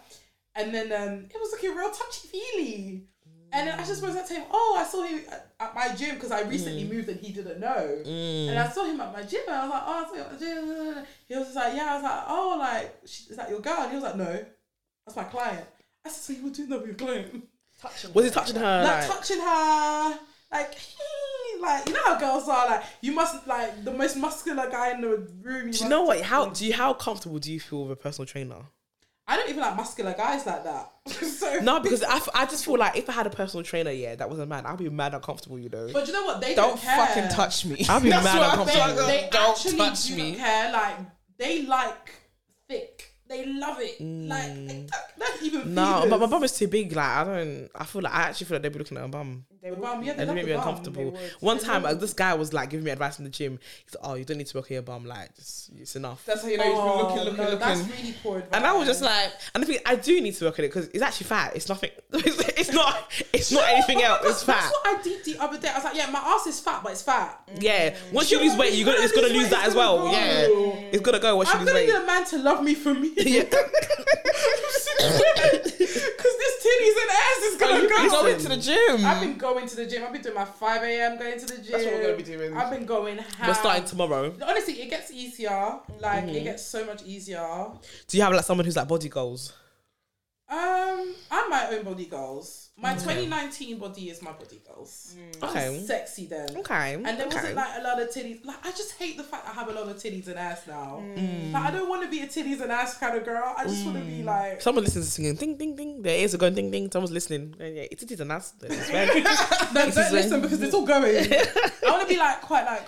and then um, it was looking real touchy feely, and then I just was up to him. Oh, I saw him at, at my gym because I recently moved and he didn't know, and I saw him at my gym and I was like, oh, I saw him at the gym. He was just like, yeah, I was like, oh, like she- is that your girl? And he was like, no, that's my client. I said, so you were doing that with your client *laughs* was he touching her? Like, like touching her, like *laughs* like you know how girls are like you must like the most muscular guy in the room. do you know what? How do you? How comfortable do you feel with a personal trainer? I don't even like muscular guys like that. *laughs* so No, because I, f- I just feel like if I had a personal trainer, yeah, that was a man, I'd be mad uncomfortable. You know. but you know what they don't, Don't care. fucking touch me. I'll *laughs* be mad what at I'm They, comfort. saying. they Don't actually touch do me. not care. Like they like thick. They love it. Like they don't- that's even No, feelers. Mm. but my bum is too big. Like I don't. I feel like I actually feel like they'd be looking at my bum. The bum, yeah, And they it love made the me bum. uncomfortable. They would. One time, uh, this guy was like giving me advice in the gym. He's like, "Oh, you don't need to work on your bum. Like, just, it's enough." That's how you know he's been looking, Oh, looking, no, looking. That's really poor advice. and I was just like, and the thing, I do need to work on it because it's actually fat. It's nothing. *laughs* It's, not. It's not *laughs* anything else. It's fat. That's what I did the other day. I was like, yeah, my ass is fat, but it's fat. Yeah. Once you lose weight, you're gonna. It's gonna lose that as well. Yeah. It's gonna go once you I'm lose gonna weight. need a man to love me for *laughs* me. *laughs* Yeah. Because this titties and ass is Are gonna you go. going to the gym? I've been going to the gym. I've been doing my 5 a.m. going to the gym. That's what we're gonna be doing. I've been going. Ham. We're starting tomorrow. Honestly, it gets easier. Like Mm-hmm. it gets so much easier. Um, Do you have like someone who's like body goals? I'm my own body goals. My 2019 body is my body goals. Mm. I Okay. was sexy then. Okay. Oh, And there okay. wasn't like a lot of titties. Like I just hate the fact I have a lot of titties and ass now. Mm. Like I don't want to be a titties and ass kind of girl. I just want to be like. Someone listens to singing, ding, ding, ding. Their ears are going, ding, ding. Someone's listening. Yeah, yeah. It's, it's a nice. *laughs* It's very- No, This don't is when- listen because it's *laughs* all going. I want to be like quite like.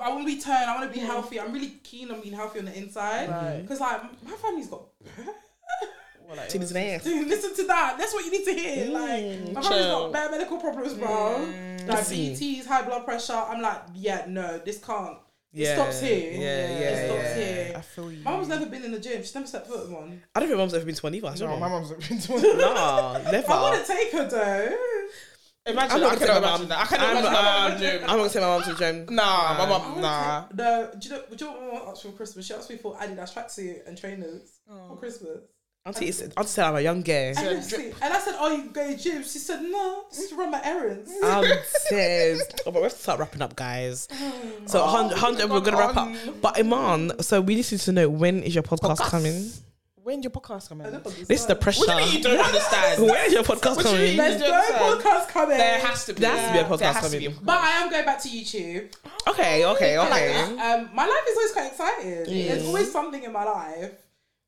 I want to be turned. I want to be healthy. I'm really keen on being healthy on the inside because like my family's got. *laughs* Titties and ass. Dude, listen to that. That's what you need to Mm, hear. like my family's chill. got bare medical problems, bro. Like BTS, high blood pressure. I'm like, yeah, no, this can't. Yeah, It stops here. yeah, yeah, It stops yeah. here. I feel you. My Mum's never been in the gym. She's never set foot in one. I don't think mum's ever been to one either. I No, don't my know. mom's been *laughs* doing Nah, never. I want to take her though. I'm Imagine, I not gonna cannot take my imagine mum. that. I I'm cannot imagine not- that in the gym. I'm not gonna take my mum to the *laughs* gym. Nah, my I mum, wanna nah. take- No, do you know? Do you know what my mum asked for Christmas? She asked me for Adidas tracksuit and trainers for Christmas. Auntie, is- auntie said I'm a young girl. And, honestly- and I said, "Oh, you go to gym?" She said, "No, just run my errands." Ah. I'm dead. Oh, but we have to start wrapping up, guys. So, Oh, 100, 100 we're gonna wrap up. But Iman, so we just need to know when is your podcast, Podcast. coming? When your podcast coming? What This is the pressure. do you mean you don't understand? *laughs* when is your podcast What do coming? you mean? There's no podcast coming. There has to be. There has to be a podcast There has to coming. be a- but I am going back to YouTube. Okay, okay, Like, okay. um, my life is always quite exciting. There's always something in my life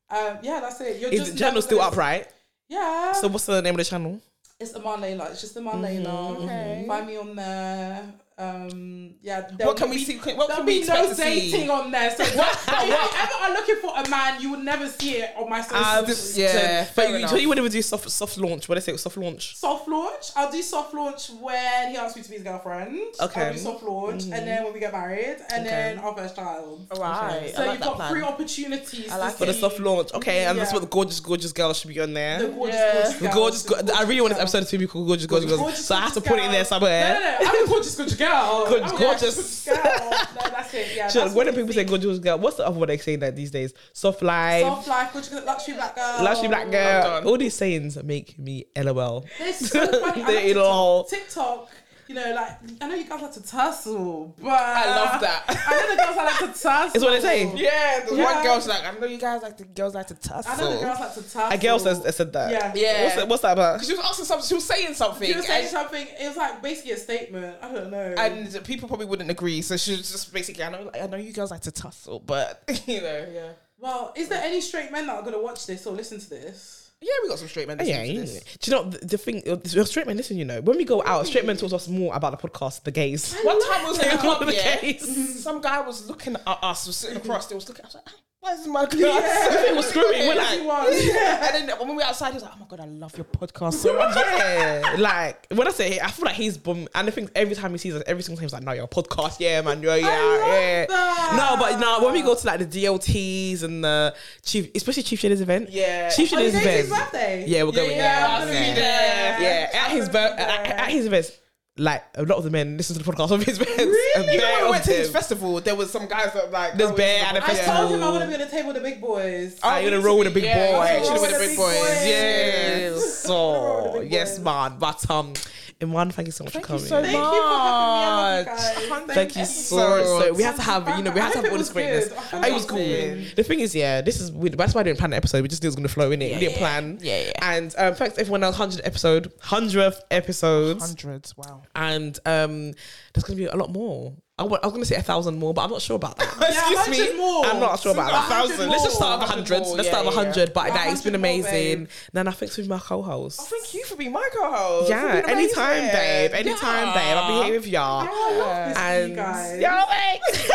Um, yeah, that's it. You're Is just the channel never still gonna- upright? Yeah. So what's the name of the channel? it's Amar Layla. It's just Amar Layla. Mm-hmm. Okay. Find me on there. Um, yeah. there'll What can we be- see? What There'll can we be no expect to dating see? on there. *laughs* So what, if you ever are looking for a man, you will never see it on my Ah, social. this- So- yeah, but fair you, enough. so you would ever do soft soft launch? What do I say? Soft launch. soft launch. I'll do soft launch when he asks me to be his girlfriend. Okay. Mm-hmm. I'll do soft launch, and then when we get married, and then our first child. Right. So you've got three opportunities. I like to For the see soft launch, okay, and that's Yeah. what the gorgeous, gorgeous girl should be on there. The gorgeous, Yeah. gorgeous, The girls, gorgeous, the go- I really want this girls. episode to be called gorgeous, gorgeous, gorgeous. Gorgeous, so I have to gorgeous put it in there girl. somewhere. No, no, no. I'm a gorgeous, gorgeous girl. Good- I'm *laughs* a gorgeous. girl. No, that's it. Yeah. Chill, that's when do what people it say is. gorgeous girl, what's the other word they say that these days? Soft life, Soft life, gorgeous, girl, luxury black girl. luxury black girl. done. All these sayings make me lol. *laughs* They're so funny. I They like eat all. TikTok. TikTok. You know, like I know you guys like to tussle, but I love that. I know the girls that like to tussle. *laughs* It's what they say. Yeah, the Yeah. one girl's like, I know you guys like the girls like to tussle. I know the girls like to tussle. A girl says, said that. Yeah. Yeah. What's, that, what's that about? Because she was asking something, she was saying something, She was saying and, something. It was like basically a statement. I don't know. and people probably wouldn't agree. So she was just basically, I know, like, I know you girls like to tussle, but *laughs* you know, yeah, well, is there any straight men that are gonna watch this or listen to this? yeah, we got some straight men. Yeah, listening to yeah. this. Do you know the, the thing? uh, Straight men, listen. You know, when we go out, straight men talk to us more about the podcast, the gays. One *laughs* time we was in a club, The yeah, gays. some guy was looking at us, was sitting across, they was looking. I was like, "Ah, why is my glass? *laughs* Everything was screaming. We're *laughs* like, *laughs* and then when we were outside, he was like, oh my god, I love your podcast so *laughs* much. yeah, like when I say, I feel like he's bum. And the thing, every time he sees us, every single time he's like, "No, your podcast, yeah, man, you're, yeah, yeah." No, but no, when we go to like the DLTs and the chief, especially Chief Shaders event, Yeah. Chief Are you Shaders going to his event, birthday? yeah, we're going, yeah, yeah, I'm gonna yeah, be there. Yeah, at his I'm bir- gonna at, be there. at his events, like a lot of the men listen to the podcast of his events. *laughs* Really? A Even when bear we of went to his them. festival, there was some guys that were like There's oh, bear yeah. and a I festival. told him I want to be on the table with the big boys. Are you gonna roll with the big Yeah, boy? I'm I gonna should roll have been with a big the boy. big boys. Yeah. *laughs* Yes. So with the big yes, boys. man. But um, Imran, thank you so much for coming. so Thank you for having me. I love you guys. Much. Thank you so so we had to have you know we had to I have hope all it this was greatness. good. I hope It was it cool. was good. The thing is, yeah, this is we, that's why I didn't plan the episode. We just knew it was gonna flow in it. we didn't yeah. plan. Yeah, yeah. And um, thanks to everyone else. Hundred episode, hundredth episodes, Hundreds, wow. and um, there's gonna be a lot more. I wa- I was gonna say a thousand more, but I'm not sure about that. Excuse me. 100 more. I'm not sure about Oh, A that. hundred Let's just *laughs* start with a more. hundred. Yeah, Let's start with a yeah, hundred. But yeah. that it's been 100 more, babe. amazing. Nana, thanks for being my co-host. Oh, thank you for being my co-host. Yeah, You've been anytime, amazing. babe. Anytime, Yeah. babe. I'll be here with y'all. And And- you guys. Yo, thanks.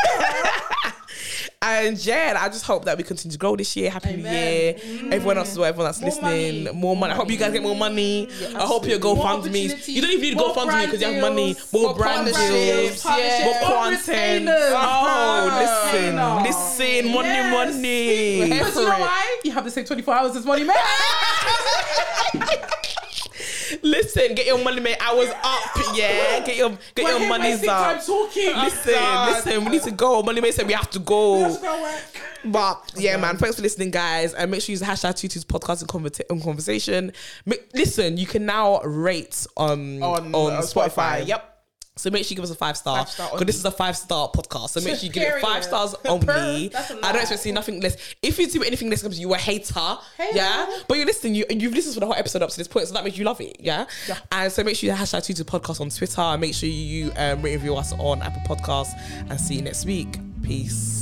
*laughs* And yeah, I just hope that we continue to grow this year. Happy New Year. Amen. Mm. Everyone else as well, everyone that's More listening, money. more money. I hope you guys get more money. I hope your More GoFundMe's. You don't even need opportunities, more GoFundMe because you have money. brand More more brand partnerships, deals, more yeah. content. retainers. Oh, listen, Retainer. listen, money, Yes. money. Because you know why? You have the same 24 hours as money, man. Listen, get your money, man. I was up, yeah. Get your get your money's time up. talking. Listen, listen, we need to go. Money man said we have to Let's go. go work. But yeah, man, thanks for listening, guys. And make sure you use the hashtag Tutu's podcast and, conver- and conversation. Ma- listen, you can now rate um, on, uh, Spotify. Yep. So make sure you give us a five star Five star because only. this is a five star podcast. So make sure you give it Period. five stars only. That's a I don't lie. expect to see nothing less. If you do anything less, comes you a hater. Hater. Yeah, but you listen. You you've listened for the whole episode up to this point, so that makes you love it. Yeah, and so make sure you hashtag Tutu podcast on Twitter. Make sure you um, rate and review us on Apple Podcasts, and see you next week. Peace.